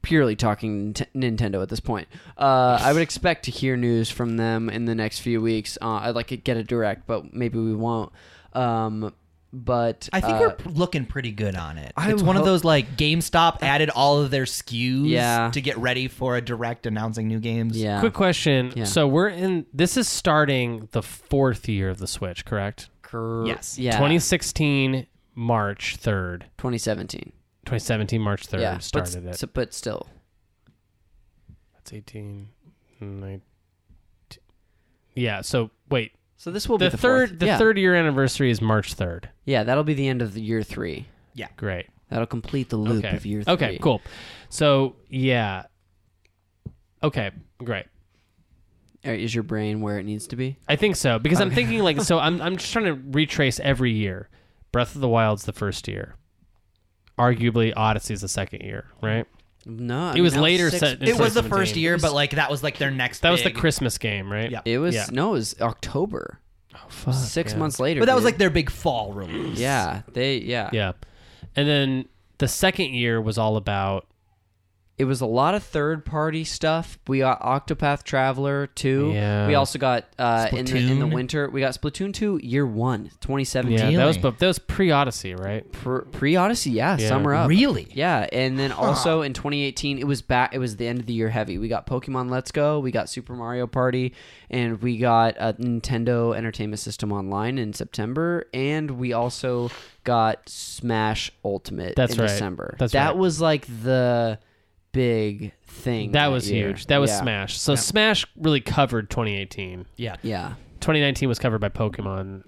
purely talking Nint- Nintendo at this point. Uh, I would expect to hear news from them in the next few weeks. Uh, I'd like to get a direct, but maybe we won't. Um, but
I think
uh,
we're p- looking pretty good on it.
I
it's one of
ho-
those like GameStop added all of their SKUs
Yeah.
to get ready for a direct announcing new games.
yeah,
Quick question.
Yeah.
So we're in. This is starting the fourth year of the Switch, correct?
Yes.
yeah,
2016 March 3rd.
2017.
2017 March 3rd
yeah, but,
started
s-
it.
but still,
That's 18. 19. Yeah. So wait.
so this will
The,
be the
third.
fourth.
The
yeah.
third year anniversary is March 3rd.
Yeah, that'll be the end of the year three.
Great.
That'll complete the loop
okay.
of year three.
Okay, cool. So yeah. Okay, great.
All right, Is your brain where it needs to be?
I think so because I'm thinking
(laughs)
like so. I'm I'm just trying to retrace every year. Breath of the Wild's the first year. Arguably, Odyssey's the second year, right?
No, I
It was
mean, that
later
six-
set. in
It was the
2017.
first year, but like that was like their next.
that was the
big-
Christmas game, right?
Yeah.
It was
Yeah.
no, it was October. Oh
fuck,
Six
yeah.
months later.
But that was
dude.
like their big fall release.
Yeah, they yeah.
Yeah, and then the second year was all about
It was a lot of third party stuff. We got Octopath Traveler 2.
Yeah.
We also got uh in the, in the
Splatoon.
winter, we got Splatoon 2 year 1, 2017.
yeah. That was
Really?
but that was pre Odyssey, right?
Pre Odyssey, yeah,
Yeah.
summer up.
Really?
Yeah, and then also in 2018 it was back it was the end of the year heavy. We got Pokemon Let's Go, we got Super Mario Party, and we got a Nintendo Entertainment System Online in September, and we also got Smash Ultimate
That's
in
right.
December.
That's
that
right.
was like the big thing.
That was
year.
huge. That was
Yeah.
Smash. So Smash really covered 2018.
Yeah.
Yeah.
2019 was covered by Pokemon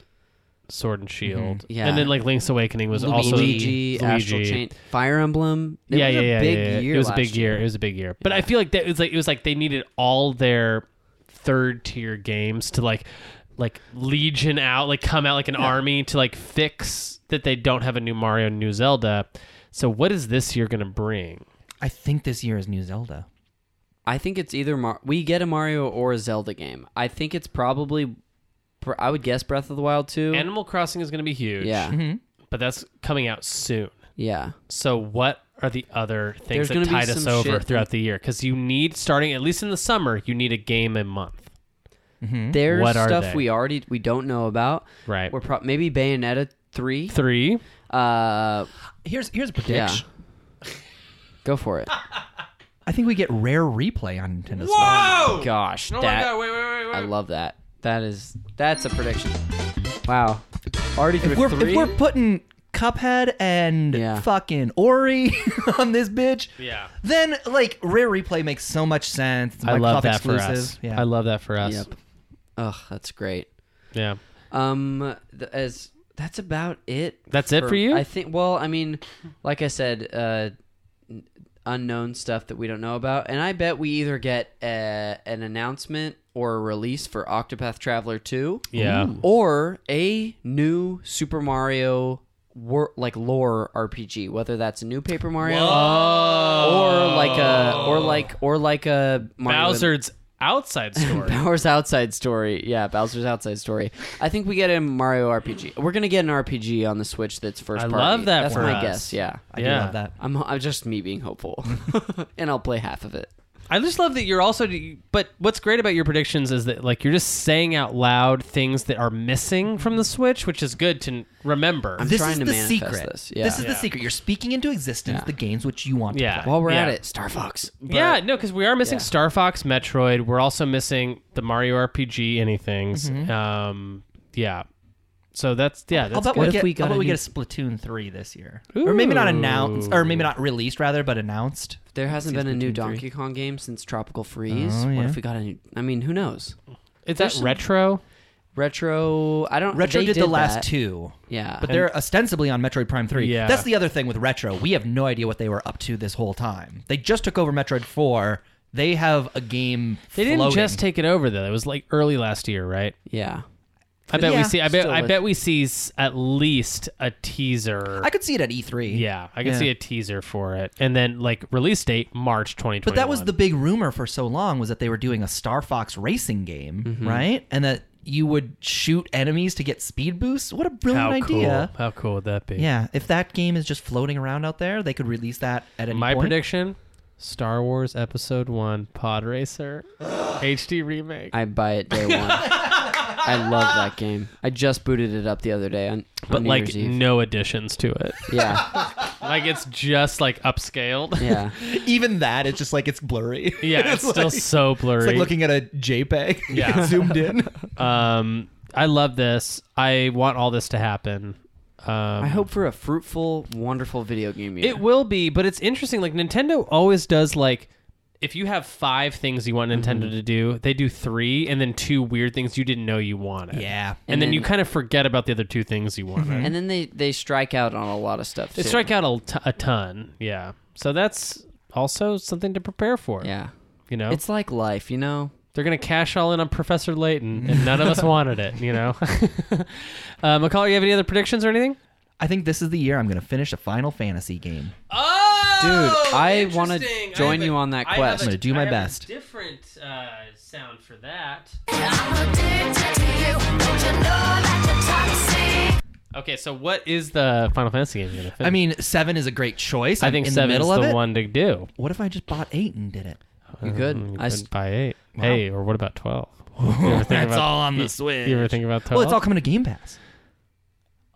Sword and Shield.
Mm-hmm. Yeah.
And then like Link's Awakening was also
Luigi, Astral Chain, Fire Emblem. It
yeah,
was
yeah,
a
yeah,
big
yeah, yeah.
year.
It was a
last
big year. It was a big year. But I feel like that it was like it was like they needed all their third tier games to like like legion out, like come out like an army to like fix that they don't have a new Mario and new Zelda. So what is this year going to bring?
I think this year is New Zelda.
I think it's either Mar- we get a Mario or a Zelda game. I think it's probably, pr- I would guess Breath of the Wild too.
Animal Crossing is going to be huge.
yeah,
But that's coming out soon.
yeah.
So what are the other
There's
things that
gonna be
tide us
some
over
shit-
throughout the year? Because you need starting at least in the summer, you need a game a month,
There's
What are
stuff
they?
we already we don't know about.
right?
We're pro- maybe Bayonetta three.
Three.
Uh,
Here's here's a
yeah.
prediction.
Go for it.
Oh!
I think we get rare replay on Nintendo Switch.
Whoa!
Gosh,
Oh
that
my god! Wait, wait, wait, wait!
I love that. That is that's a prediction. Wow, already
If we're,
three.
if we're putting Cuphead and
Yeah.
fucking Ori (laughs) on this bitch,
Yeah.
then like rare replay makes so much sense. It's
I love
Microsoft
that
exclusive.
for us.
Yeah.
I love that for us.
Yep. Ugh, that's great.
Yeah.
Um, th- as that's about it.
That's it for you?
I think. Well, I mean, like I said, uh, n- unknown stuff that we don't know about, and I bet we either get uh an announcement or a release for Octopath Traveler Two,
Yeah.
or a new Super Mario. Wor- like lore RPG, whether that's a new
Oh.
Paper Mario or like a or like or like a Mario and-
Bowser's
(laughs)
outside story.
Bowser's outside story. Yeah, Bowser's outside story. I think we get a Mario RPG. We're gonna get an RPG on the Switch that's first
I
party.
love that
That's
for
my
us.
guess. Yeah.
I
Yeah.
do love that.
I'm, I'm just me being hopeful, (laughs) and I'll play half of it.
I just love that you're also. But what's great about your predictions is that like you're just saying out loud things that are missing from the Switch, which is good to n- remember.
I'm
This
trying
is
to
the
manifest
secret.
this. Yeah.
is
Yeah.
the secret. You're speaking into existence
Yeah.
the games which you want
Yeah.
(laughs) to play.
While we're at
Yeah.
it, Star Fox.
yeah, no, because we are missing
yeah.
Star Fox, Metroid. We're also missing the Mario RPG, anything's. Um, yeah. So that's yeah. That's
Mm-hmm. How about
good.
we
What
get,
if we
how
got
about
a
we
new-
get a Splatoon 3 this year? Or maybe not announced, or maybe not released, rather, but announced.
There hasn't been a new Donkey Kong game since Tropical Freeze.
Oh,
What
yeah.
if we got a new? I mean, who knows?
Is
There's
that
some-
retro?
Retro. I don't.
Retro
they
did, the last
that.
two.
Yeah.
But they're ostensibly on Metroid Prime 3.
Yeah.
That's the other thing with Retro. We have no idea what they were up to this whole time. They just took over Metroid 4. They have a game
They didn't
floating.
just take it over though. It was like early last year, right?
yeah.
I bet we
Yeah,
see. I bet.
still
I
with-
bet we see s- at least a teaser.
I could see it at E E3.
yeah, I can
Yeah.
see a teaser for it, and then like release date March 2021.
But that was the big rumor for so long was that they were doing a Star Fox racing game,
Mm-hmm.
right? And that you would shoot enemies to get speed boosts. What a
how
brilliant
cool.
idea.
How cool would that be?
Yeah, if that game is just floating around out there, they could release that at any
My
point. (laughs)
prediction: Star Wars Episode One Pod
(gasps)
Racer HD remake.
I buy it day one.
(laughs)
I love that game. I just booted it up the other day on, on
but
New
like
Year's
(laughs)
Eve.
no additions to it.
yeah,
like it's just like upscaled.
yeah.
Even that, it's just like it's blurry.
(laughs) Yeah,
(laughs)
it's still
like-
so blurry.
It's like looking at a JPEG.
Yeah.
zoomed
(laughs)
in.
um, I love this. I want all this to happen. Um,
I hope for a fruitful, wonderful video game year.
It will be, but it's interesting. Like Nintendo always does. Like if you have five things you want Nintendo
Mm-hmm.
to do, they do three, and then two weird things you didn't know you wanted.
Yeah.
and,
And
then, you
then-
kind of forget about the other two things you wanted.
and then they they strike out on a lot of stuff.
They
too.
strike out a, t- a ton. Yeah, so that's also something to prepare for.
Yeah,
you know,
it's like life, you know.
they're gonna cash all in on Professor Layton, and none
(laughs)
of us wanted it. You know, (laughs) uh, McCall, you have any other predictions or anything?
I think this is the year I'm going to finish a Final Fantasy game.
Oh,
Dude, I wanna
interesting.
join
I have a-
you on that
I have
quest.
a-
I'm gonna do my
I have a
best.
different uh, sound for that. Okay, so what is the Final Fantasy game you're gonna finish?
I mean, seven is a great choice.
I
I'm
think
in
seven
the
is
middle of
the
it.
one to do.
What if I just bought eight and did it?
Uh,
You good? I s-
by eight. Hey, or what about
(laughs)
twelve? You ever think
That's
about-
all on the Switch.
You ever think about twelve?
Well, it's all coming to Game Pass.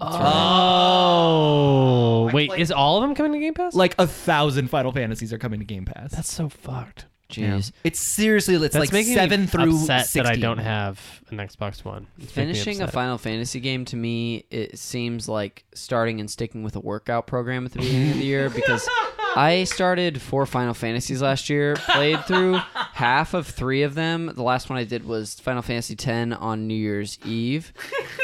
Oh, wait,
played-
is all of them coming to Game Pass?
Like a thousand Final Fantasies are coming to Game Pass.
that's so fucked.
Jeez,
It's seriously, it's
That's
like
making
seven
me
through
upset
60.
that I don't have an Xbox One. It's making me
finishing a
upset.
Final Fantasy game to me, it seems like starting and sticking with a workout program at the beginning of the year
(laughs)
because I started four Final Fantasies last year, played through half of three of them. The last one I did was Final Fantasy X on New Year's Eve,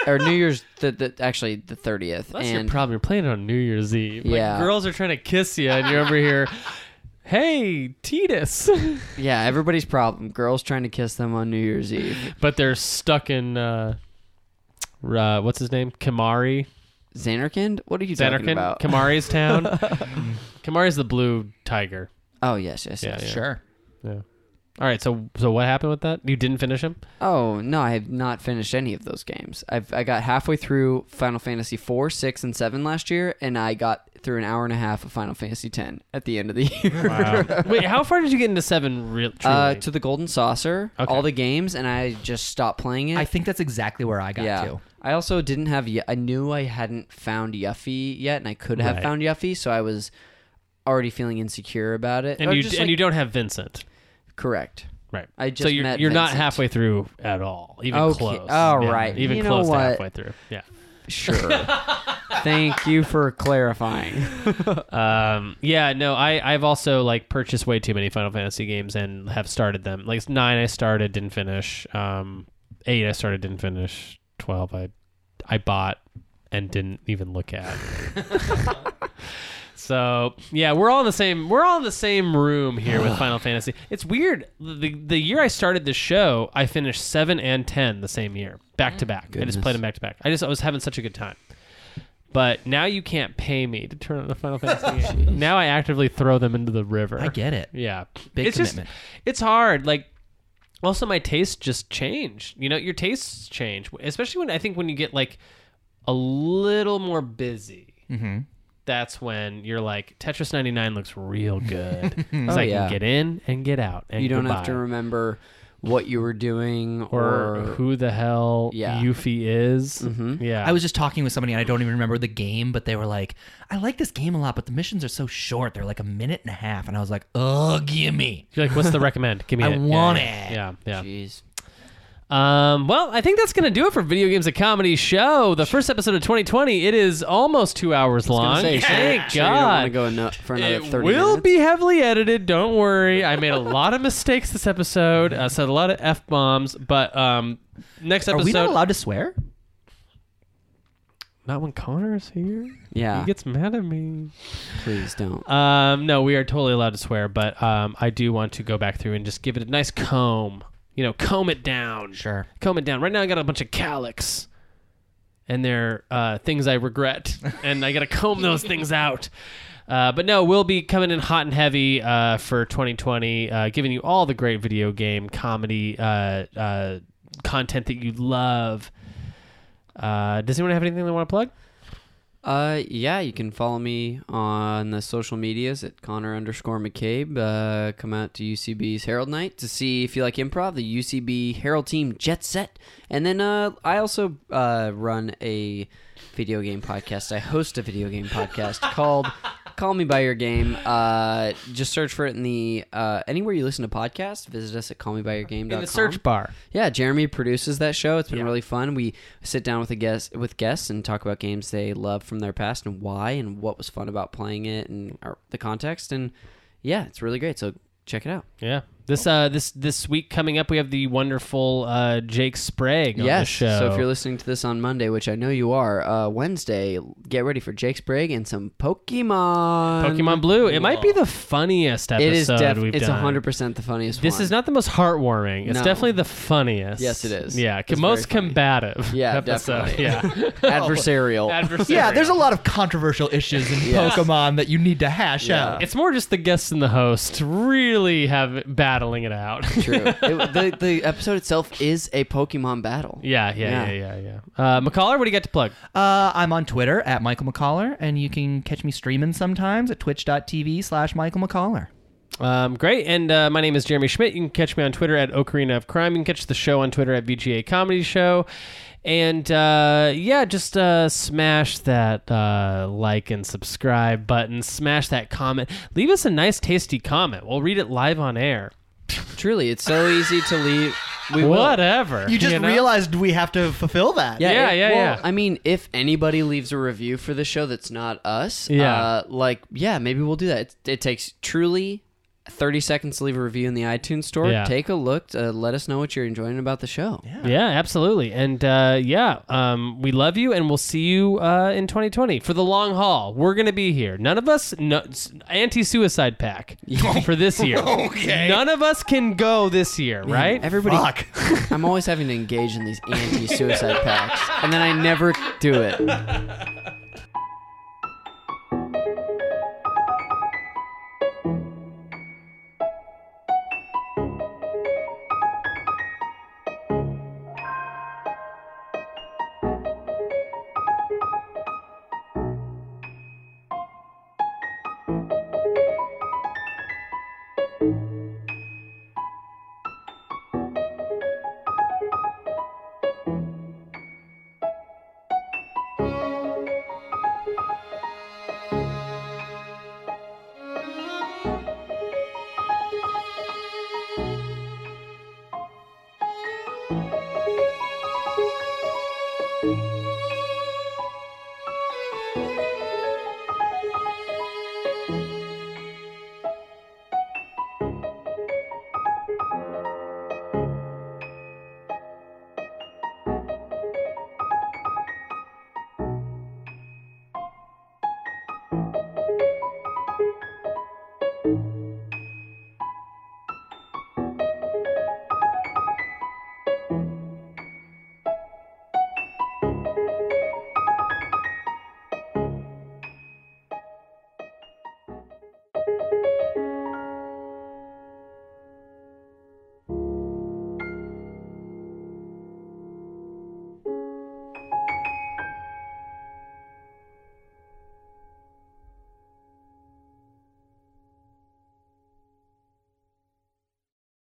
or New Year's the, the actually the thirtieth.
That's
and
your problem. You're playing it on New Year's Eve.
Yeah.
Like, girls are trying to kiss you, and you're over
(laughs)
here, hey, Titus.
yeah, everybody's problem. Girls trying to kiss them on New Year's Eve.
(sighs) but they're stuck in, uh, uh, what's his name? Kamari.
Xanarkand? What are you talking
Xanarkin.
about? (laughs)
Kamari's town. Kamari's the blue tiger.
Oh yes, yes,
Yeah,
yes.
yeah.
Sure.
All right, so so what happened with that? You didn't finish him?
Oh no, I have not finished any of those games. I've I got halfway through Final Fantasy four, six, and seven last year, and I got through an hour and a half of Final Fantasy ten at the end of the (laughs) year.
(laughs) Wait, how far did you get into seven? Real truly?
Uh, to the Golden Saucer,
Okay.
all the games, and I just stopped playing it.
I think that's exactly where I got to.
I also didn't have. Ye- I knew I hadn't found Yuffie yet, and I could have
Right.
found Yuffie, so I was already feeling insecure about it.
and
Or
you
just,
and
like-
you don't have Vincent,
correct.
right?
I just
so you're
met
you're not
Vincent.
halfway through at all, even
Okay,
close.
all
Yeah,
right.
even
You know
close to
what?
halfway through. Yeah.
Sure. Thank you for clarifying.
Um, yeah, no, I, I've also like purchased way too many Final Fantasy games and have started them. Like nine, I started, didn't finish. Um, eight, I started, didn't finish. Twelve, I, I bought and didn't even look at. so yeah, we're all in the same. We're all in the same room here with Final Fantasy. It's weird. The the year I started the show, I finished seven and ten the same year, back to back. I just played them back to back. I just I was having such a good time. But now you can't pay me to turn on a Final Fantasy game. Now I actively throw them into the river.
I get it.
Yeah,
Big
it's
commitment.
Just, it's hard. Like also my tastes just change you know your tastes change especially when i think when you get like a little more busy that's when you're like tetris 99 looks real good 'Cause i
yeah.
can get in and get out and
You don't have
goodbye.
to remember what you were doing
or
or,
who the hell
Yeah.
Yuffie is. Yeah,
I was just talking with somebody and I don't even remember the game, but they were like, I like this game a lot, but the missions are so short. They're like a minute and a half. And I was like, ugh, gimme.
You're like, what's the recommend? Give me
I
it.
want
yeah,
it.
Yeah, yeah.
Jeez.
Um, well, I think that's gonna do it for Video Games a Comedy Show. The first episode of 2020. It is almost two hours long.
Say, sure-
Thank
sure you don't
God.
wanna go ano- for another
it
30
will
minutes.
be heavily edited. Don't worry. I made a lot of mistakes this episode. I said a lot of f bombs, but um, next
Are
episode.
we not allowed to swear?
Not when Connor's here.
Yeah.
He gets mad at me.
Please don't.
Um, no, we are totally allowed to swear, but um, I do want to go back through and just give it a nice comb. You know, comb it down.
Sure.
Comb it down. Right now, I got a bunch of calyx, and they're uh, things I regret, and I got to comb those things out. Uh, but no, we'll be coming in hot and heavy uh, for 2020, uh, giving you all the great video game comedy uh, uh, content that you love. Uh, does anyone have anything they want to plug?
Uh, yeah, you can follow me on the social medias at Connor underscore McCabe. Uh, come out to UCB's Herald Night to see if you like improv, the UCB Herald Team Jet Set. And then uh, I also uh, run a video game podcast. I host a video game podcast called Call Me By Your Game. Uh, just search for it in the uh, anywhere you listen to podcasts. Visit us at callmebyyourgame.com.
In the search bar.
Yeah, Jeremy produces that show. It's been really fun. We sit down with a guest with guests and talk about games they love from their past and why and what was fun about playing it and or the context and yeah, it's really great. So check it out.
Yeah. This uh this this week coming up we have the wonderful uh Jake Sprague on the
yes.
show.
So if you're listening to this on Monday, which I know you are, uh, Wednesday, get ready for Jake Sprague and some Pokemon.
Pokemon Blue, it might be the funniest episode
It is def-
we've
it's
done.
hundred percent the funniest.
This
one.
is not (laughs) the most heartwarming. It's
No.
definitely the funniest.
Yes, it is.
Yeah,
It's
most
very funny.
combative.
Yeah,
(laughs) episode.
definitely. (laughs)
Yeah,
adversarial.
Adversarial.
Yeah, there's a lot of controversial issues in Pokemon that you need to hash out.
It's more just the guests and the host really have battling it out.
True. It- the the episode itself is a Pokemon battle.
(laughs) yeah, yeah, yeah,
Yeah.
yeah, yeah. Uh, McCollar, what do you got to plug?
Uh, I'm on Twitter at Michael McCollar, and you can catch me streaming sometimes at twitch.tv slash Michael McCollar.
Um, great. And uh, my name is Jeremy Schmidt. You can catch me on Twitter at Ocarina of Crime. You can catch the show on Twitter at VGA Comedy Show. And uh, yeah, just uh, smash that uh, like and subscribe button. Smash that comment. Leave us a nice, tasty comment. We'll read it live on air.
Truly, it's so easy to leave. We will.
Whatever.
You just
know?
realized we have to fulfill that.
Yeah,
it-
yeah,
well,
yeah.
I mean, if anybody leaves a review for the show that's not us,
Yeah.
uh, like, yeah, maybe we'll do that. It, it takes truly 30 seconds to leave a review in the iTunes store.
Yeah.
Take a look. Uh, let us know what you're enjoying about the show.
Yeah, absolutely. And uh, yeah, um, we love you, and we'll see you uh, in 2020 for the long haul. We're gonna be here. None of us, no, anti-suicide pack for this year. okay. None of us can go this year, right?
Everybody, (laughs) I'm always having to engage in these anti suicide packs, and then I never do it.